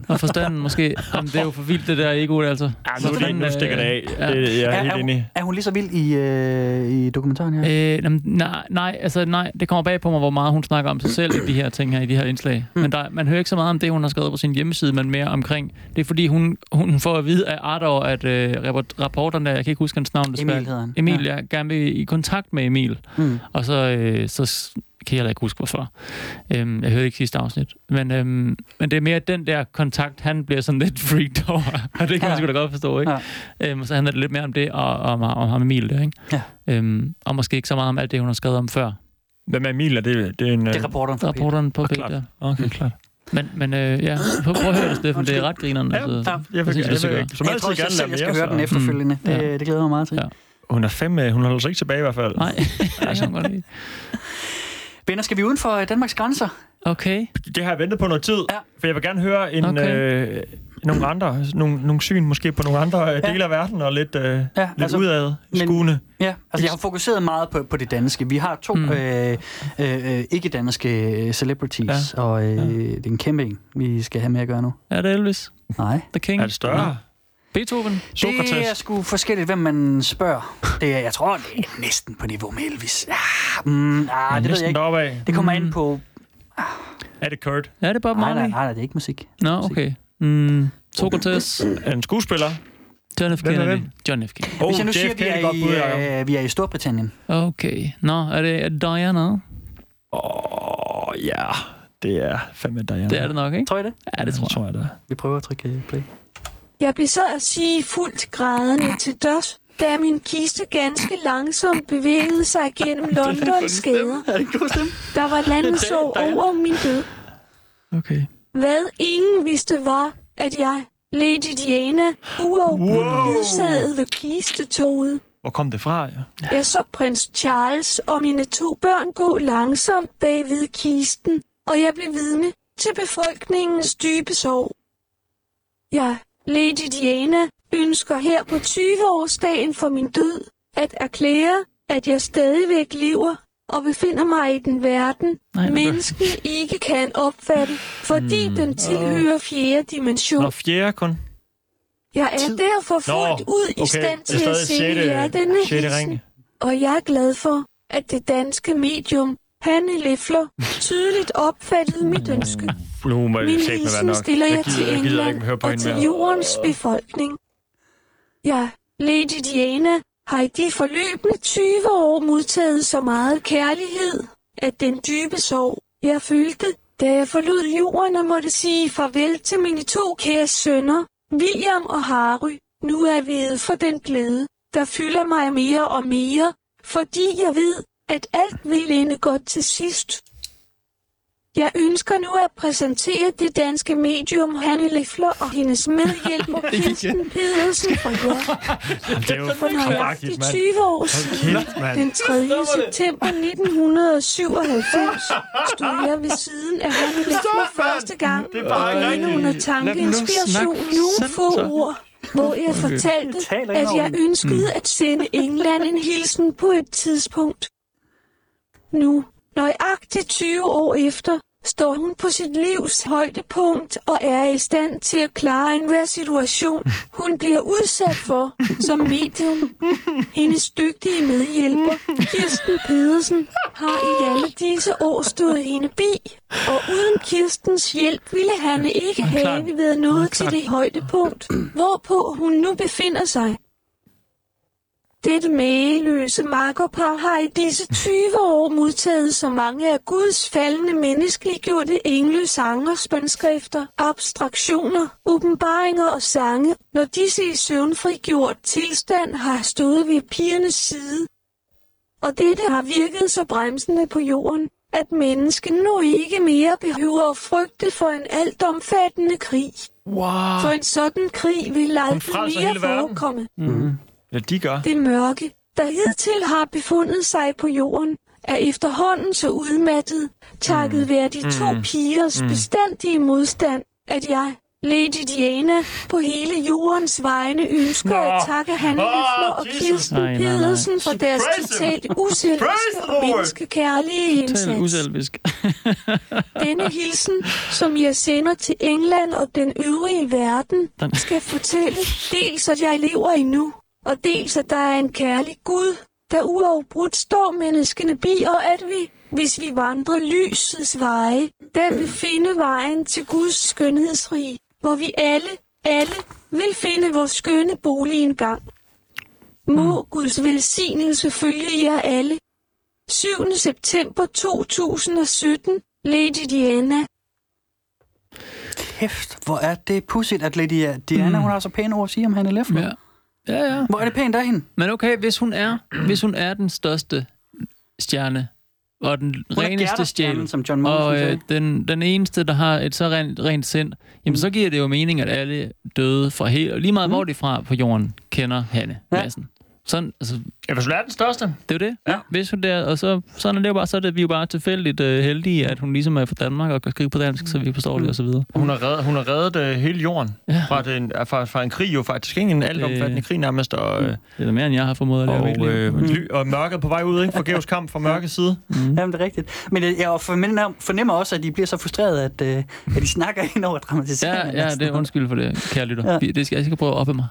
S3: Og forstanden måske. Jamen, det er jo for vildt, det der ego, altså. øh, Ja,
S5: Nu, er det, nu stikker det af. Det, jeg er helt
S4: hun,
S5: enig i.
S4: er hun lige så vild i, øh, i dokumentaren her?
S3: Øh, jamen, nej, nej, altså nej, det kommer bag på mig, hvor meget hun snakker om sig selv i de her ting her, i de her indslag.
S4: Mm.
S3: Men der, man hører ikke så meget om det, hun har skrevet på sin hjemmeside, men mere omkring. Det er fordi, hun, hun får at vide af Ardor, at øh, rapport- rapporteren der, jeg kan ikke huske hans navn, desværre.
S4: Emil hedder han.
S3: Emil, ja. jeg gerne vil i kontakt med Emil.
S4: Mm.
S3: Og så, øh, så s- kan jeg heller ikke huske, hvorfor. Øhm, jeg hørte ikke sidste afsnit. Men, øhm, men det er mere den der kontakt, han bliver sådan lidt freaked over. Og det kan man
S4: Ja.
S3: sgu da godt forstå, ikke? Ja. Øhm, så handler det lidt mere om det, og, og om, om ham Emil der, ikke?
S4: Ja.
S3: Øhm, og måske ikke så meget om alt det, hun har skrevet om før.
S5: Hvem er Emil? Er det, det er en...
S4: Det er rapporteren fra Peter.
S3: Rapporteren på
S5: Ah,
S3: P,
S5: klart.
S3: der.
S5: Okay, klart.
S3: Men, men øh, ja, prøv, prøv at høre det, Steffen. Det er
S4: Undskyld.
S3: ret grineren.
S5: Ja, ja,
S3: altså.
S5: jeg, jeg, jeg,
S3: synes, det
S5: jeg,
S3: skal
S5: jeg,
S3: gøre.
S5: jeg, som
S4: Jeg tror
S5: altid
S4: jeg
S5: gerne
S4: selv, jeg skal høre
S5: lade
S4: den
S5: mere.
S4: efterfølgende.
S3: Mm.
S4: Det, det glæder jeg mig meget til.
S3: Ja.
S4: Ja.
S5: så- Hun er fandme, hun holder sig ikke tilbage i hvert fald.
S3: Nej, det kan jeg godt lide.
S4: Venner, skal vi uden for øh, Danmarks grænser?
S3: Okay.
S5: Det har jeg ventet på noget tid,
S4: Ja.
S5: for jeg vil gerne høre en,
S3: Okay.
S5: øh, nogle andre, nogle, nogle syn måske på nogle andre øh, dele af verden, og lidt, øh, ja, lidt altså,
S4: altså,
S5: udad
S4: men-
S5: skuende.
S4: Ja, altså jeg har fokuseret meget på, på det danske. Vi har to
S3: Mm.
S4: mm. øh, øh, øh, ikke-danske øh, celebrities, ja. og øh, ja. det er en kæmpe en, vi skal have med at gøre nu.
S3: Er det Elvis?
S4: Nej.
S3: The King?
S5: Er det større?
S3: Beethoven?
S5: Sokrates?
S4: Det er sgu forskelligt, hvem man spørger. Det er, jeg tror, det er næsten på niveau med Elvis. Ah, mm, ah, det ved jeg
S5: Næsten
S4: ikke.
S5: deroppe af.
S4: Det kommer an på...
S5: Er det Kurt?
S3: Er det Bob
S4: Nej, nej,
S3: Marley?
S4: nej, nej, det er ikke musik.
S3: Nå, okay. Mm, Sokrates,
S5: Er en skuespiller?
S3: John F.
S5: Hvem er
S3: Kennedy.
S5: hvem?
S3: John F. Kennedy.
S5: Oh,
S4: Hvis jeg nu
S5: JFK
S4: siger, at vi
S5: er
S4: er,
S5: godt bud, Jacob.
S4: i, øh, vi er i Storbritannien.
S3: Okay. Nå, er det, er det Diana?
S5: Åh, ja. Det er fandme Diana.
S3: Det er det nok, ikke?
S4: Tror I det?
S3: Ja, det tror jeg.
S5: tror jeg, det er.
S4: Vi prøver at trykke øh, play.
S2: Jeg blev så at sige fuldt grædende til dørs, da min kiste ganske langsomt bevægede sig gennem Londons gader.
S4: Er det en god stemme?
S2: Der var landsår over min død.
S3: Okay.
S2: Hvad ingen vidste var, at jeg, Lady Diana, uafledsaget ved kistetoget,
S5: Hvor kom det fra? Ja?
S2: jeg så prins Charles og mine to børn gå langsomt bagved kisten, og jeg blev vidne til befolkningens dybe sorg. Jeg, Lady Diana, ønsker her på 20-årsdagen for min død at erklære, at jeg stadigvæk lever og befinder mig i den verden,
S3: Nej,
S2: Nej,
S3: men-
S2: menneskene ikke kan opfatte, fordi mm, den tilhører fjerde dimension.
S5: Hmm. Nå, fjerde kun.
S2: Jeg er derfor fuldt ud i stand
S5: det er
S2: til at
S5: stadig
S2: se
S5: sjette,
S2: jer denne
S5: sjette
S2: hilsen.
S5: ring.
S2: Og jeg er glad for, at det danske medium, Hanne Lefler, tydeligt opfattede mit ønske.
S5: Nu må
S2: Min
S5: jeg sætte med være
S2: hilsen
S5: nok.
S2: stiller jeg,
S5: jeg gider,
S2: til
S5: jeg gider ikke
S2: England
S5: høre på
S2: og
S5: hende
S2: til
S5: mere.
S2: jordens befolkning. Jeg, Lady Diana, har i de forløbende 20 år modtaget så meget kærlighed, at den dybe sorg, jeg følte, da jeg forlod jorden og måtte sige farvel til mine to kære sønner, William og Harry, nu er ved for den glæde, der fylder mig mere og mere, fordi jeg ved, at alt vil ende godt til sidst. Jeg ønsker nu at præsentere det danske medium Hanne Lefler og hendes medhjælper Kirsten Pedersen fra Jørgen.
S5: Jamen, det er jo
S2: Hun har haft i
S5: faktisk, mand.
S2: 20 år siden.
S5: Kæft, mand.
S2: Den 3. september 1997 stod jeg ved siden af Hanne Lefler første gang,
S5: Det er bare
S2: og
S5: ikke
S2: inde
S5: rigtigt.
S2: under
S3: Lad dem nu
S2: tankeinspiration
S3: snakke
S2: nogle
S3: sandt,
S2: få
S3: så.
S2: ord, hvor jeg fortalte,
S4: Jeg taler ikke
S2: at
S4: over
S2: jeg
S4: det.
S3: Mm.
S2: ønskede at sende England en hilsen på et tidspunkt. Nu, nøjagtigt 20 år efter, står hun på sit livs højdepunkt og er i stand til at klare enhver situation, hun bliver udsat for som medium. Hendes dygtige medhjælper, Kirsten Pedersen, har i alle disse år stået hende bi, og uden Kirstens hjælp ville han ikke have været nået til det højdepunkt, hvorpå hun nu befinder sig. Dette mageløse makkerpar har i disse 20 år modtaget så mange af Guds faldende menneskeliggjorte engle sanger, spønskrifter, abstraktioner, åbenbaringer og sange, når disse i søvnfrigjort tilstand har stået ved pigernes side. Og dette har virket så bremsende på jorden, at mennesken nu ikke mere behøver at frygte for en altomfattende krig. Wow. For en sådan krig vil aldrig
S5: frelser
S2: mere
S5: hele verden.
S2: forekomme.
S5: Ja, de gør.
S2: Det mørke, der hidtil har befundet sig på jorden, er efterhånden så udmattet, takket
S5: Mm.
S2: være de to pigers bestandige modstand, at jeg, Lady Diana, på hele jordens vegne ønsker
S5: Nå.
S2: at takke Hanne
S5: Åh,
S2: Lefler og
S5: Jesus.
S2: Kirsten
S3: Nej, nej, nej.
S2: Pedersen for deres
S5: Praise him.
S2: totalt uselviske
S5: Praise the
S2: og
S5: Lord.
S2: menneskekærlige
S3: Total
S2: indsats.
S3: uselvisk.
S2: Denne hilsen, som jeg sender til England og den øvrige verden,
S3: Den-
S2: skal fortælle dels, at jeg lever endnu, og dels, at der er en kærlig Gud, der uafbrudt står menneskene bi, og at vi, hvis vi vandrer lysets veje, der vil finde vejen til Guds skønhedsrige, hvor vi alle, alle vil finde vores skønne bolig engang. Må Guds velsignelse følge jer alle. 7. september 2017, Lady Diana.
S4: Kæft, hvor er det pudsigt, at Lady Diana, mm. hun har så pæne ord at sige om Hanne Leffler.
S3: Ja. Mm. ja, ja.
S4: Hvor er det pænt af hende?
S3: Men okay, hvis hun er, hvis hun er den største stjerne, og den
S4: er
S3: reneste
S4: Gerda-stjernen,
S3: stjæl,
S4: som John Mogensen
S3: og øh,
S4: sagde.
S3: den, den eneste, der har et så rent, rent sind, jamen
S4: Mm.
S3: så giver det jo mening, at alle døde fra hele, lige meget hvor de er fra på jorden, kender Hanne
S4: Ja.
S3: Madsen. Sådan, altså,
S5: Ja, hvis du er den største.
S3: det er jo det. Ja. Hvis hun der, og så, sådan er det jo bare, så er det, vi er jo bare tilfældigt øh, heldige, at hun ligesom er fra Danmark og kan skrive på dansk, så vi forstår
S4: Mm.
S3: det og så videre.
S5: Hun har reddet, hun har reddet øh, hele jorden
S3: Ja.
S5: fra, den, fra, fra en krig jo faktisk. Ikke en altomfattende krig nærmest. Og, øh,
S3: Det er da mere, end jeg har formået at lave i mit
S5: og,
S3: liv.
S5: øh, ly, og mørket på vej ud, ikke? Forgæves kamp fra mørke side.
S4: Mm. Jamen, det er rigtigt. Men jeg, jeg fornemmer, fornemmer også, at de bliver så frustrerede, at, øh, at de snakker ind over dramatiseringen. Altså,
S3: Ja, ja, det er undskyld for det, kære lytter. Ja. Det skal jeg skal prøve at oppe mig.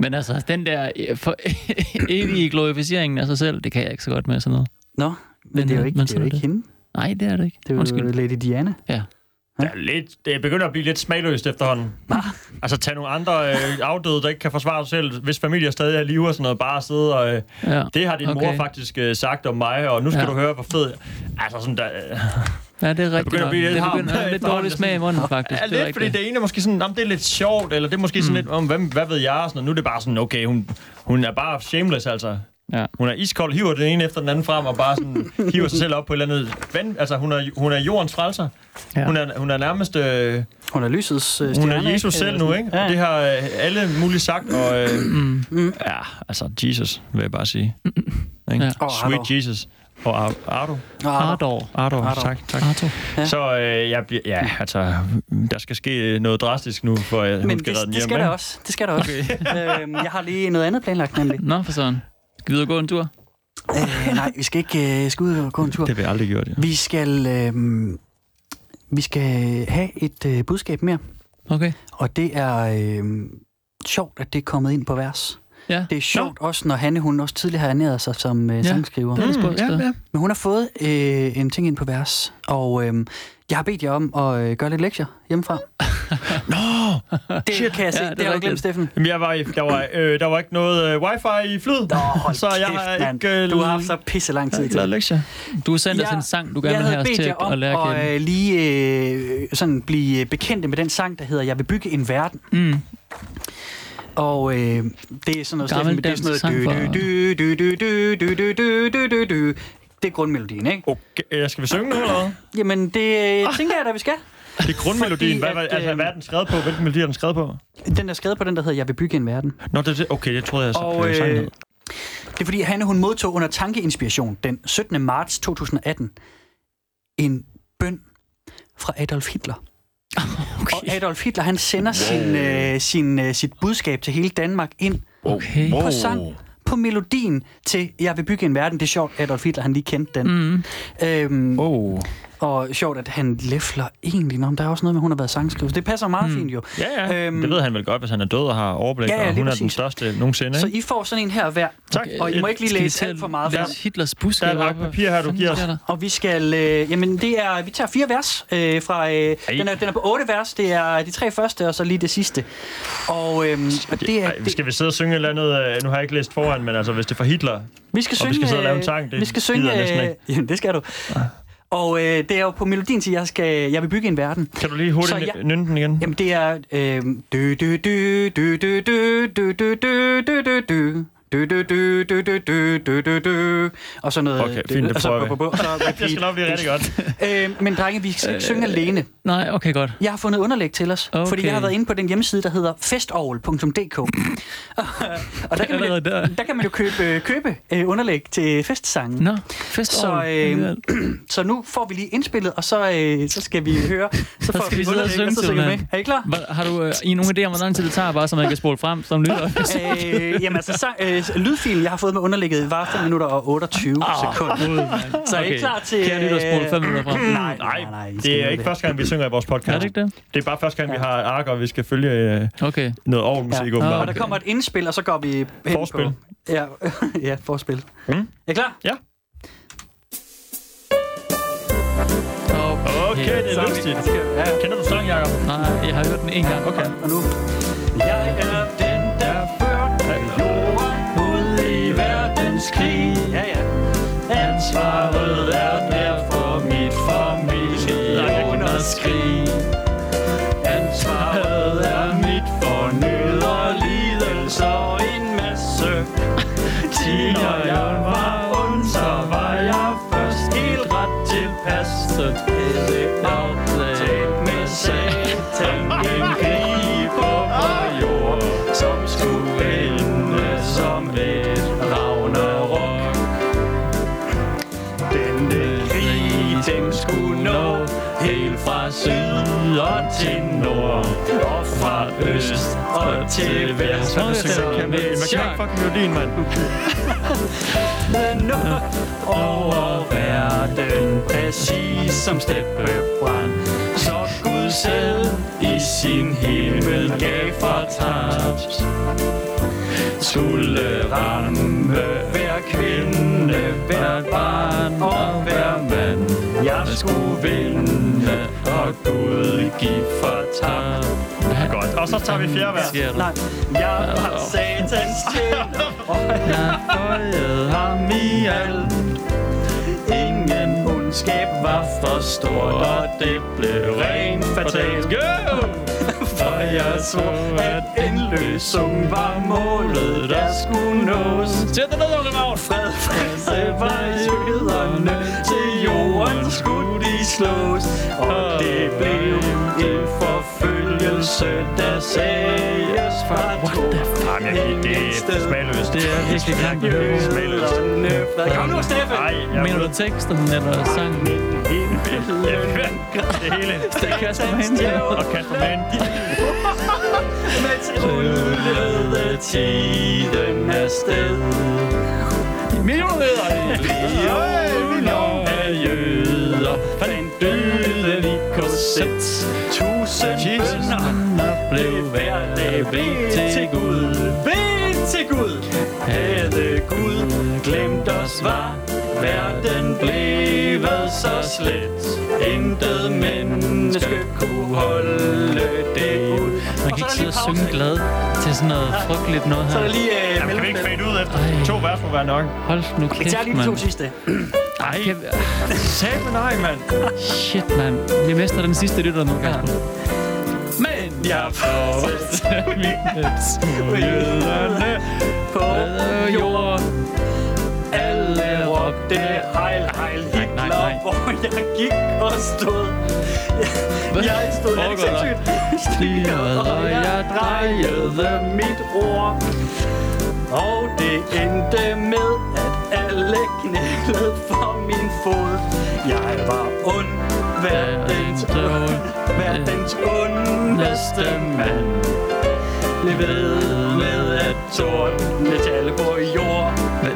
S3: Men altså, den der øh, for, evige glorificering af sig selv, det kan jeg ikke så godt med sådan noget.
S4: Nå, men, men det er jo ikke,
S3: men
S4: det er jo
S3: sådan er
S4: ikke
S3: det.
S4: hende.
S3: Nej, det er det ikke.
S4: Det er jo
S3: Undskyld.
S4: Lady Diana.
S3: Ja.
S5: Det, er lidt, det begynder at blive lidt smagløst efterhånden. Altså, tag nogle andre øh, afdøde, der ikke kan forsvare sig selv, hvis familier stadig er i live og sådan noget, bare sidde og... Øh,
S3: ja.
S5: det har din okay.
S3: Okay.
S5: mor faktisk øh, sagt om mig, og nu skal
S3: Ja.
S5: ja. du høre, hvor fed... jeg- Altså, sådan der... Øh,
S3: ja, det er rigtigt.
S5: begynder at
S3: nok.
S5: blive lidt
S3: det
S5: harm.
S3: begynder at have lidt
S5: Efterhånden,
S3: dårlig
S5: det er
S3: smag i munden, faktisk.
S5: Ja,
S3: det er
S5: lidt, fordi
S3: rigtigt.
S5: det ene er måske sådan, jamen, det er lidt sjovt, eller det er måske sådan lidt, om, hvad, hvad ved jeg, og sådan, og nu er det bare sådan, okay, hun, hun er bare shameless, altså.
S3: Ja.
S5: Hun er iskold, hiver den ene efter den anden frem, og bare sådan, hiver sig selv op på et eller andet vand. Altså, hun er, hun er jordens frelser.
S3: Ja.
S5: Ja. Hun, er, hun er nærmest, øh,
S4: Hun er lysets øh,
S5: hun
S4: stjerne.
S5: er Jesus
S4: ikke?
S5: selv nu, ikke? Og det har øh, alle muligt sagt, og øh, ja, altså, Jesus, vil jeg bare sige. Ikke?
S3: Ja.
S4: Og Ardo.
S5: Sweet Jesus. Og Ar- Ardo.
S4: Ah,
S3: Ardor.
S5: Ardo,
S4: Ardo.
S5: tak, tak.
S3: Arto.
S5: Ja. Så øh, jeg bliver, ja, altså, der skal ske noget drastisk nu, for at
S4: Men
S5: hun
S4: det,
S5: skal redde den
S4: det
S5: hjem.
S4: skal der
S5: ikke?
S4: også. Det skal der også. Okay. øhm, jeg har lige noget andet planlagt, nemlig.
S3: Nå, for sådan. Skal vi ud og gå en tur?
S4: Øh, nej, vi skal ikke øh, skal ud og gå en tur.
S5: Det vil jeg aldrig gjort, ja.
S4: Vi skal, øh, vi skal have et øh, budskab mere,
S3: Okay.
S4: øhm, og det er øh, sjovt, at det er kommet ind på vers.
S3: Ja.
S4: Det er sjovt Nå. også, når Hanne, hun også tidligere har ernæret sig som øh, ja. sangskriver.
S3: Det er
S5: Mm,
S3: et mm,
S5: ja,
S3: ja,
S5: ja.
S4: Men hun har fået øh, en ting ind på vers, og øh, jeg har bedt jer om at øh, gøre lidt lektier hjemmefra. Nå! Det Shit. kan jeg se.
S3: Ja,
S4: Ja,
S3: det er
S4: det, det har jeg
S3: rigtigt.
S4: glemt, Steffen.
S5: Jamen, jeg var i, der, var, øh, der var ikke noget øh, wifi i flyet,
S4: Nå, hold
S5: så jeg har
S4: kæft, mand.
S5: ikke øh,
S4: Du har haft så pisse lang tid til.
S5: lavet lektier.
S3: Du har sendt os en sang, du gerne vil have os til at, at lære at
S4: Jeg havde
S3: kende.
S4: bedt jer om at øh, lige øh, sådan blive bekendt med den sang, der hedder Jeg vil bygge en verden.
S3: Mm.
S4: Og øh, det er sådan noget, Steffen, det er
S3: Gammel
S4: sådan noget...
S3: dansk
S4: Dø, dø, dø, dø, dø, dø, dø, dø, dø, dø. Det er grundmelodien, ikke?
S5: Okay, øh, skal vi synge nu, eller hvad?
S4: Jamen, det øh, tænker jeg da, vi skal.
S5: Det er grundmelodien. Hvad, hvad,
S4: at,
S5: altså,
S4: øh,
S5: hvad er den skrevet på? Hvilken melodi er den skrevet på?
S4: Den er skrevet på den, der hedder Jeg vil bygge en verden.
S5: Nå, det, er det, okay, det troede jeg så.
S4: Og øh, det er fordi, Hanne hun modtog under Tankeinspiration den 17. marts 2018 en bøn fra Adolf Hitler. Okay. Og Adolf Hitler, han sender sin, øh, sin, øh, sit budskab til hele Danmark ind
S3: Okay.
S4: på sang, på melodien til Jeg vil bygge en verden. Det er sjovt, Adolf Hitler, han lige kendte den.
S3: Mm.
S4: Øhm,
S5: Oh.
S4: Og sjovt, at han læfler egentlig. Nå, men der er også noget med, at hun har været sangskriver. Det passer meget
S5: Hmm.
S4: mm. fint jo.
S5: Ja, ja. Øhm,
S4: Øhm,
S5: det ved han vel godt, hvis han er død og har overblik,
S4: Ja,
S5: ja,
S4: ja,
S5: ja, og
S4: lige
S5: hun er den
S4: præcis.
S5: største nogensinde.
S4: Så
S5: Ikke?
S4: I får sådan en her hver.
S5: Tak.
S4: Og I må ikke lige
S3: Skal vi
S4: læse
S3: tage
S4: alt for meget
S3: Lars
S4: vers.
S3: Hitlers budskab
S5: Der er et
S3: op?
S5: ark papir her, du
S3: Fanden
S5: giver os.
S3: sker der?
S4: Og vi skal, øh, jamen det er, vi tager fire vers øh, fra, øh, den, er, den er på otte vers, det er de tre første, og så lige det sidste. Og, øh, og det er,
S5: Ej,
S4: det,
S5: skal vi sidde og synge et eller andet? øh, Nu har jeg ikke læst foran, men altså, hvis det er for Hitler.
S4: vi skal
S5: og
S4: synge,
S5: vi skal sidde og lave en
S4: øh,
S5: sang, det
S4: vi skal
S5: gider jeg næsten
S4: synge, øh,
S5: ikke. Ah.
S4: jamen det skal du. Og øh, det er jo på melodien til, jeg, skal, jeg vil bygge en verden.
S5: Kan du lige
S4: Så
S5: hurtigt
S4: jeg-
S5: jeg... nynde den igen? Jamen.
S4: Jamen det er, øh, dø dø dø dø dø dø dø dø dø dø dø dø Dø, dø, dø, dø, dø, dø, dø, dø, dø, og sådan noget.
S5: Okay, fint, det
S4: og så,
S5: prøver vi.
S4: bu- bu- bu- og så
S5: Det skal nok blive rigtig godt.
S4: øh, men drenge, vi skal ikke synge alene.
S3: Nej, okay, godt.
S4: Jeg har fundet underlæg til os, okay.
S3: Okay.
S4: fordi jeg har været inde på den hjemmeside, der hedder festorgel.dk. og der kan, man, jo-
S3: Allerede der.
S4: der kan man jo købe, købe øh, underlæg til festsangen.
S3: Nå, fest
S4: Så, øh, så nu får vi lige indspillet, og så, øh, så skal vi høre. Så får
S3: skal vi
S4: vi
S3: sidde og
S4: underlæg,
S3: synge
S4: og så
S3: til
S4: synger vi med.
S3: hinanden.
S4: Er I klar?
S3: Hva, har du øh, I nogen idéer om, hvor lang tid det tager, bare så man kan spole frem som lytter?
S4: Øh, jamen altså, sang, øh, lydfilen, jeg har fået med underlægget, var 5 minutter og 28 oh, sekunder. Så er I klar til... øh,
S3: Kære lytter, spole fem minutter frem.
S4: Nej, nej, nej. nej I skal
S5: Det er
S4: nå
S5: ikke første gang, vi synger i vores podcast.
S3: Er det ikke det?
S5: Det er bare første gang, vi har et ark, og vi skal følge øh,
S3: Okay.
S5: noget orgelmusik,
S4: Ja.
S5: ja. åbenbart.
S4: Og der kommer et indspil, og så går vi hen
S5: Forspil.
S4: på... Ja, ja, forspil. Mm. Er I klar?
S5: Ja.
S3: okay.
S5: Okay, det er lystigt. Kender du sangen, Jacob?
S3: Nej, jeg har hørt den en gang.
S5: Okay.
S4: Og nu...
S5: Jeg er den, der førte jorden ud i verdenskrig.
S4: Ja, ja.
S5: Ansvaret er derfor mit familieunderskrig. Ansvaret er mit for nød og lidelse og en masse. Ti når jeg var ond, så var jeg først helt ret tilpasset. Aftalt med satan, en griber på jord, som skulle ende som et ragnarok. Denne krig, den skulle nå Helt fra syd og til nord Og fra øst og til vest Man kan ikke fucking melodien, mand Over verden, præcis som steppebrand Så Gud selv i sin himmel gav fortabt skulle ramme hver kvinde, hver barn og hver mand. Jeg skulle vinde, og Gud give for tak. Godt, og så tager vi fjerde vers.
S3: Sker der?
S4: Nej.
S5: Jeg var satans tjener, og jeg bøjede ham i alt. Ingen ondskab var for stor, og det blev rent fatalt. Go! For jeg svor, at en løsung var målet, der skulle nås.
S3: Sæt dig ned, Onkel Magnus.
S5: Fred frelse var jøderne Til jorden skulle de slås Og det blev en forfølgelse Der sagdes fra to Det er smagløst
S3: Det er virkelig krank.
S5: Jøderne fra
S4: Kom nu, Steffen!
S5: Nej,
S3: Mener du teksten eller sangen?
S5: Det hele
S3: Det er Kasper Mann.
S5: og Kasper Mann. Mens rullede tiden afsted. Millioner i millioner af jøder fandt døden i korset. Tusind bønder blev hver dag bedt til Gud. Bedt til Gud. Havde Gud glemt os, var verden blevet så slet. Intet menneske kunne holde det ud.
S3: Man kan ikke sidde og synge glad til sådan noget frygteligt noget
S4: Så er der
S3: her.
S4: lige øh,
S5: Jamen, kan vi ikke
S4: mellemspil.
S5: fade ud efter to vers må være nok?
S3: Hold nu
S4: Vi tager
S3: kæft,
S4: lige de to
S3: mand.
S4: sidste.
S5: Ej, sagde nej, mand.
S3: Shit, mand. Vi mister den sidste lytter nu, Kasper.
S5: Men jeg får smulerne på jord. Alle råbte hejl, hejl,
S3: nej,
S5: Hitler,
S3: nej.
S5: hvor jeg gik og stod. Jeg stod
S3: Foregår
S5: helt
S3: der?
S5: sindssygt stirret, og jeg drejede mit ord. Og det endte med, at alle knælede for min fod. Jeg var ond, verdens ond,
S3: Øh,
S5: verdens ondeste mand. Blev ved med at tårne tal på jord.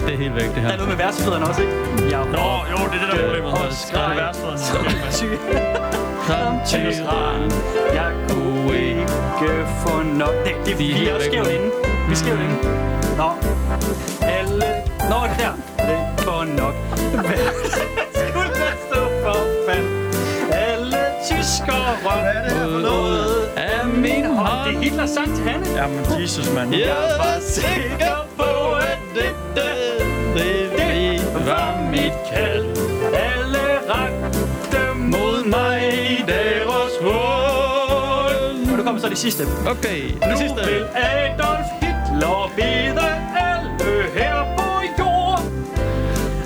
S3: Det er helt væk, det
S4: Der er
S3: her.
S4: noget med værtsfødderne også, ikke? Ja,
S5: Nå, jo, det er det, der er problemet.
S3: Og skreg.
S5: Som
S4: syge.
S3: Kom til
S5: tyran. Jeg kunne ikke få nok. Det, det,
S3: De er
S4: Vi
S3: helt
S4: er jo
S3: væk
S4: skævt
S3: nu.
S4: inde. Vi er skævt inde. Nå. Alle. Nå, der. Det går nok. Hvad skulle der stå for fanden? Alle tyskere røg noget af min hånd. Det er Hitlers Sankt Hanne.
S5: Jamen, Jesus, mand.
S3: Jeg
S5: var sikker på, at det, det,
S3: Det
S5: var mit kald. Alle rakte mod mig deres hånd.
S4: Og nu kommer så det sidste.
S3: Okay,
S5: Nu
S3: det sidste.
S5: vil Adolf Hitler vide alle her på jord.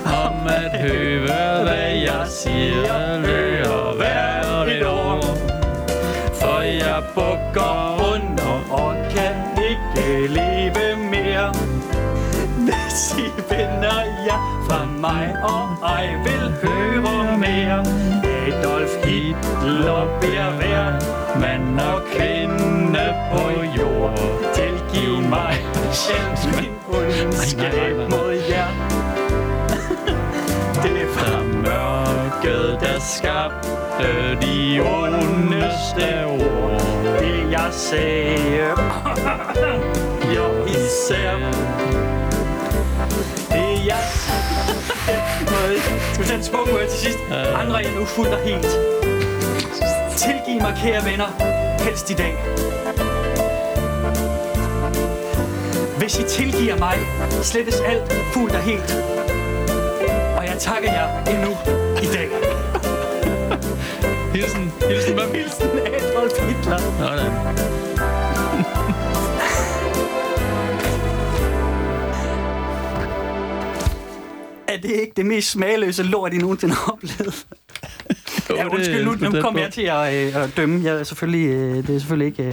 S3: Om at høre, hvad jeg siger, hører hvert et ord.
S5: For jeg bukker under og kan ikke leve mere Hvis I vender jer fra mig og ej vil høre mere Adolf Hitler bliver hver mand og kvinde på jord Tilgiv mig selv min ondskab mod jer det var mørket, der skabte de ondeste ord. Det jeg sagde, jo især. Det jeg
S4: Skal vi tage en smuk word til sidst? Andre jeg nu fuldt og helt. Tilgiv mig, kære venner. Helst i dag. Hvis I tilgiver mig, slettes alt fuldt og helt. Og jeg takker jer endnu i dag.
S3: Hilsen, hilsen, hvad hilsen?
S4: Hilsen Adolf Hitler.
S3: Sådan.
S4: Er det ikke det mest smagløse lort, I nogensinde har oplevet? Ja, undskyld, nu, nu kommer jeg til at, øh, at dømme. Jeg er selvfølgelig, øh, det er selvfølgelig ikke... Øh,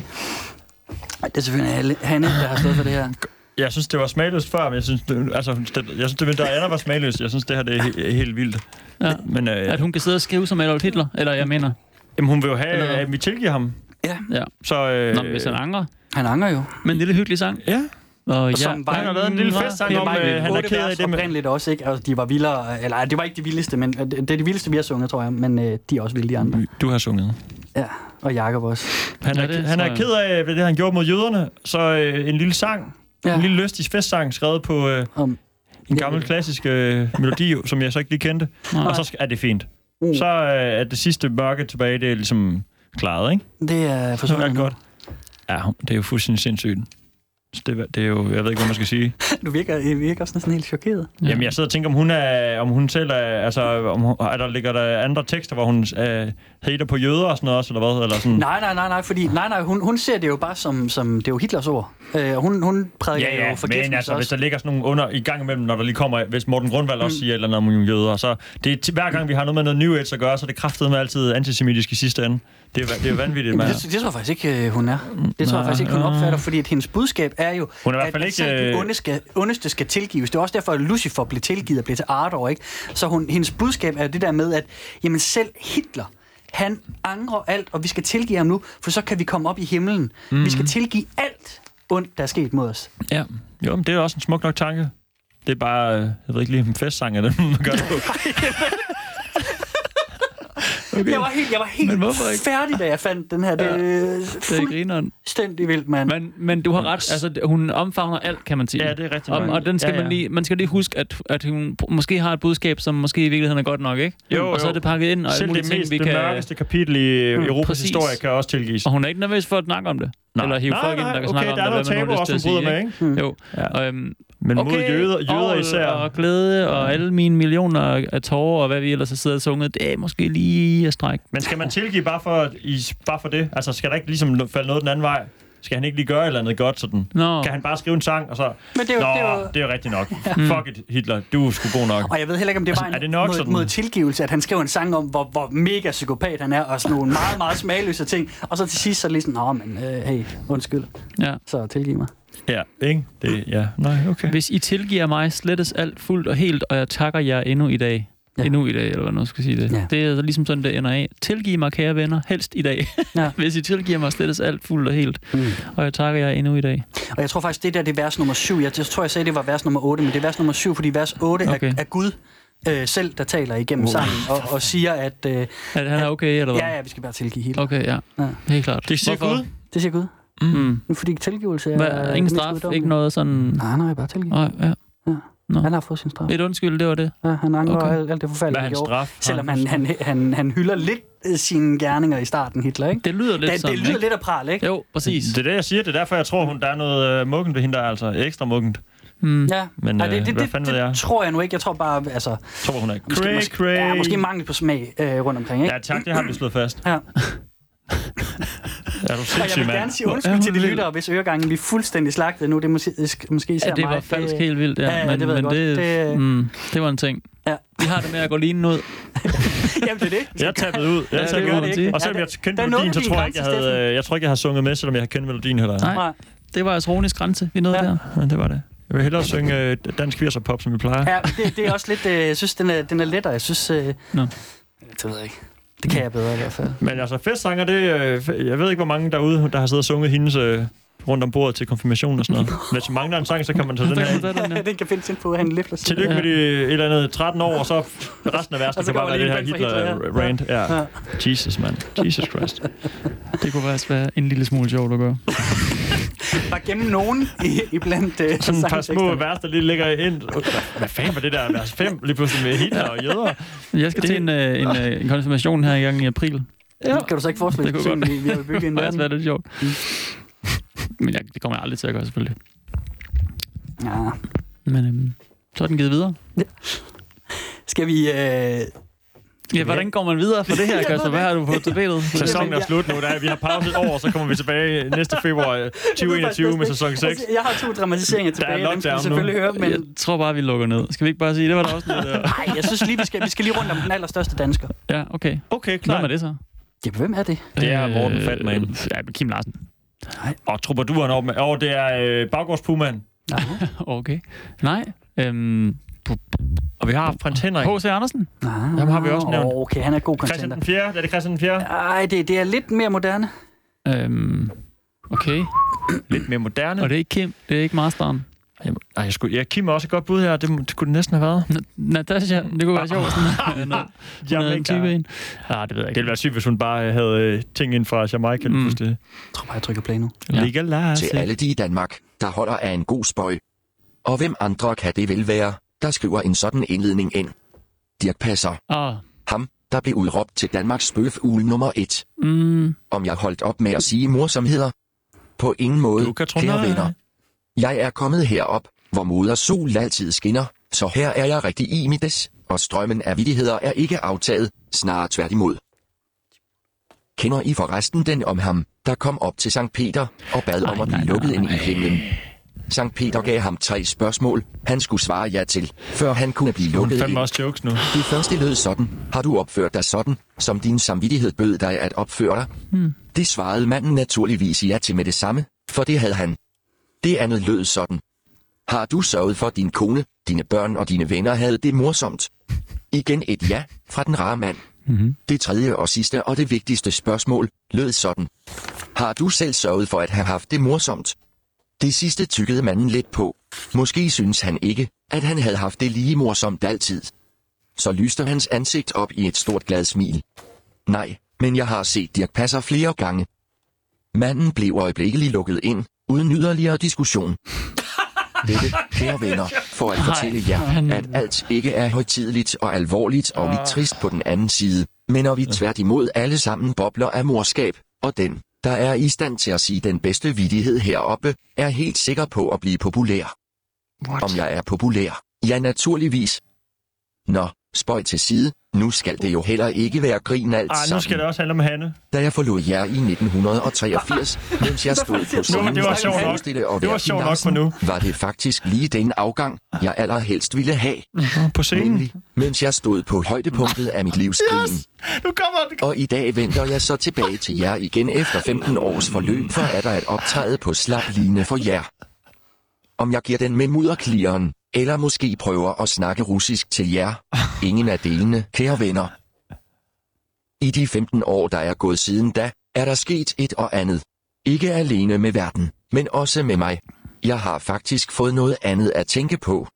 S4: det er selvfølgelig Halle- Hanne, der har stået for det her.
S5: jeg synes, det var smagløst før, men jeg synes, det, altså, det, jeg synes, det med Diana var smagløst. Jeg synes, det her det er he- helt vildt.
S3: Ja.
S5: Men øh,
S3: At hun kan sidde og skrive som Adolf Hitler, eller jeg mener.
S5: jamen, hun vil jo have,
S3: Eller-
S5: at vi tilgiver ham.
S4: Ja,
S3: Ja.
S5: Så, øh,
S3: Nå, men hvis han angrer.
S4: han angrer jo.
S3: Men en lille hyggelig sang.
S5: Ja,
S3: Og ja,
S4: som var-
S5: han har lavet en lille
S3: angrer.
S5: festsang
S3: Det
S5: om,
S3: mig,
S5: øh,
S3: Niels.
S5: han er
S4: Otte
S5: ked af
S4: vers
S5: det med...
S4: oprindeligt også, ikke? Altså, de var vildere, eller ej, det var ikke de vildeste, men øh, det det er de vildeste, vi har sunget, tror jeg, men øh, de er også vilde, de andre.
S5: Du har sunget.
S4: Ja, og Jakob også.
S5: Han
S3: Ja,
S5: er,
S3: det
S5: han
S3: tror
S5: er
S3: jeg.
S5: ked af hvad det, han gjorde mod jøderne. Så øh, en lille sang,
S4: Ja.
S5: ja. en lille lystig festsang, skrevet på øh,
S4: Om,
S5: en gammel klassisk øh, melodi, som jeg så ikke lige kendte.
S3: Nej. Uh.
S5: Og så sk- er det fint.
S4: Mm.
S5: Så øh, er det sidste mørke tilbage, det er ligesom klaret, ikke?
S4: det er
S5: Så er
S4: forsvundet
S5: det
S4: nu.
S5: godt. Ja, det er jo fuldstændig sindssygt. Så Det, det er jo, jeg ved ikke, hvad man skal sige.
S4: Du virker, I virker også næsten helt chokeret.
S3: Ja.
S5: Jamen, jeg sidder og tænker, om hun, er, om hun selv er... Altså, om, hun- er der ligger der andre tekster, hvor hun øh, hater på jøder og sådan noget også, eller hvad? Eller sådan.
S4: Nej, nej, nej, nej, fordi nej, nej, hun, hun ser det jo bare som, som det er jo Hitlers ord. Øh, og hun, hun prædiker
S5: Ja, ja,
S4: jo
S5: men
S4: forgiftelse
S5: altså, hvis
S4: også.
S5: der ligger sådan nogle under i gang imellem, når der lige kommer, hvis Morten Grundvald
S4: Mm.
S5: også siger et eller andet om nogle jøder, så det er ti- hver gang vi har noget med noget New Age at gøre, så er det kraftedeme altid antisemitisk i sidste ende. Det er, va- det er vanvittigt,
S4: Jamen,
S5: man.
S4: det, det tror jeg faktisk ikke, øh, hun er. Det tror jeg faktisk ikke, hun opfatter, fordi at hendes budskab er jo,
S5: Hun er i hvert
S4: at
S5: fald ikke,
S4: selv den
S5: øh,
S4: onde skal, ondeste skal tilgives. Det er også derfor, at Lucifer blev tilgivet og blev til Ardor, ikke? Så hun, hendes budskab er jo det der med, at jamen selv Hitler, han angrer alt, og vi skal tilgive ham nu, for så kan vi komme op i himlen. Mm.
S5: Mhm.
S4: Vi skal tilgive alt ondt, der er sket mod os.
S5: Ja, jo, men det er også en smuk nok tanke. Det er bare, øh, jeg ved ikke lige, om festsang er det, man gør det på.
S3: Okay.
S4: Jeg var helt, jeg var helt
S3: Men hvorfor ikke?
S4: færdig, da jeg fandt den her. Det øh, er
S3: Det er grineren.
S4: fuldstændig vildt, mand.
S3: Men, men du har ret. Altså, det- hun omfavner alt, kan man sige.
S5: Ja, det er rigtig
S3: og,
S5: mange.
S3: og den skal
S5: Ja,
S3: ja,
S5: ja.
S3: ja. Man, lige, man skal lige huske, at, at hun måske har et budskab, som måske i virkeligheden er godt nok, ikke?
S5: Jo,
S3: og så
S5: jo.
S3: er det pakket ind, og alle
S5: Selv
S3: mulige
S5: det
S3: ting,
S5: mest
S3: vi
S5: det
S3: kan...
S5: mørkeste kapitel i mm, Europas
S3: præcis.
S5: historie kan også tilgives.
S3: Og hun er ikke nervøs for at snakke om det. Nej. Eller hive folk ind, der
S5: okay,
S3: kan snakke om
S5: der er
S3: det,
S5: noget tabu
S3: hvad man nu har lyst
S5: også,
S3: til
S5: hun
S3: at sige.
S5: bryder med, ikke? Hmm.
S3: ikke? Jo. Ja. Øhm,
S5: Men mod jøder, jøder
S3: orgel
S5: især. Mm.
S3: Og glæde og alle mine millioner af tårer, og hvad vi ellers har siddet og sunget, det er måske lige at strække.
S5: Men skal man tilgive bare for, at I, bare for det? Altså, skal der ikke ligesom falde noget den anden vej? Skal han ikke lige gøre et eller andet godt sådan?
S3: Nå.
S5: Kan han bare skrive en sang, og så...
S4: Men det er jo-
S5: Nå,
S4: det er jo-
S5: det er jo rigtigt nok. Mm. Fuck it, Hitler. Du er sgu god nok.
S4: Og jeg ved heller ikke, om det var
S5: Altså,
S4: en
S5: er det nok
S4: mod,
S5: sådan?
S4: mod tilgivelse, at han skrev en sang om, hvor, hvor mega psykopat han er, og sådan nogle meget, meget smagløse ting. Og så til sidst så lige sådan, åh, men øh, hey, undskyld,
S3: Ja.
S4: så tilgiv mig.
S5: Ja, ikke? Det, ja. Nej, okay.
S3: Hvis I tilgiver mig, slettes alt fuldt og helt, og jeg takker jer endnu i dag. Ja.
S4: Ja.
S3: Endnu i dag, eller hvad man skal sige det.
S4: Ja.
S3: Ja. Det er altså ligesom sådan, det ender af. Tilgiv mig, kære venner, helst i dag.
S4: Ja.
S3: Ja. Hvis I tilgiver mig, slettes alt fuldt og helt, mm. og jeg takker jer endnu i dag.
S4: Og jeg tror faktisk, det der, det er vers nummer 7. Jeg tror, jeg sagde, det var vers nummer 8, men det er vers nummer 7, fordi vers 8 okay.
S3: Okay.
S4: er, er Gud øh, selv, der taler igennem wow. sangen, og, og siger, at øh,
S3: Er han er okay, eller hvad?
S4: ja, ja, vi skal bare tilgive hele.
S3: Okay, ja.
S4: Ja.
S3: Helt klart.
S5: Det siger
S3: Hvorfor?
S5: Gud.
S4: Det siger Gud.
S3: Mm.
S4: Men Fordi tilgivelse er...
S3: Hvad, ingen
S4: det mest
S3: straf,
S4: guddommelige.
S3: ikke noget sådan...
S4: Nej, nej, bare tilgive.
S3: Nej, ja. Nå.
S4: Han har fået sin straf.
S3: Et undskyld, det var det.
S4: Ja, han angrer
S3: Okay.
S4: okay. alt, alt det
S5: Hvad
S4: forfærdelige,
S5: er hans
S4: gjorde.
S5: straf?
S4: Selvom han, han, han, han hylder lidt øh, sine gerninger i starten, Hitler, ikke?
S3: Det lyder lidt
S4: det,
S3: sådan,
S4: det lyder
S3: ikke?
S4: lidt af pral, ikke?
S3: Jo, præcis.
S5: Det er det, jeg siger. Det er derfor, jeg tror, hun, der er noget øh, muggent ved hende, der er altså ekstra muggent.
S3: Mm.
S4: Ja.
S5: Men,
S4: Ej,
S5: øh,
S4: det, det,
S5: hvad
S4: det,
S5: fanden
S4: det,
S5: ved jeg?
S4: tror jeg nu ikke. Jeg tror bare, altså...
S5: Tror hun er
S4: Måske,
S5: cray,
S4: måske,
S5: cray.
S4: Ja, måske mangel på smag øh, rundt omkring, ikke?
S5: Ja, tak, det har vi slået fast.
S4: Ja.
S5: Er du
S4: Og jeg
S5: sindssyg,
S4: vil gerne
S5: mand?
S4: sige undskyld til de lyttere, hvis øregangen bliver fuldstændig slagtet nu. Det er måske, måske især
S3: Ja, det
S4: mig. Øh,
S3: var falsk helt vildt, ja.
S4: Ja, ja,
S3: men,
S4: det ved jeg
S3: men
S4: godt.
S3: det,
S4: Det-
S3: mm, det var en ting.
S4: Ja.
S3: Vi har det med at gå lige ud.
S4: Jamen, det er det.
S5: Jeg tappede ud. Jeg
S3: Ja, det
S5: tappede
S3: må
S5: ud.
S3: man sige.
S5: Og selvom
S4: Ja,
S5: jeg
S4: der-
S5: kendte
S4: der nåede
S5: melodien, så
S4: din
S5: tror jeg ikke, jeg
S4: grænse,
S5: havde, øh, jeg tror ikke, jeg har sunget med, selvom jeg kendte melodien heller.
S3: Nej.
S4: Nej.
S3: Det var altså Ronis grænse, vi nåede
S4: Ja.
S3: der.
S5: Ja, det var det. Jeg vil hellere synge øh, dansk 80'er pop, som vi plejer.
S4: Ja, det, det er også lidt... Øh, jeg synes, den er, den er lettere. Jeg synes... Øh,
S3: Nå.
S4: Det ved jeg ikke. Det kan jeg bedre i hvert fald.
S5: Men altså, festsanger, det, øh, jeg ved ikke, hvor mange derude, der har siddet og sunget hendes øh, rundt om bordet til konfirmation og sådan noget. Hvis man mangler en sang, så kan man tage den
S3: Hvad
S5: her.
S3: er det, den er?
S4: den kan finde sin på, at han løfter sig.
S5: Tillykke med de et eller andet 13 år, og så resten
S4: Og
S5: af værsten
S4: så
S5: kan bare
S4: kommer
S5: være det
S4: lige
S5: her
S4: en bang fra Hitler, ja.
S5: Hitler-rant. Ja.
S4: Ja.
S5: Jesus, mand. Jesus Christ.
S3: Det kunne faktisk være en lille smule sjovt at gøre.
S4: Bare gennem nogen i, i blandt øh,
S5: Sådan et par små
S4: sangteksterne.
S5: vers, der lige ligger ind. Hvad fanden var det der vers 5? Lige pludselig med Hitler og jøder.
S3: Jeg
S5: Det-
S3: skal til en, øh, en, øh, en konfirmation her i gang i april. Det
S4: Kan du så ikke forestille
S3: Det
S4: dig,
S3: kunne godt.
S4: sådan, vi, vi har bygget en Mm.
S3: kunne
S4: verden?
S3: faktisk være lidt sjovt. Men jeg, det kommer jeg aldrig til at gøre, selvfølgelig.
S4: Ja.
S3: Men øhm, så er den givet videre.
S4: Skal vi... Øh,
S3: Ja, hvordan går man videre fra det her, Christopher? Hvad har du på tapetet?
S5: Sæsonen er slut nu. Der, er- vi har pauset over, så kommer vi tilbage næste februar øh, 2021 med sæson 6.
S4: Altså, jeg har to dramatiseringer
S5: Der er
S4: tilbage, dem skal vi
S5: lockdown nu.
S4: selvfølgelig høre, men...
S3: Jeg tror bare, vi lukker ned. Skal vi ikke bare sige, det var der også noget der?
S4: Nej, jeg synes lige, vi skal, vi skal lige rundt om den allerstørste dansker.
S3: Ja, okay.
S5: Okay,
S3: Hvem
S5: klar.
S3: er det så?
S4: Jamen, hvem er det?
S5: Det er Morten Fatman.
S3: Øh, Ja, Kim Larsen.
S5: Og trubaduren op med. Åh, det er øh, baggårdspumaen.
S3: Okay. Nej. Øhm,
S5: Og vi har prins Henrik.
S3: H.C. Andersen.
S4: Nej,
S5: Dem har vi også nævnt.
S4: Ah. Åh, okay, han er god
S5: Christian
S4: contender.
S5: den 4. Er det Christian den 4?
S4: Ej, det, det er lidt mere moderne.
S3: Øhm, okay.
S5: Lidt mere moderne.
S3: Og det er ikke Kim, det er ikke Masteren.
S5: Ej, jeg skulle, ja, Kim er også et godt bud her. Det, må- det kunne det næsten have været.
S3: N- Natasha, det kunne være sjovt. Sådan noget.
S5: Jamen,
S3: Noget en
S5: ikke
S3: type
S5: der.
S3: en. Ja,
S5: Det
S3: det ved jeg
S5: ville
S3: ikke.
S5: være sygt, hvis hun bare øh, havde øh, ting ind fra Jamaica.
S3: Mm.
S5: Mm. Det.
S4: Jeg tror bare, jeg trykker play nu.
S3: Ja.
S5: Ja. Legalize.
S7: Til alle de i Danmark, der holder af en god spøj. Og hvem andre kan det vel være, der skriver en sådan indledning ind? Dirk Passer,
S3: Ah,
S7: ham, der blev udråbt til Danmarks spøgfugle nummer et.
S3: mm,
S7: om jeg holdt op med at sige morsomheder? På ingen måde,
S5: Du kan tro
S7: kære
S5: nej.
S7: venner. Jeg er kommet herop, hvor moder sol altid skinner, så her er jeg rigtig i mit des, og strømmen af vittigheder er ikke aftaget, snarere tværtimod. Kender I forresten den om ham, der kom op til Sankt Peter og bad om at blive lukket ind i himlen? Sankt Peter gav ham tre spørgsmål, han skulle svare ja til, før han kunne blive
S5: Hun
S7: lukket ind.
S5: fandme også jokes nu.
S7: Det første lød sådan, har du opført dig sådan, som din samvittighed bød dig at opføre dig? Hmm. Det svarede manden naturligvis ja til med det samme, for det havde han. Det andet lød sådan. Har du sørget for at din kone, dine børn og dine venner havde det morsomt? Igen et ja fra den rare mand. Mm-hmm. Det tredje og sidste og det vigtigste spørgsmål lød sådan. Har du selv sørget for at have haft det morsomt? Det sidste tykkede manden lidt på. Måske synes han ikke, at han havde haft det lige morsomt altid så lyste hans ansigt op i et stort glad smil. Nej, men jeg har set Dirk Passer flere gange. Manden blev øjeblikkeligt lukket ind, uden yderligere diskussion. Dette, kære venner, for at fortælle jer, at alt ikke er højtideligt og alvorligt og
S5: Ah.
S7: lidt trist på den anden side, men når vi tværtimod alle sammen bobler af morskab, og den, der er i stand til at sige den bedste vidighed heroppe, er helt sikker på at blive populær. What? Om jeg er populær? Ja, naturligvis. Nå, spøj til side. Nu skal det jo heller ikke være grin alt
S5: Ah, nu
S7: sammen
S5: skal det også handle om Hanne.
S7: da jeg forlod jer i 1983, mens jeg stod på scenen
S5: det var
S7: for
S5: sjovt
S7: at
S5: nok.
S7: forestille og
S5: Det var
S7: være
S5: sjovt nok
S7: Larsen,
S5: for nu.
S7: var det faktisk lige den afgang, jeg allerhelst ville have,
S5: På scenen.
S7: nemlig mens jeg stod på højdepunktet af mit livs grin. Yes!
S5: Nu kommer det.
S7: Og i dag venter jeg så tilbage til jer igen efter 15 års forløb for atter at optræde på slap line for jer. Om jeg giver den med mudderklieren, eller måske prøver at snakke russisk til jer. Ingen af delene, kære venner. I de 15 år, der er gået siden da, er der sket et og andet. Ikke alene med verden, men også med mig. Jeg har faktisk fået noget andet at tænke på.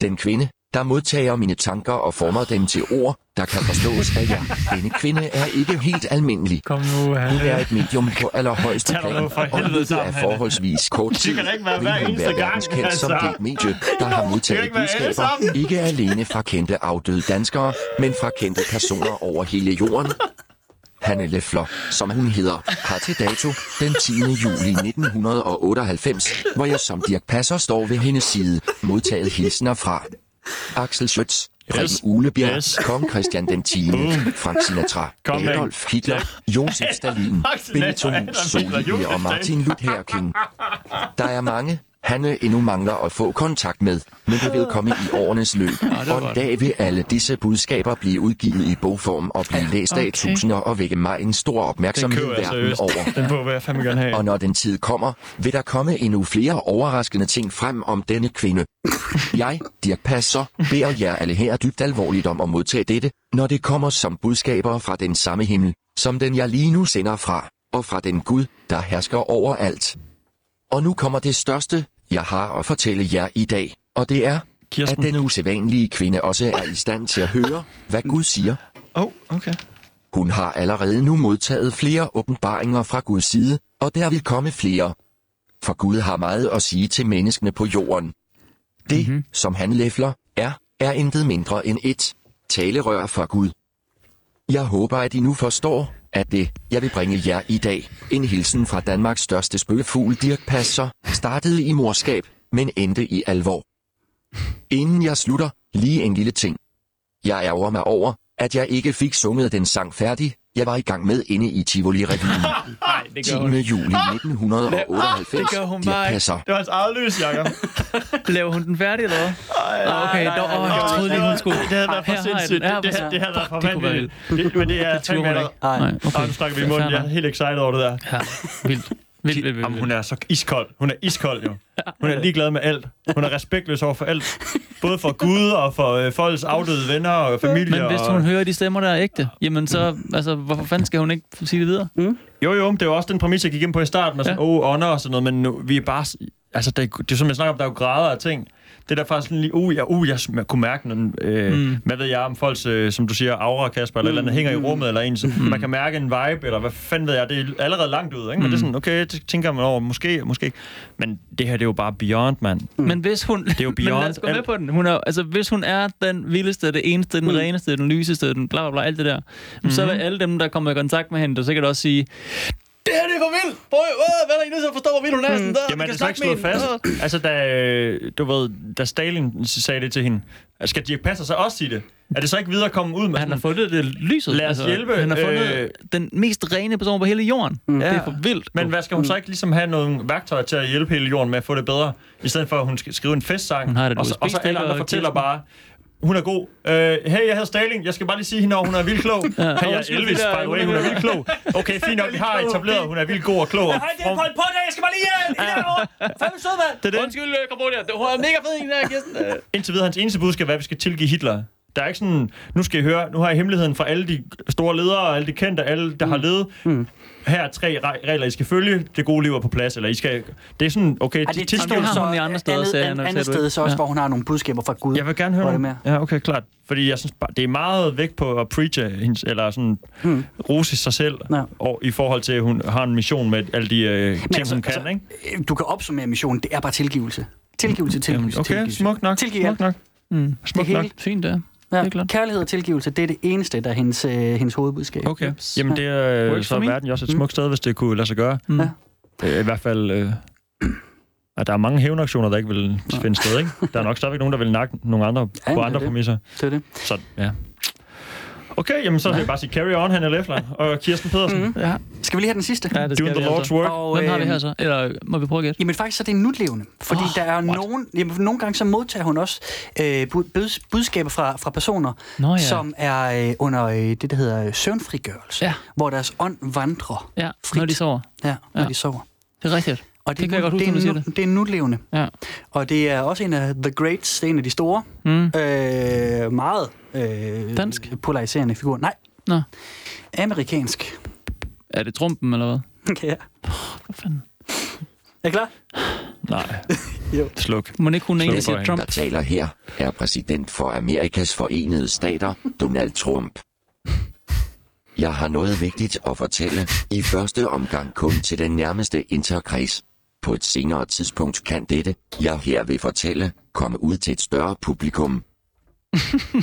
S7: Den kvinde, der modtager mine tanker og former dem til ord, der kan forstås af jer. Denne kvinde er ikke helt almindelig.
S3: Kom nu,
S7: Hun er et medium på allerhøjeste
S5: Tag dig
S7: plan,
S5: nu for
S7: og
S5: helvede
S7: løbet
S5: sammen,
S7: af
S5: Hanne.
S7: forholdsvis kort tid,
S5: kan da ikke være
S7: vil
S5: hver
S7: hun
S5: eneste gang,
S7: verdenskendt som
S5: altså.
S7: det medie, der har modtaget
S5: ikke være alle
S7: budskaber,
S5: sammen.
S7: ikke alene fra kendte afdøde danskere, men fra kendte personer over hele jorden. Hanne Leffler, som hun hedder, har til dato den 10. juli 1998, hvor jeg som Dirk Passer står ved hendes side, modtaget hilsener fra Axel Schütz, Preben
S5: Yes.
S7: Ulebjerg,
S5: Yes. Mm.
S7: Kong Christian den 10., Frank Sinatra,
S5: Kom med.
S7: Adolf Hitler, Josef Stalin,
S5: Axel
S7: Benito
S5: Nathan, Adolf Hitler,
S7: Mussolini
S5: Josef
S7: og Martin Luther King. Der er mange, Hanne endnu mangler at få kontakt med, men det vil komme i årenes løb. Og en dag vil alle disse budskaber blive udgivet i bogform og blive læst af tusinder og vække mig en stor opmærksomhed
S5: køber jeg
S7: verden
S5: seriøst.
S7: over.
S5: Den bog vil jeg fandme gerne have.
S7: Og når den tid kommer, vil der komme endnu flere overraskende ting frem om denne kvinde. Jeg, Dirk Passer, beder jer alle her dybt alvorligt om at modtage dette, når det kommer som budskaber fra den samme himmel, som den jeg lige nu sender fra, og fra den Gud, der hersker over alt. Og nu kommer det største, jeg har at fortælle jer i dag, og det er,
S5: Kirsten.
S7: Kirsten. at den usædvanlige kvinde også er i stand til at høre, hvad Gud siger,
S5: Oh, okay.
S7: hun har allerede nu modtaget flere åbenbaringer fra Guds side, og der vil komme flere. For Gud har meget at sige til menneskene på jorden. Det, mm-hmm. som han læfler, er, er intet mindre end et talerør fra Gud. Jeg håber, at I nu forstår, at det, jeg vil bringe jer i dag, en hilsen fra Danmarks største spøgefugl Dirk Passer, startede i morskab, men endte i alvor. Inden jeg slutter, lige en lille ting. Jeg ærger mig over, at jeg ikke fik sunget den sang færdig, jeg var i gang med inde i Tivoli-revyen.
S3: Nej, det
S7: 10.
S3: gør hun.
S7: juli 1998.
S3: Det gør hun
S7: Dirk
S3: bare ikke.
S7: Passer.
S5: Det var altså hans eget lys, Jacob.
S3: Laver hun den færdig, eller hvad? Nå, okay,
S5: nej,
S3: dog,
S5: nej,
S3: åh,
S5: nej,
S3: jeg
S5: nej,
S3: troede
S5: nej,
S3: lige,
S5: nej.
S3: hun skulle... Ah,
S5: Det havde været for
S3: Her har jeg den.
S5: sindssygt.
S3: Ja,
S5: Det, det, det havde været for vanvittigt. Det, men det er
S3: Det turde
S5: fandme
S3: hun
S5: ikke.
S3: ikke. Nej, okay.
S5: Okay. nu snakker vi i munden.
S3: Fair
S5: Jeg er
S3: nok.
S5: helt excited over det der.
S3: Ja, vildt. Vildt, vildt, vildt.
S5: Jamen,
S3: vildt.
S5: hun er så iskold. Hun er iskold, jo. Hun er ligeglad med alt. Hun er respektløs over for alt. Både for Gud og for øh, folks afdøde venner og familier.
S3: Men hvis hun hører de stemmer, der er ægte, jamen så, altså, hvorfor fanden skal hun ikke sige det videre?
S5: og... Jo, jo, men det er jo også den præmis, jeg gik ind på i starten, med sådan,
S3: Ja.
S5: åh, ja. oh, ånder og sådan noget, men nu, vi er bare... s- Altså, det, er, det er som jeg snakker om, der er jo grader af ting. Det der faktisk sådan lige, uh, jeg, uh, jeg, jeg kunne mærke, når, øh, mm. hvad ved jeg, om folks, øh, som du siger, aura, Kasper, eller, mm. eller andet, hænger i rummet, eller ens, mm. man kan mærke en vibe, eller hvad fanden ved jeg, det er allerede langt ud, ikke? Men det er sådan, okay, det tænker man over, måske, måske ikke. Men det her, det er jo bare beyond, mand.
S3: Men hvis hun... Det
S5: Mm. er jo
S3: Men lad
S5: beyond
S3: os gå med
S5: alt. Mm.
S3: på den. Hun er, altså, hvis hun er den vildeste, det eneste, den reneste, den lyseste, den bla bla bla, alt det der, mm-hmm. så vil alle dem, der kommer i kontakt med hende, der sikkert også sige, det her det er for vildt! Prøv, øh, hvad er der ikke, der forstår, hvor vild hun er? Sådan der, vi
S5: Jamen, er
S3: kan
S5: det så ikke
S3: snakke
S5: slået
S3: med
S5: fast?
S3: hende."
S5: altså, da, øh, du ved, da Stalin sagde det til hende, altså, skal Dirk Passer så også sige det? Er det så ikke videre at komme ud med
S3: Han har
S5: sådan,
S3: fundet det lyset. Altså,
S5: Lad os hjælpe,
S3: Han har fundet
S5: øh,
S3: øh... den mest rene person på hele jorden. Mm. Det
S5: Ja.
S3: er for vildt.
S5: men hvad skal hun så ikke ligesom have nogle værktøjer til at hjælpe hele jorden med at få det bedre, i stedet for at hun skal skrive en festsang,
S3: Hun har det
S5: og, så, og så alle
S3: USB-stik
S5: andre
S3: og
S5: fortæller
S3: Kirsten.
S5: bare, hun er god. Øh, hey, jeg hedder Stalin. Jeg skal bare lige sige hende, over, hun er vildt klog. Ja. Hey, jeg er
S3: Undskyld,
S5: Elvis,
S3: det der-
S5: by the way. Hun er vildt klog. Okay, fint nok. Vi har etableret, hun er vildt god og klog. Og from,
S4: på dig, jeg skal bare lige... Fandme sød, mand!
S5: det er det.
S3: øh, Undskyld, Cambodia. Det var mega fed, en der, Kirsten.
S5: Indtil videre, hans eneste budskab er, at vi skal tilgive Hitler. Der er ikke sådan, nu skal I høre, nu har jeg hemmeligheden fra alle de store ledere, og alle de kendte, alle, der mm. har ledet. Mm. Her er tre re- regler, I skal følge. Det gode liv er på plads, eller I skal... Det er sådan, okay,
S4: Ej, det
S5: tilstå-
S4: tilstår
S3: har
S4: så
S3: hun i andre steder,
S4: andet,
S3: sagde han,
S4: andet,
S3: og
S4: andet
S3: sagde du
S4: sted
S3: ikke?
S4: så også,
S3: Ja.
S4: hvor hun har nogle budskaber fra Gud.
S5: Jeg vil gerne
S4: Mm.
S5: høre
S4: Hvor er det
S5: nogle-
S4: mere?
S5: Ja, okay, klart. Fordi jeg synes bare, det er meget væk på at preache hendes, eller sådan hmm. rose sig selv,
S4: Ja.
S5: ja. og, i forhold til, at hun har en mission med alle de øh, ting, altså, hun kan, altså, ikke?
S4: ikke? Du kan opsummere missionen, det er bare tilgivelse. Tilgivelse,
S5: Jamen,
S4: tilgivelse,
S5: okay,
S4: tilgivelse.
S5: smukt nok,
S4: Tilgiv
S5: smukt
S4: alt.
S5: nok. Mm. Smukt
S4: Det
S5: nok.
S4: hele.
S3: Fint, det er.
S4: Ja,
S3: Det er klart.
S4: kærlighed og tilgivelse, det er det eneste, der er hendes, øh, hendes hovedbudskab.
S5: Okay. Jamen, det er, øh,
S3: Works
S5: så
S3: for
S5: er
S3: me.
S5: verden jo også et smukt sted, hvis det kunne lade sig gøre.
S3: Mm.
S4: Ja.
S5: Øh, I hvert fald... Øh, og der er mange hævnaktioner, der ikke vil finde sted, ikke? Der er nok stadigvæk nogen, der vil nakke nogle andre
S4: Ja,
S5: på
S4: det er
S5: andre
S4: det.
S5: præmisser.
S4: Det er det.
S5: Så, ja. Okay, jamen så vil jeg bare sige carry on, Hanne Leffler og Kirsten Pedersen. Mm.
S3: Ja,
S4: Skal vi lige have den sidste?
S3: ja det Mm-hmm. skal
S5: Doing
S3: vi
S5: the Lord's
S3: altså.
S5: work.
S4: Og,
S3: Hvem har vi
S4: øh,
S3: her så? Eller må vi prøve at gætte?
S4: Jamen faktisk så er det nutlevende, fordi oh, der er nogen, jamen, nogle gange så modtager hun også øh, bud, buds- budskaber fra, fra personer,
S3: Nå ja.
S4: som er øh, under øh, det, der hedder øh, søvnfrigørelse,
S3: Ja,
S4: hvor deres ånd vandrer,
S3: ja,
S4: frit.
S3: når de sover.
S4: ja, når ja.
S3: Ja.
S4: de sover.
S3: Det er rigtigt.
S4: Og
S3: Det kan jeg godt huske,
S4: det, er
S3: når du siger
S4: nu- det er nutlevende.
S3: Ja.
S4: Og det er også en af The Greats, det er en af de store,
S3: Mm.
S4: øh, meget øh,
S3: Dansk?
S4: polariserende figur. Nej,
S3: Nå.
S4: amerikansk.
S3: Er det trumpen, eller hvad?
S4: Okay, ja.
S3: Hvad fanden?
S4: Er I klar?
S5: Nej.
S4: Jo.
S5: Sluk.
S3: Må ikke hun er en,
S5: Slå
S3: der siger
S5: for
S3: Trump?
S7: Der taler her er præsident for Amerikas forenede stater, Donald Trump. Jeg har noget vigtigt at fortælle, i første omgang kun til den nærmeste interkreds. På et senere tidspunkt kan dette, jeg her vil fortælle, komme ud til et større publikum.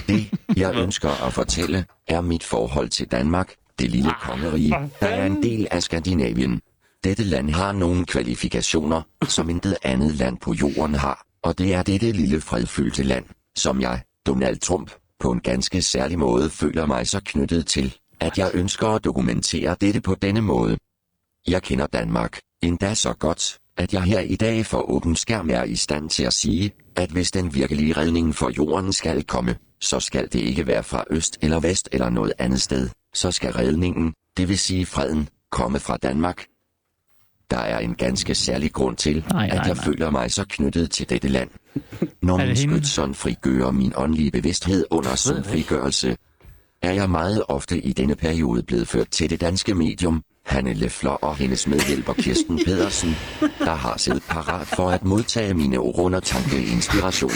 S7: Det, jeg ønsker at fortælle, er mit forhold til Danmark, det lille kongerige, der er en del af Skandinavien. Dette land har nogle kvalifikationer, som intet andet land på jorden har, og det er dette lille fredfyldte land, som jeg, Donald Trump, på en ganske særlig måde føler mig så knyttet til, at jeg ønsker at dokumentere dette på denne måde. Jeg kender Danmark, endda så godt, at jeg her i dag for åben skærm er i stand til at sige, at hvis den virkelige redning for jorden skal komme, så skal det ikke være fra øst eller vest eller noget andet sted, så skal redningen, det vil sige freden, komme fra Danmark. Der er en ganske særlig grund til,
S3: Nej,
S7: nej, at
S3: nej,
S7: jeg
S3: nej.
S7: føler mig så knyttet til dette land. Når
S3: Er det
S7: min
S3: hende?
S7: skødsånd frigør min åndelige bevidsthed under sin frigørelse, er jeg meget ofte i denne periode blevet ført til det danske medium, Hanne Leffler og hendes medhjælper Kirsten Pedersen, der har siddet parat for at modtage mine orunder tankeinspiration.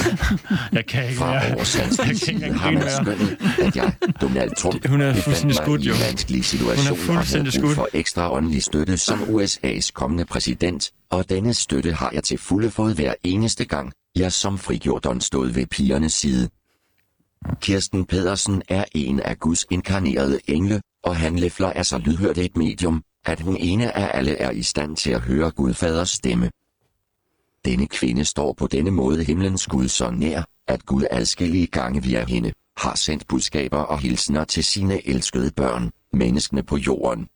S5: Jeg kan ikke
S7: Fra
S5: mere.
S7: oversandsens
S5: Jeg kan
S7: side
S5: ikke
S7: har man
S5: grine
S7: skønnet, at jeg, Donald Trump,
S5: Hun er
S7: befandt
S5: fuldstændig
S7: mig
S5: skudt,
S7: i
S5: jo.
S7: en vanskelig
S5: Hun er
S7: situation og havde
S5: fuldstændig
S7: brug
S5: skudt.
S7: for ekstra åndelig støtte som USA's kommende præsident, og denne støtte har jeg til fulde fået hver eneste gang, jeg som frigjorton stod ved pigernes side. Kirsten Pedersen er en af Guds inkarnerede engle, og han lefler er så lydhørt et medium, at hun ene af alle er i stand til at høre Gudfaders stemme. Denne kvinde står på denne måde himlens Gud så nær, at Gud adskillige gange via hende har sendt budskaber og hilsener til sine elskede børn, menneskene på jorden.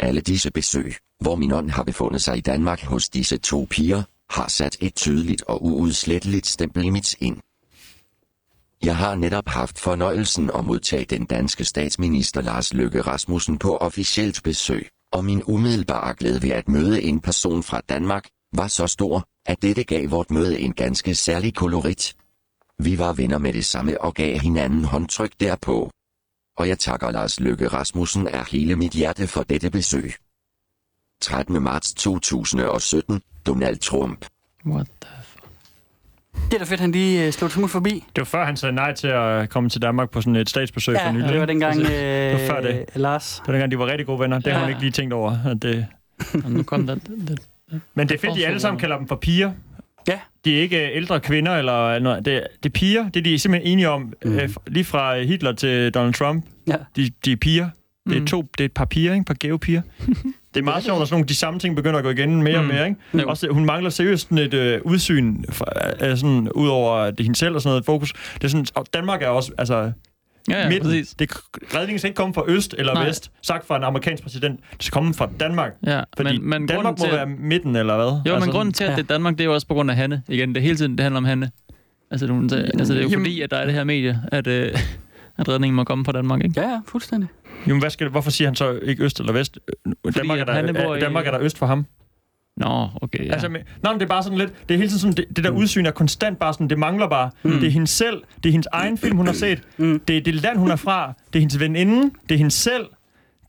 S7: Alle disse besøg, hvor min ånd har befundet sig i Danmark hos disse to piger, har sat et tydeligt og uudsletteligt stempel i mit ind. Jeg har netop haft fornøjelsen at modtage den danske statsminister Lars Løkke Rasmussen på officielt besøg, og min umiddelbare glæde ved at møde en person fra Danmark var så stor, at dette gav vort møde en ganske særlig kolorit. Vi var venner med det samme og gav hinanden håndtryk derpå. Og jeg takker Lars Løkke Rasmussen af hele mit hjerte for dette besøg. 13. marts 2017, Donald Trump.
S3: What the fuck?
S4: Det er da fedt, han lige øh, slog et smut forbi.
S5: Det var før, han sagde nej til at komme til Danmark på sådan et statsbesøg for
S4: Ja,
S5: nylig.
S4: det var
S5: ikke?
S4: dengang øh,
S5: Altså, det var før det. Det
S4: Lars.
S5: var dengang, de var rigtig gode venner. Det har hun ikke lige tænkt over. At det...
S3: Og nu kom der... Det.
S5: Men det er fedt, de alle sammen kalder dem for piger.
S4: Ja.
S5: De er ikke øh, ældre kvinder eller noget. Det, er- det er piger. Det er de simpelthen enige om. Mm. Lige fra øh, Hitler til Donald Trump.
S4: Mhm. Ja.
S5: De, de er piger. Det er,
S3: Mm.
S5: to, det er et par piger, ikke? Et par gave piger. Det er meget sjovt, at sådan nogle, de samme ting begynder at gå igen mere mm. og mere. Ikke?
S3: Jo.
S5: Også, hun mangler seriøst sådan et øh, udsyn, fra, øh, sådan, ud over det hende selv og sådan noget fokus. Det er sådan, og Danmark er også, altså,
S3: Ja, ja,
S5: midten.
S3: præcis.
S5: Det, redningen skal ikke komme fra øst eller
S3: Nej.
S5: Nej. vest, sagt fra en amerikansk præsident. Det skal komme fra Danmark.
S3: Ja,
S5: Fordi
S3: men, men
S5: Danmark
S3: grunden
S5: må
S3: til,
S5: være midten, eller hvad? Altså,
S3: Jo, men
S5: sådan-
S3: grunden til, at det er Danmark, det er jo også på grund af Hanne. Igen, det er hele tiden, det handler om Hanne. Altså, det, er hun- altså, det er jo
S5: Jamen-
S3: fordi, at der er det her medie, at, øh, at redningen må komme fra Danmark, ikke?
S4: Ja, ja, fuldstændig.
S5: Jamen, hvad skal, hvorfor siger han så ikke øst eller vest? Fordi Danmark, er
S3: at
S5: der,
S3: han bor i-
S5: Danmark er der øst for ham.
S3: Nå, okay, ja.
S5: Ja. Altså, men, nej, men det er bare sådan lidt, det er hele tiden sådan, det, det der udsyn er konstant bare sådan, det mangler bare. Mm. Det er hende selv, det er hendes egen film, hun har set, mm. det er det land, hun er fra, det er hendes veninde, det er hende selv,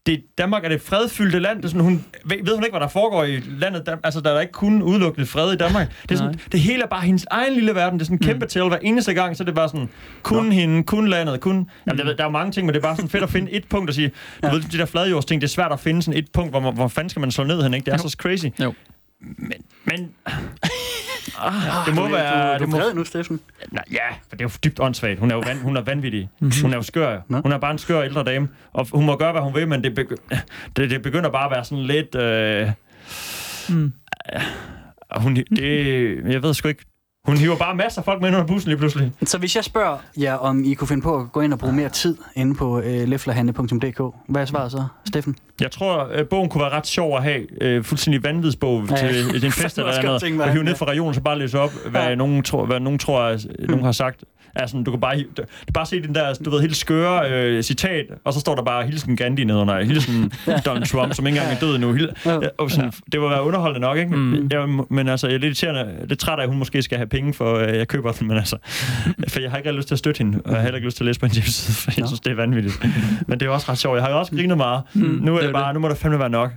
S5: det er Danmark er det fredfyldte land. Det er sådan, hun, ved, ved hun ikke, hvad der foregår i landet? Der, altså, der er der ikke kun udelukkende fred i Danmark. Det, er sådan,
S3: Nej.
S5: det hele er bare hendes egen lille verden. Det er sådan en kæmpe mm. tale. Hver eneste gang, så er det bare sådan, kun Nå. Mm. hende, kun landet, kun... Jamen, jeg ved, der er jo mange ting, men det er bare sådan fedt at finde et punkt og sige, du ved, de der fladjordsting, det er svært at finde sådan et punkt, hvor, man- hvor fanden skal man slå ned hen, ikke? Det er så crazy.
S3: Jo.
S5: Men, men... ah, det må
S4: Ja,
S5: være...
S4: du,
S5: Det
S4: du
S5: må,
S4: er vred nu, Steffen.
S5: nej, ja, for det er jo dybt åndssvagt. Hun er jo van, hun er vanvittig.
S4: Mhm.
S5: Hun er jo skør. jo. Hun er bare en skør ældre dame. Og hun må gøre, hvad hun vil, men det, begy det, det begynder bare at være sådan lidt... Øh, mm. hun, det, jeg ved sgu ikke... Hun hiver bare masser af folk med ind under bussen lige pludselig.
S4: Så hvis jeg spørger jer, om I kunne finde på at gå ind og
S5: Ah.
S4: bruge mere tid inde på øh, leflerhande.dk, hvad er svaret så,
S5: Mm.
S4: Steffen?
S5: Jeg tror, at bogen kunne være ret sjov at have. Øh, fuldstændig vanvidsbog ja.
S4: Ja.
S5: til øh, en
S4: Fandme
S5: fest eller
S4: også godt
S5: noget.
S4: tænkt mig,
S5: Og hive
S4: ja.
S5: ned fra regionen, så bare læse op, hvad,
S4: Ja. Mm.
S5: ja. nogen, tror, hvad nogen tror, at øh, nogen har sagt. Altså, du kan bare, hive- du, du bare se den der, du ved, helt skøre øh, citat, og så står der bare, hilsen Gandhi nedenunder, hilsen Donald Trump, som ikke engang er død endnu. Hil,
S4: Ja.
S5: ja. og sådan, det var være underholdende nok, ikke? Mm. Jeg, men altså, jeg er lidt irriterende, lidt træt af, at hun måske skal have penge for, øh, jeg køber den, men altså, for jeg har ikke rigtig lyst til at støtte hende, og jeg har heller ikke lyst til at læse på hendes hjemmeside, for jeg
S4: Nå.
S5: synes, det er vanvittigt. Men det er også ret sjovt. Jeg har jo også grinet meget. Mm. Nu er
S3: det
S5: det,
S3: er
S5: det bare,
S3: det.
S5: nu må der fandme være nok.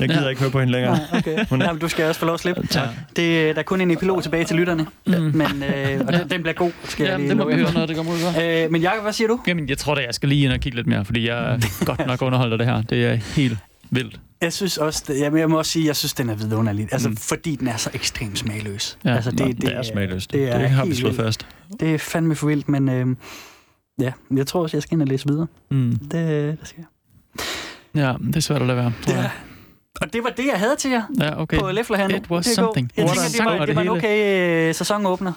S5: Jeg gider ja. ikke høre på hende længere.
S4: Okay.
S5: Hun-
S4: Jamen, du skal også få lov at slippe.
S3: Tak. Mm.
S4: Det, øh, der er kun en epilog tilbage til lytterne, men øh, og den, den bliver god, skal jeg
S3: Jamen,
S4: lige
S3: det må
S4: love
S3: vi
S4: jer.
S3: høre, når det kommer ud. Så.
S4: Øh, men Jacob, hvad siger du?
S3: Jamen, jeg tror da, jeg skal lige ind og kigge lidt mere, fordi jeg er godt nok underholder det her. Det er helt vildt.
S4: Jeg synes også, det, jeg, jeg må også sige, jeg synes, den er vidunderlig. Altså, mm. fordi den er så ekstremt smagløs.
S3: Ja,
S4: altså,
S3: nå,
S5: Det er smagløst. Det, er
S4: helt
S5: det har vi slået
S4: vildt.
S5: fast.
S4: Det er fandme for vildt, men øh, ja, jeg tror også, jeg skal ind og læse videre.
S3: Mm.
S4: Det, det skal jeg.
S3: Ja, det er svært at lade være, tror jeg.
S4: Og det var det, jeg havde til jer
S3: Ja, okay.
S4: på Leflerhande.
S3: It was
S4: Det er god.
S3: something.
S4: Jeg
S5: What
S4: tænker,
S5: a
S4: det var,
S3: song.
S4: det var en okay øh, sæsonåbner.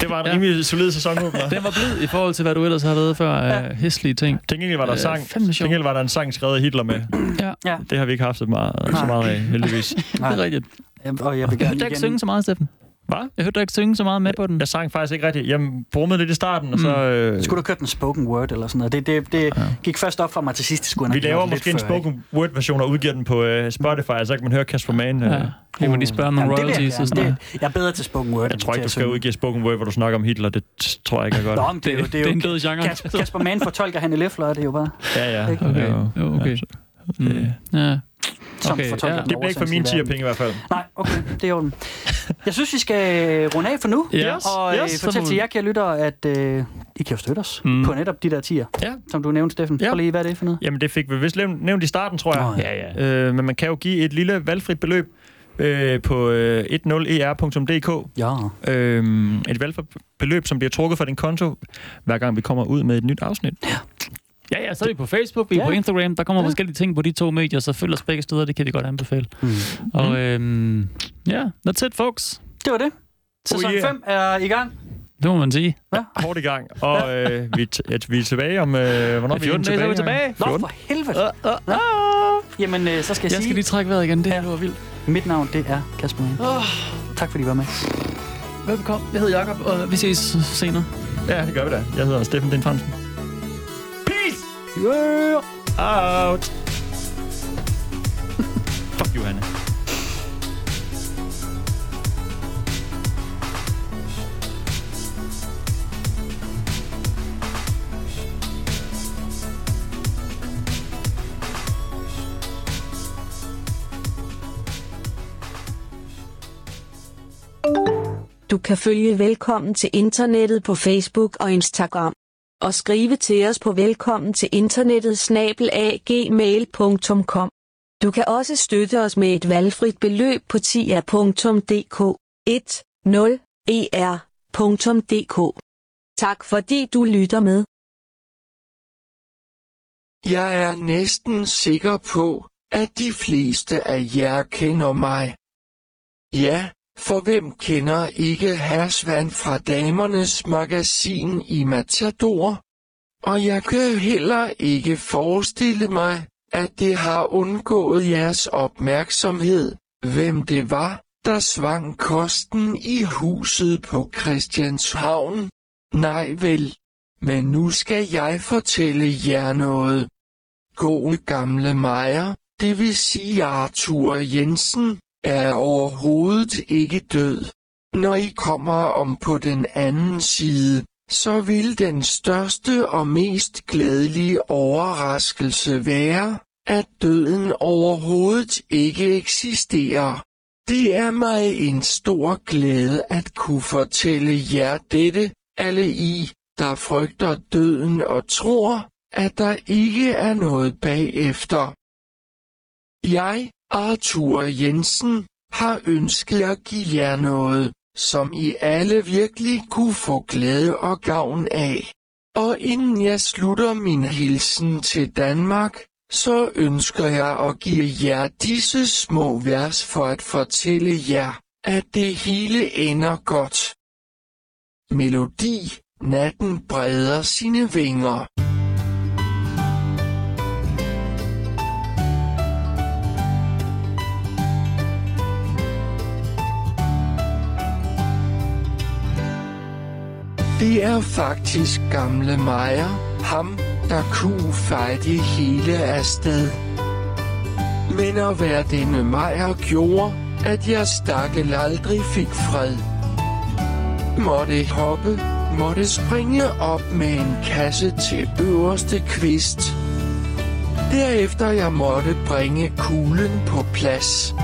S5: Det var en
S3: Ja.
S5: rimelig solid sæsonåbner.
S3: Den var blid i forhold til, hvad du ellers har lavet før af ja. hæslige ting.
S5: Til gengæld var der,
S3: Øh,
S5: sang,
S3: fandme
S5: til
S3: sjovt.
S5: gengæld var der en sang skrevet af Hitler med.
S3: Ja,
S4: Ja.
S5: Det har vi ikke haft så meget, så
S4: Nej.
S5: meget af, heldigvis.
S3: det er rigtigt.
S4: Og jeg vil
S3: Jeg
S4: gerne
S3: hørte dig ikke synge
S4: igen.
S3: så meget, Steffen.
S5: Hvad?
S3: Jeg hørte dig ikke synge så meget med på den.
S5: Jeg sang faktisk ikke rigtigt. Jeg brummede lidt i starten, og så... Øh,
S4: Mm. Skulle du have kørt en spoken word eller sådan noget? Det, det, det gik først op for mig til sidst, det skulle jeg
S5: vi
S4: nok have
S5: laver
S4: gjort lidt
S5: måske en
S4: før, ikke?
S5: spoken word-version og udgiver den på øh, Spotify, så kan man høre Kasper Mann. Øh.
S3: Ja. Det må de spørge om
S4: Jamen,
S3: nogle
S4: det vil jeg
S3: royalties og sådan
S4: gerne.
S3: noget.
S4: Det, jeg er bedre til spoken word.
S5: Jeg
S4: end
S5: tror
S4: til
S5: ikke, du
S4: at
S5: skal
S4: synge.
S5: udgive spoken word, hvor du snakker om Hitler. Det t- tror jeg ikke er godt.
S4: Nå, men det, er jo, det, er jo,
S3: det er en død genre.
S4: Kasper, Kasper Mann fortolker Hanne Leffler, det er jo bare...
S5: Ja, ja.
S4: Ikke?
S3: Okay,
S5: Jo.
S3: jo, okay. Mm. Ja.
S4: Som
S3: Okay,
S4: fortolker
S3: ja.
S4: den
S5: Det bliver ikke for
S4: oversættelse
S5: mine
S4: i
S5: 10
S4: verden.
S5: penge i hvert fald.
S4: Nej, okay, det er orden. Jeg synes, vi skal øh, runde af for nu.
S3: Yes,
S4: og øh,
S3: yes, så
S4: fortælle
S3: må
S4: til
S3: vi-
S4: jer, kære lyttere, at øh, I kan jo støtte os mm.
S3: Mm.
S4: på netop de der tier,
S5: Ja.
S4: som du nævnte, Steffen.
S5: Ja.
S4: Prøv lige, hvad er det for noget?
S5: Jamen, det fik vi vist nævnt, nævnt i starten, tror jeg.
S4: Nå,
S5: ja. Øh, men man kan jo give et lille valgfrit beløb øh, på øh, 10er.dk.
S4: Ja.
S5: Øh, et valgfrit beløb, som bliver trukket fra din konto, hver gang vi kommer ud med et nyt afsnit.
S3: Ja, ja, så er vi på Facebook, vi er
S4: Ja.
S3: på Instagram. Der kommer forskellige ting på de to medier, så følg os begge steder. Det kan vi godt anbefale.
S4: Mm.
S3: Og øhm, ja, that's it, folks.
S4: Det var det. Sæson
S5: Oh,
S4: oh,
S5: yeah.
S4: yeah. 5 er i gang.
S3: Det må man sige.
S5: Kort i gang. Og øh, vi, t- at vi er tilbage om... Øh, hvornår er vi
S3: 14 dage, så er vi tilbage.
S4: Nå, for helvede. Uh, uh, uh. Jamen, øh, så skal jeg,
S3: Jeg
S4: sige,
S3: skal lige trække vejret igen. Det her det var vildt.
S4: mit navn det er Kasper Mann. Oh. Tak fordi I var med.
S3: Velbekomme. Jeg hedder Jakob, og vi ses senere.
S5: Ja, det gør vi da. Jeg hedder Steffen Den Fransen. Peace!
S4: Yeah.
S5: Out! Fuck you, Hanne.
S2: Du kan følge Velkommen til Internettet på Facebook og Instagram. Og skrive til os på velkommen til internettet snabelagmail.com. Du kan også støtte os med et valgfrit beløb på tia.dk E 10er.dk. Tak fordi du lytter med.
S7: Jeg er næsten sikker på, at de fleste af jer kender mig. Ja, for hvem kender ikke Hersvand fra Damernes Magasin i Matador? Og jeg kan heller ikke forestille mig, at det har undgået jeres opmærksomhed, hvem det var, der svang kosten i huset på Christianshavn. Nej vel. Men nu skal jeg fortælle jer noget. Gode gamle Meyer, det vil sige Arthur Jensen, er overhovedet ikke død. Når I kommer om på den anden side, så vil den største og mest glædelige overraskelse være, at døden overhovedet ikke eksisterer. Det er mig en stor glæde at kunne fortælle jer dette, alle I, der frygter døden og tror, at der ikke er noget bagefter. Jeg, Arthur Jensen, har ønsket at give jer noget, som I alle virkelig kunne få glæde og gavn af. Og inden jeg slutter min hilsen til Danmark, så ønsker jeg at give jer disse små vers for at fortælle jer, at det hele ender godt. Melodi, natten breder sine vinger. Det er faktisk gamle Meyer, ham, der kunne feje det hele afsted. Men at være denne Meyer gjorde, at jeg stakkel aldrig fik fred. Måtte hoppe, måtte springe op med en kasse til øverste kvist. Derefter jeg måtte bringe kuglen på plads.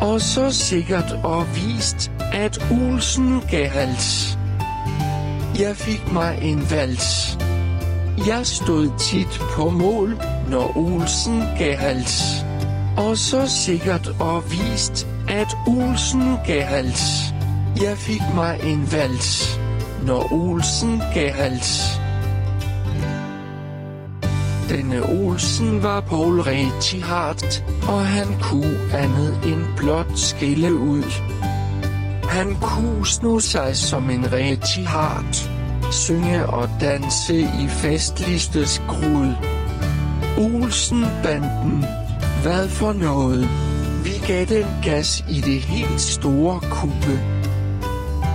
S7: Og så sikkert og vist, at Olsen gav hals. Jeg fik mig en vals. Jeg stod tit på mål, når Olsen gav hals. Og så sikkert og vist, at Olsen gav hals. Jeg fik mig en vals, når Olsen gav hals. Denne Olsen var Paul rigtig hardt, og han kunne andet end blot skille ud. Han kunne snu sig som en rigtig hart, synge og danse i festligste skrud. Olsen-banden, hvad for noget? Vi gav den gas i det helt store kuppe.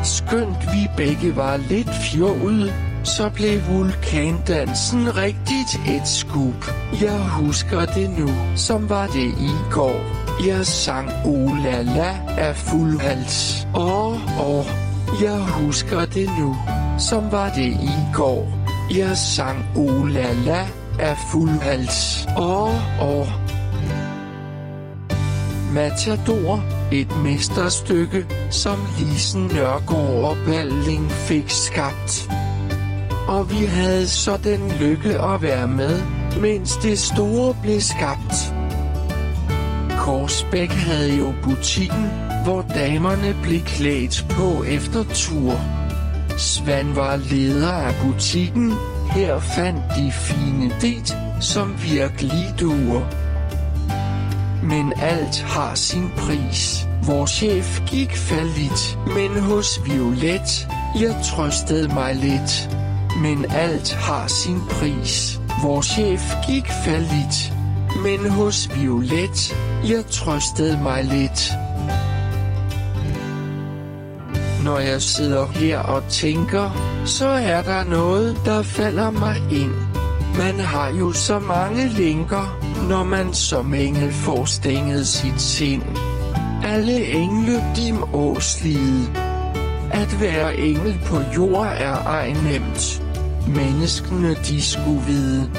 S7: Skønt vi begge var lidt fjollet, så blev vulkandansen rigtigt et skub. Jeg husker det nu, som var det i går. Jeg sang "Oh la la" af fuld hals. Åh, åh, jeg husker det nu, som var det i går. Jeg sang "Oh la la" af fuld hals. Åh, åh. Matador, et mesterstykke, som Lisen Nørgaard og Balling fik skabt og vi havde så den lykke at være med, mens det store blev skabt. Korsbæk havde jo butikken, hvor damerne blev klædt på efter tur. Svand var leder af butikken, her fandt de fine det, som virkelig duer. Men alt har sin pris. Vores chef gik fallit, men hos Violet, jeg trøstede mig lidt. Men alt har sin pris. Vores chef gik fallit, men hos Violet, jeg trøstede mig lidt. Når jeg sidder her og tænker, så er der noget, der falder mig ind. Man har jo så mange linker, når man som engel får stænget sit sind. Alle engle, de må slide. At være engel på jord er ej nemt. Menneskene, de skulle vide.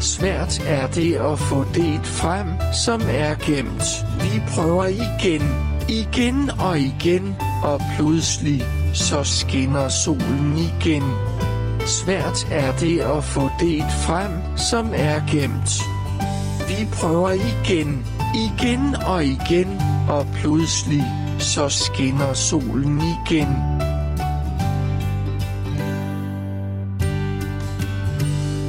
S7: Svært er det at få det frem, som er gemt. Vi prøver igen, igen og igen, og pludselig, så skinner solen igen. Svært er det at få det frem, som er gemt. Vi prøver igen, igen og igen, og pludselig, så skinner solen igen. –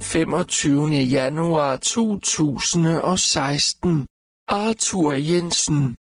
S7: 25. januar 2016 Arthur Jensen